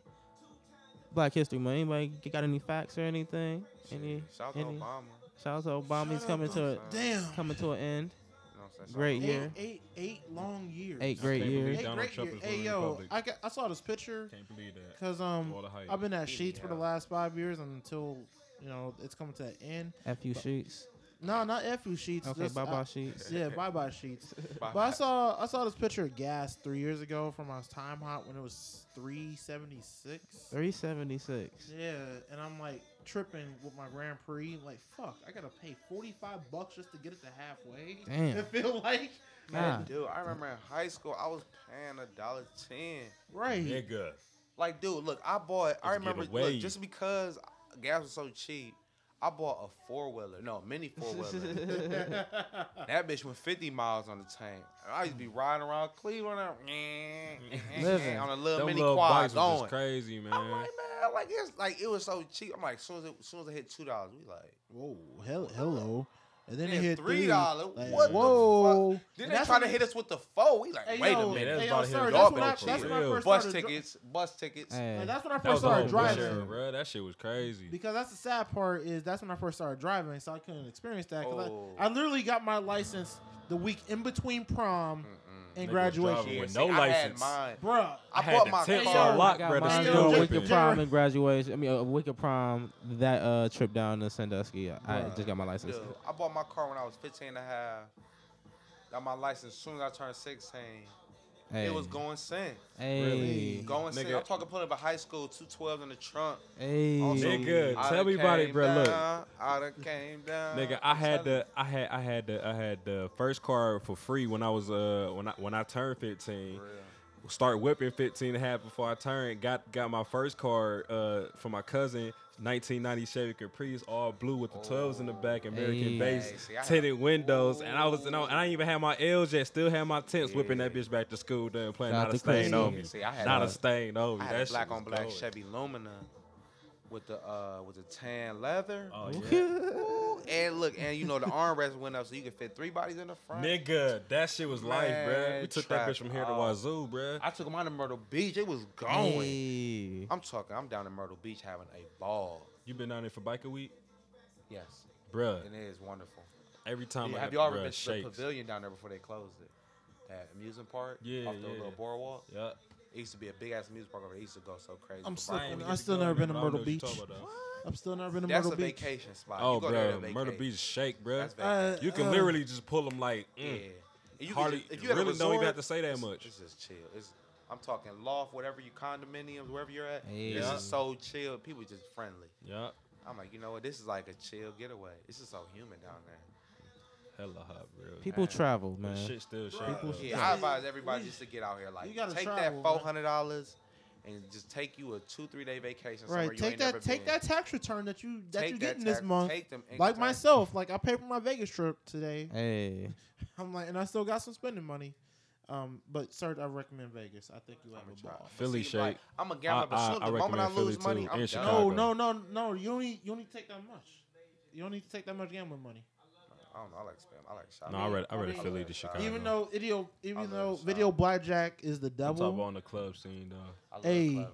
Speaker 2: Black History Month. Anybody g- got any facts or anything?
Speaker 1: Shit.
Speaker 2: Any
Speaker 1: Shout out to Obama.
Speaker 2: any
Speaker 1: You know what
Speaker 2: shout out to Obama. He's
Speaker 4: Shout
Speaker 2: coming
Speaker 4: out
Speaker 2: to
Speaker 1: Obama.
Speaker 2: a,
Speaker 4: Damn.
Speaker 2: coming to an end.
Speaker 1: I'm saying? Shout
Speaker 2: Great
Speaker 1: out
Speaker 4: Eight-
Speaker 1: to
Speaker 2: year.
Speaker 4: Eight, eight long years.
Speaker 2: Eight great
Speaker 5: can't believe
Speaker 2: years.
Speaker 4: Eight
Speaker 5: Donald
Speaker 4: great
Speaker 5: Trump
Speaker 4: year-
Speaker 5: is
Speaker 4: Hey,
Speaker 5: ruling the
Speaker 4: yo,
Speaker 5: public.
Speaker 4: I, got, I saw this picture
Speaker 5: Can't believe that.
Speaker 4: because um,
Speaker 5: All the hype.
Speaker 4: I've been at Sheets for the
Speaker 1: Yeah.
Speaker 4: last five years until, you know, it's coming to an end.
Speaker 2: F you sheets.
Speaker 4: No, not FU Sheets.
Speaker 2: Okay,
Speaker 4: just-
Speaker 2: bye bye
Speaker 4: I-
Speaker 2: sheets.
Speaker 4: Yeah, bye bye Sheets.
Speaker 1: Obama.
Speaker 4: But I saw I saw this picture of gas three years ago from my time hot when it was three seventy six.
Speaker 2: Three seventy six.
Speaker 4: Yeah, and I'm like tripping with my Grand Prix. Like fuck, I gotta pay forty five bucks just to get it to halfway.
Speaker 2: Damn.
Speaker 4: It feel like
Speaker 1: Man,
Speaker 2: Nah.
Speaker 1: dude, I remember in high school I was paying a dollar ten.
Speaker 4: right.
Speaker 5: Nigga.
Speaker 1: Like, dude, look, I bought. I
Speaker 5: Let's get
Speaker 1: remember
Speaker 5: away.
Speaker 1: look, just because gas was so cheap, I bought a four wheeler. No, mini four wheeler. That bitch went 50 miles on the tank. And I used to be riding around Cleveland
Speaker 2: Living.
Speaker 1: uh, on a little
Speaker 5: Them
Speaker 1: mini
Speaker 5: little
Speaker 1: quad
Speaker 5: bikes was
Speaker 1: going.
Speaker 5: just crazy, man.
Speaker 1: I'm like, man, like it's like it was so cheap. I'm like, soon as it, soon as I hit two dollars, we like
Speaker 4: Whoa, hell, hello. And then
Speaker 1: Yeah,
Speaker 4: it hit three
Speaker 1: $3.
Speaker 4: Like,
Speaker 1: What the
Speaker 4: whoa.
Speaker 1: Then
Speaker 4: And
Speaker 1: they
Speaker 4: that's
Speaker 1: try to
Speaker 4: when-
Speaker 1: hit us with the four. We like,
Speaker 4: Hey,
Speaker 1: wait
Speaker 4: yo,
Speaker 1: a minute.
Speaker 5: That's
Speaker 4: Hey,
Speaker 5: about to
Speaker 4: yo,
Speaker 5: hit
Speaker 4: sir,
Speaker 5: us
Speaker 4: that's
Speaker 5: off
Speaker 4: when I,
Speaker 5: for
Speaker 4: that's when I
Speaker 5: real.
Speaker 4: first
Speaker 1: Bus
Speaker 4: started dri-
Speaker 1: tickets, bus tickets.
Speaker 2: Hey.
Speaker 4: Like, that's when I
Speaker 5: That
Speaker 4: first
Speaker 5: was a whole
Speaker 4: started
Speaker 5: bus
Speaker 4: driving.
Speaker 5: era, bro. That shit was crazy.
Speaker 4: Because that's the sad part is that's when I first started driving, so I couldn't experience that. 'cause
Speaker 1: Oh. Mm.
Speaker 4: I, I literally got my license the week in between prom
Speaker 1: Mm-mm.
Speaker 4: in
Speaker 5: Nigga was
Speaker 4: graduation,
Speaker 5: driving
Speaker 1: Yeah,
Speaker 5: with
Speaker 1: see,
Speaker 5: no
Speaker 1: I had
Speaker 5: license.
Speaker 1: mine.
Speaker 4: Bruh.
Speaker 1: I,
Speaker 5: had
Speaker 1: bought
Speaker 5: to
Speaker 1: my
Speaker 5: take
Speaker 4: my
Speaker 1: car.
Speaker 5: a lot,
Speaker 2: got
Speaker 5: brother.
Speaker 2: mine
Speaker 5: Still
Speaker 2: during
Speaker 4: dripping.
Speaker 2: Wicked Prom and graduation. I mean, uh, Wicked Prom that uh, trip down to Sandusky. I, I just got my
Speaker 1: Dude,
Speaker 2: license.
Speaker 1: I bought my car when I was 15 and a half. Got my license as soon as I turned 16.
Speaker 2: Hey,
Speaker 1: It was going sin.
Speaker 2: Hey,
Speaker 5: Really?
Speaker 1: Going sin.
Speaker 5: Nigga.
Speaker 1: I'm talking pulling up a high school, 212 in the trunk.
Speaker 2: hey.
Speaker 1: Also,
Speaker 5: Nigga,
Speaker 1: I
Speaker 5: tell
Speaker 1: done
Speaker 5: me about it,
Speaker 1: came
Speaker 5: bruh, look.
Speaker 1: down, I done came down.
Speaker 5: Nigga, I
Speaker 1: I'm
Speaker 5: had
Speaker 1: telling
Speaker 5: the I had I had the I had the first car for free when I was uh when I when I turned
Speaker 1: you,
Speaker 5: 15.
Speaker 1: for real.
Speaker 5: Start whipping 15 and a half before I turned. Got got my first car uh for my cousin 1990 Chevy Caprice, all blue with the 12s in the back, American
Speaker 2: Hey.
Speaker 5: base,
Speaker 1: Hey, see, I had-
Speaker 5: tinted windows, and I was and I, and I didn't even have my L's yet. Still had my tents whipping that bitch back to school. Done playing
Speaker 2: Shout out
Speaker 5: not a
Speaker 2: to Chris.
Speaker 5: stain on
Speaker 1: Yeah,
Speaker 5: me.
Speaker 1: see, I had
Speaker 5: Not
Speaker 1: a-
Speaker 5: a stain on me.
Speaker 1: I had
Speaker 5: That
Speaker 1: a
Speaker 5: shit
Speaker 1: black
Speaker 5: was
Speaker 1: on black
Speaker 5: gold.
Speaker 1: Chevy Lumina with the uh with the tan leather.
Speaker 5: Oh, yeah.
Speaker 1: Ooh, and look, and you know the armrest went up so you could fit three bodies in the front.
Speaker 5: Nigga, that shit was life, bruh. We
Speaker 1: Man,
Speaker 5: took that
Speaker 1: trap
Speaker 5: bitch from here to
Speaker 1: out.
Speaker 5: Wazoo, bruh.
Speaker 1: I took mine to Myrtle Beach. It was going.
Speaker 2: Hey.
Speaker 1: I'm talking. I'm down in Myrtle Beach having a ball.
Speaker 5: You been down there for biker week,
Speaker 1: Yes,
Speaker 5: bruh?
Speaker 1: and it is wonderful.
Speaker 5: Every time I
Speaker 1: have you all ever
Speaker 5: bruh,
Speaker 1: been to the
Speaker 5: shakes.
Speaker 1: pavilion down there before they closed it? That amusement park
Speaker 5: Yeah,
Speaker 1: off the
Speaker 5: yeah.
Speaker 1: little boardwalk.
Speaker 5: Yeah.
Speaker 1: It used to be a big ass amusement park over there. It used to go so crazy.
Speaker 4: I'm
Speaker 1: for
Speaker 4: slick
Speaker 1: bikes.
Speaker 4: on
Speaker 5: even
Speaker 4: I
Speaker 5: get
Speaker 4: still
Speaker 5: go
Speaker 4: never
Speaker 5: there,
Speaker 4: been to
Speaker 5: but I know
Speaker 4: Myrtle
Speaker 5: what you talking
Speaker 4: Beach.
Speaker 5: about, though.
Speaker 4: I'm still never been to
Speaker 1: That's
Speaker 4: Myrtle
Speaker 1: a
Speaker 4: Beach.
Speaker 1: vacation spot.
Speaker 5: Oh,
Speaker 1: you go there to
Speaker 5: bruh, Myrtle
Speaker 1: vacate.
Speaker 5: Beach shake, bruh.
Speaker 1: That's
Speaker 4: Uh,
Speaker 1: vacation.
Speaker 5: You can
Speaker 4: uh,
Speaker 5: literally just pull them like,
Speaker 1: yeah.
Speaker 5: mm.
Speaker 1: And you could
Speaker 5: Hardly-
Speaker 1: just- if you had a
Speaker 5: really don't even
Speaker 1: resort,
Speaker 5: have to say that
Speaker 1: it's-
Speaker 5: much.
Speaker 1: It's just chill. It's I'm talking loft, whatever you condominiums, wherever you're at. It's
Speaker 2: Yeah.
Speaker 1: just so chill. People just friendly.
Speaker 5: yeah,
Speaker 1: I'm like, you know what? This is like a chill getaway. It's just so humid down there.
Speaker 5: hella hot, bro.
Speaker 2: People
Speaker 1: Man.
Speaker 2: travel,
Speaker 5: But
Speaker 2: man.
Speaker 5: shit still shake. though.
Speaker 4: People shit.
Speaker 1: Yeah,
Speaker 4: Yeah.
Speaker 1: I advise everybody
Speaker 4: We-
Speaker 1: just to get out here. Like,
Speaker 4: you gotta
Speaker 1: take
Speaker 4: travel,
Speaker 1: that
Speaker 4: man.
Speaker 1: four hundred dollars and just take you a two three day vacation. somewhere
Speaker 4: Right.
Speaker 1: you
Speaker 4: Take
Speaker 1: ain't
Speaker 4: that.
Speaker 1: never
Speaker 4: Take
Speaker 1: been.
Speaker 4: that tax return that you that
Speaker 1: Take
Speaker 4: you getting this
Speaker 1: tax-
Speaker 4: month.
Speaker 1: Take them income
Speaker 4: like
Speaker 1: tax-
Speaker 4: myself, like I paid for my Vegas trip today.
Speaker 2: Hey,
Speaker 4: I'm like, and I still got some spending money. Um, but sir, I recommend Vegas. I think you have
Speaker 1: I'ma
Speaker 4: a
Speaker 1: try.
Speaker 4: ball.
Speaker 5: Philly
Speaker 1: See, like,
Speaker 5: shake.
Speaker 1: I'm a gambler, but
Speaker 5: I-
Speaker 1: soon
Speaker 5: I
Speaker 1: the moment I
Speaker 5: recommend Philly
Speaker 1: lose money,
Speaker 5: too,
Speaker 1: I'm
Speaker 5: in
Speaker 1: done.
Speaker 5: Chicago.
Speaker 4: No, no, no, no. You only you only take that much. You don't need to take that much gambling money.
Speaker 1: I don't know. I like spam. I like shopping.
Speaker 5: No, I read, I
Speaker 4: I
Speaker 5: read
Speaker 4: mean,
Speaker 5: Philly to Chicago.
Speaker 4: Even though video, even
Speaker 1: love
Speaker 4: though
Speaker 1: this
Speaker 4: video
Speaker 1: song.
Speaker 4: blackjack is the
Speaker 5: I'm talking
Speaker 4: devil.
Speaker 5: about on the club scene, though.
Speaker 1: I love
Speaker 4: Hey,
Speaker 1: clubbing.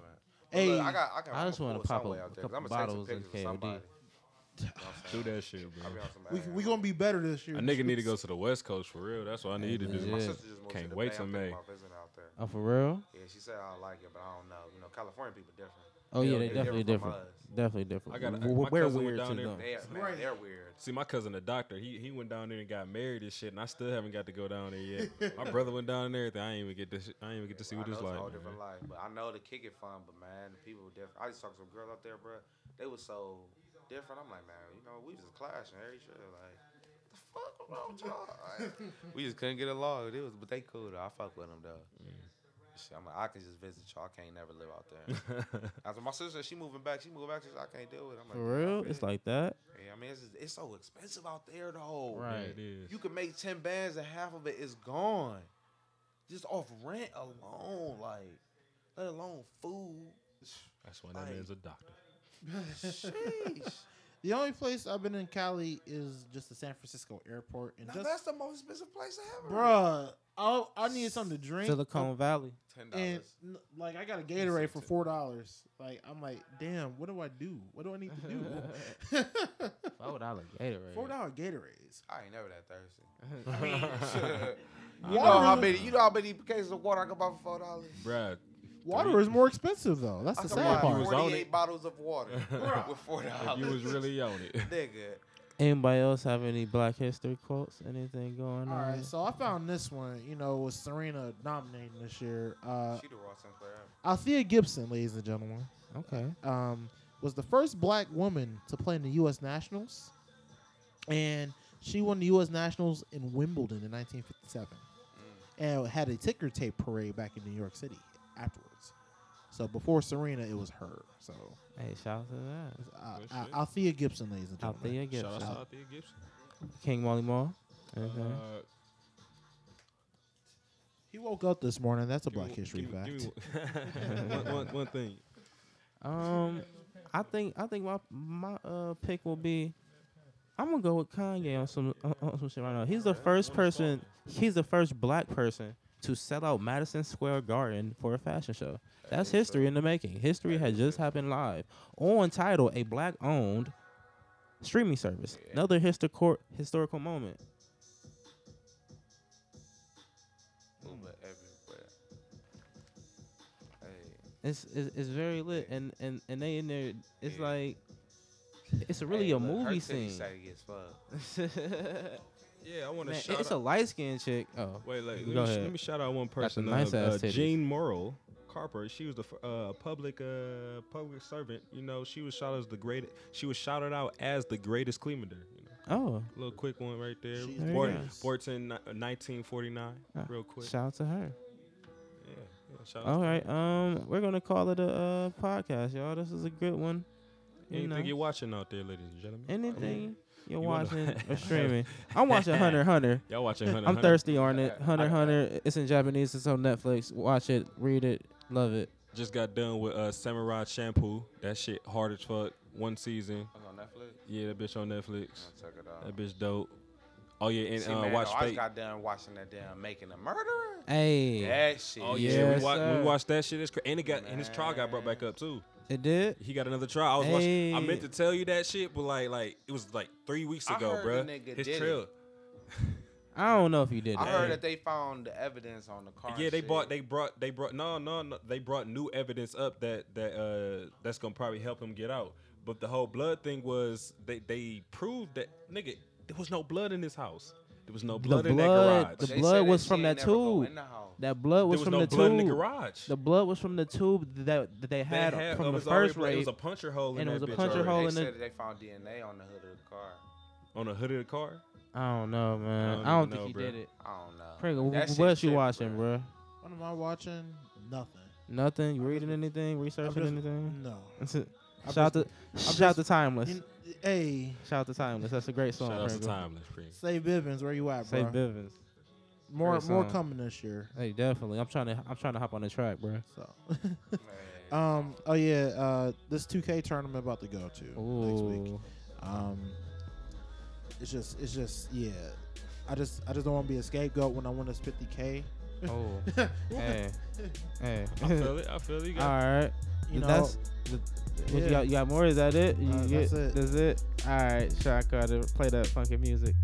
Speaker 1: But
Speaker 4: hey,
Speaker 1: look, I got. I, can,
Speaker 2: I just wanna
Speaker 1: want to
Speaker 2: pop a couple
Speaker 1: I'm
Speaker 2: bottles
Speaker 1: take
Speaker 2: in
Speaker 1: some pictures of
Speaker 2: KOD.
Speaker 1: somebody. You know what I'm
Speaker 5: Do
Speaker 1: saying?
Speaker 5: that shit, bro.
Speaker 1: I be on some
Speaker 4: we,
Speaker 1: ass.
Speaker 4: we gonna be better this year.
Speaker 5: A nigga need to go to the West Coast for real. That's what I need to
Speaker 2: man.
Speaker 5: do.
Speaker 1: My
Speaker 2: Yeah.
Speaker 1: sister just moved
Speaker 5: Can't
Speaker 1: to the
Speaker 5: wait
Speaker 1: Bay.
Speaker 5: till
Speaker 1: I'm
Speaker 5: May.
Speaker 1: thinking about visiting out there.
Speaker 2: oh for real?
Speaker 1: Yeah, she said I like it, but I don't know. You know, California people different.
Speaker 2: Oh yeah,
Speaker 5: Hell,
Speaker 2: they
Speaker 5: they
Speaker 2: definitely
Speaker 1: different from
Speaker 2: different.
Speaker 1: us.
Speaker 2: Definitely different.
Speaker 5: I got a-
Speaker 2: W-
Speaker 5: my
Speaker 2: we're
Speaker 5: cousin went
Speaker 2: weird
Speaker 5: down
Speaker 2: to
Speaker 5: there.
Speaker 2: them.
Speaker 1: They are, man,
Speaker 4: Right.
Speaker 1: they're weird.
Speaker 5: See, my cousin, a doctor, he he went down there and got married and shit, and I still haven't got to go down there yet. my brother went down there. and I ain't even get this. I ain't even get to see what
Speaker 1: I know
Speaker 5: it's
Speaker 1: it's a
Speaker 5: like.
Speaker 1: whole
Speaker 5: man.
Speaker 1: different life, but I know the kick it fun. But man, the people different. I just talked to some girls out there, bro. They was so different. I'm like, man, you know, we just clashing every shit. Like, the fuck wrong with y'all? Like, we just couldn't get along. It was, but they cool though. I fuck with them though. Shit, I'm like, I can just visit y'all. I can't never live out there. After my sister, she moving back. She moving back. She said, I can't deal with. it. I'm like,
Speaker 2: For real? It's like that.
Speaker 1: yeah, I mean, it's, just, it's so expensive out there though.
Speaker 5: Yeah,
Speaker 2: Right.
Speaker 5: it is.
Speaker 1: You can make ten bands and half of it is gone, just off rent alone. Like, let alone food.
Speaker 5: That's why that
Speaker 1: Like-
Speaker 5: man's a doctor.
Speaker 1: Sheesh.
Speaker 4: The only place I've been in Cali is just the San Francisco airport, and
Speaker 1: Now,
Speaker 4: just
Speaker 1: that's the most expensive place ever.
Speaker 4: bruh, I I need something to drink.
Speaker 2: Silicon Valley.
Speaker 1: ten
Speaker 4: And
Speaker 1: dollars.
Speaker 4: n- like I got a
Speaker 1: said
Speaker 4: Gatorade for
Speaker 1: two.
Speaker 4: four dollars. Like I'm like, damn, what do I do? What do I need to do?
Speaker 2: Why would I like Gatorade?
Speaker 4: Four dollar Gatorades.
Speaker 1: I ain't never that thirsty.
Speaker 4: Water,
Speaker 1: you know how many? You know how many cases of water I can buy for four dollars?
Speaker 5: Bruh,
Speaker 4: water is more expensive though. That's
Speaker 1: I
Speaker 4: the
Speaker 1: can
Speaker 4: sad
Speaker 1: buy
Speaker 5: you was
Speaker 4: part.
Speaker 5: on it.
Speaker 1: forty-eight bottles of water
Speaker 5: Bruh.
Speaker 1: with four
Speaker 5: if
Speaker 1: dollars.
Speaker 5: you was really on it.
Speaker 1: nigga.
Speaker 2: Anybody else have any Black History quotes? Anything going on?
Speaker 4: All right, so I found this one. You know, with Serena nominating this year, uh,
Speaker 1: She the raw Sinclair. ever.
Speaker 4: Althea Gibson, ladies and gentlemen,
Speaker 2: okay.
Speaker 4: um, was the first black woman to play in the U.S. Nationals, and she won the U.S. Nationals in Wimbledon in 1957,
Speaker 5: Mm.
Speaker 4: and had a ticker tape parade back in New York City afterwards. So before Serena, it was her. So
Speaker 2: Hey, shout out to that.
Speaker 4: uh,
Speaker 5: Good
Speaker 4: uh,
Speaker 5: shit.
Speaker 4: Althea Gibson, ladies and gentlemen.
Speaker 2: Althea
Speaker 5: Shout out
Speaker 2: Gibson. Uh-huh.
Speaker 5: to Althea Gibson.
Speaker 2: King Molly Mall.
Speaker 5: Uh,
Speaker 4: He woke up this morning. That's a
Speaker 5: give me-
Speaker 4: Black History
Speaker 5: give me-
Speaker 4: fact.
Speaker 5: give me one- one- one- one thing.
Speaker 2: Um, I think I think my my uh pick will be. I'm gonna go with Kanye on some on, on some shit right now. He's the first person. He's the first black person to sell out Madison Square Garden for a fashion show. That's history in the making. History had just happened live on title, a black owned streaming service. Another historical historical moment.
Speaker 1: Ooh, but
Speaker 2: It's, it's it's very lit, and and and they in there. It's
Speaker 1: Yeah.
Speaker 2: like it's a really
Speaker 1: Hey,
Speaker 2: a
Speaker 1: look, her
Speaker 2: movie
Speaker 1: titties
Speaker 2: scene.
Speaker 1: saggy as fuck.
Speaker 5: Yeah, I want to
Speaker 2: Man,
Speaker 5: shout
Speaker 2: it's a
Speaker 5: out.
Speaker 2: light skinned chick. Oh,
Speaker 5: Wait, like, let,
Speaker 2: Go
Speaker 5: me, sh-
Speaker 2: ahead.
Speaker 5: let me shout out one person.
Speaker 2: nice
Speaker 5: uh,
Speaker 2: ass
Speaker 5: uh,
Speaker 2: titties.
Speaker 5: Jean Morrill Carper. She was the f- uh, public uh, public servant. You know, she was shouted as the great. She was shouted out as the greatest Clemander. You know,
Speaker 2: oh,
Speaker 5: little quick one right there.
Speaker 4: She's
Speaker 2: the
Speaker 5: Bort-
Speaker 2: greatest.
Speaker 5: Borton, uh, 1949.
Speaker 2: Ah,
Speaker 5: real quick.
Speaker 2: shout out to her.
Speaker 5: yeah, yeah, shout out
Speaker 2: All
Speaker 5: to
Speaker 2: right,
Speaker 5: her.
Speaker 2: um, we're gonna call it a uh, podcast, y'all. This is a good one. You
Speaker 5: Anything
Speaker 2: know,
Speaker 5: you're watching out there, ladies and gentlemen?
Speaker 2: anything you're
Speaker 5: you wanna-
Speaker 2: watching or streaming, I'm watching Hunter Hunter.
Speaker 5: Y'all watching? Hunter,
Speaker 2: I'm
Speaker 5: Hunter.
Speaker 2: thirsty on it. Hunter Hunter. It's in Japanese. It's on Netflix. Watch it. Read it. Love it.
Speaker 5: Just got done with uh, Samurai Shampoo. That shit hard as fuck. One season.
Speaker 1: That's on Netflix.
Speaker 5: Yeah, that bitch on
Speaker 1: I'm
Speaker 5: Netflix.
Speaker 1: gonna check it out.
Speaker 5: That bitch dope. Oh yeah, and
Speaker 1: See,
Speaker 5: uh,
Speaker 1: man,
Speaker 5: watch
Speaker 1: though, I just
Speaker 5: Fate.
Speaker 1: got done watching that damn Making a Murderer.
Speaker 2: Hey,
Speaker 1: That shit.
Speaker 5: Oh
Speaker 2: yeah.
Speaker 5: yeah,
Speaker 2: Yes,
Speaker 5: we, watch, we
Speaker 2: sir.
Speaker 5: watched that shit. It's cra- and it got and his trial got brought back
Speaker 1: Man.
Speaker 5: up too.
Speaker 2: it did.
Speaker 5: He got another trial. I was watching. I meant
Speaker 2: Hey.
Speaker 5: to tell you that shit, but like, like it was like three weeks
Speaker 1: I
Speaker 5: ago,
Speaker 1: heard
Speaker 5: bruh.
Speaker 1: the nigga
Speaker 5: His
Speaker 1: did
Speaker 5: trial.
Speaker 1: it.
Speaker 2: I don't know if you did.
Speaker 1: I
Speaker 2: that.
Speaker 1: heard that they found the evidence on the car. and
Speaker 5: Yeah, they
Speaker 1: shit.
Speaker 5: brought. They brought. They brought. No, no, no. They brought new evidence up that that uh that's gonna probably help him get out. But the whole blood thing was they they proved that nigga there was no blood in his house. There was no blood, in
Speaker 2: blood-
Speaker 5: that garage.
Speaker 2: the
Speaker 1: They
Speaker 5: there
Speaker 1: said
Speaker 2: blood
Speaker 1: that
Speaker 2: was
Speaker 1: she
Speaker 2: from
Speaker 1: ain't
Speaker 2: that
Speaker 1: never go
Speaker 2: tube.
Speaker 1: in the house.
Speaker 2: That blood was,
Speaker 5: was
Speaker 2: from
Speaker 5: no
Speaker 2: the
Speaker 5: blood in the
Speaker 2: tube.
Speaker 5: garage.
Speaker 2: The blood was from the tube that that they
Speaker 5: They
Speaker 2: had,
Speaker 5: had- it
Speaker 2: from the
Speaker 5: was already
Speaker 2: first
Speaker 5: blood. It
Speaker 2: rape.
Speaker 5: was a puncher hole,
Speaker 2: and
Speaker 5: in
Speaker 2: it
Speaker 5: that
Speaker 2: was a
Speaker 5: bitch
Speaker 2: puncher
Speaker 5: already.
Speaker 2: hole
Speaker 1: They
Speaker 2: in the-
Speaker 1: said that they found DNA on the hood of the car.
Speaker 5: on the hood of the car.
Speaker 2: I don't know, man. I
Speaker 5: don't
Speaker 2: don't,
Speaker 5: even
Speaker 2: think
Speaker 5: know,
Speaker 2: he
Speaker 5: bro.
Speaker 2: did it.
Speaker 1: I don't know.
Speaker 2: Pringle,
Speaker 1: That
Speaker 2: wh-
Speaker 1: shit
Speaker 2: what else you
Speaker 1: trippy,
Speaker 2: watching,
Speaker 1: bruh.
Speaker 2: bro?
Speaker 4: What am I watching? Nothing.
Speaker 2: Nothing. You
Speaker 4: I'm
Speaker 2: reading
Speaker 4: just-
Speaker 2: anything? Researching
Speaker 4: just-
Speaker 2: anything?
Speaker 4: No.
Speaker 2: shout out to shout out to Timeless.
Speaker 4: In- hey,
Speaker 2: shout out to Timeless. That's a great song.
Speaker 5: Shout out to
Speaker 2: Pringle.
Speaker 5: Timeless, Free.
Speaker 4: Say Bivens, where you at, bro?
Speaker 2: Say Bivens.
Speaker 4: more
Speaker 2: Great
Speaker 4: more
Speaker 2: song.
Speaker 4: coming this year.
Speaker 2: Hey, definitely. I'm trying to I'm trying to hop on the track, bro.
Speaker 4: So,
Speaker 1: Man.
Speaker 4: um, oh yeah, uh, this 2K tournament about to go to next week.
Speaker 2: Ooh.
Speaker 4: Um, it's just, it's just, yeah. I just, I just don't want to be a scapegoat when I win this 50K.
Speaker 2: Oh.
Speaker 4: you
Speaker 2: hey. Hey.
Speaker 5: I feel it. I feel it. You
Speaker 2: All
Speaker 5: got-
Speaker 2: right.
Speaker 4: know,
Speaker 2: That's-
Speaker 4: the-
Speaker 2: What
Speaker 4: yeah.
Speaker 2: you got? You got more? Is that it? You
Speaker 4: Uh,
Speaker 2: get-
Speaker 4: that's it.
Speaker 2: That's it. All right, Shot Carter, play that funky music.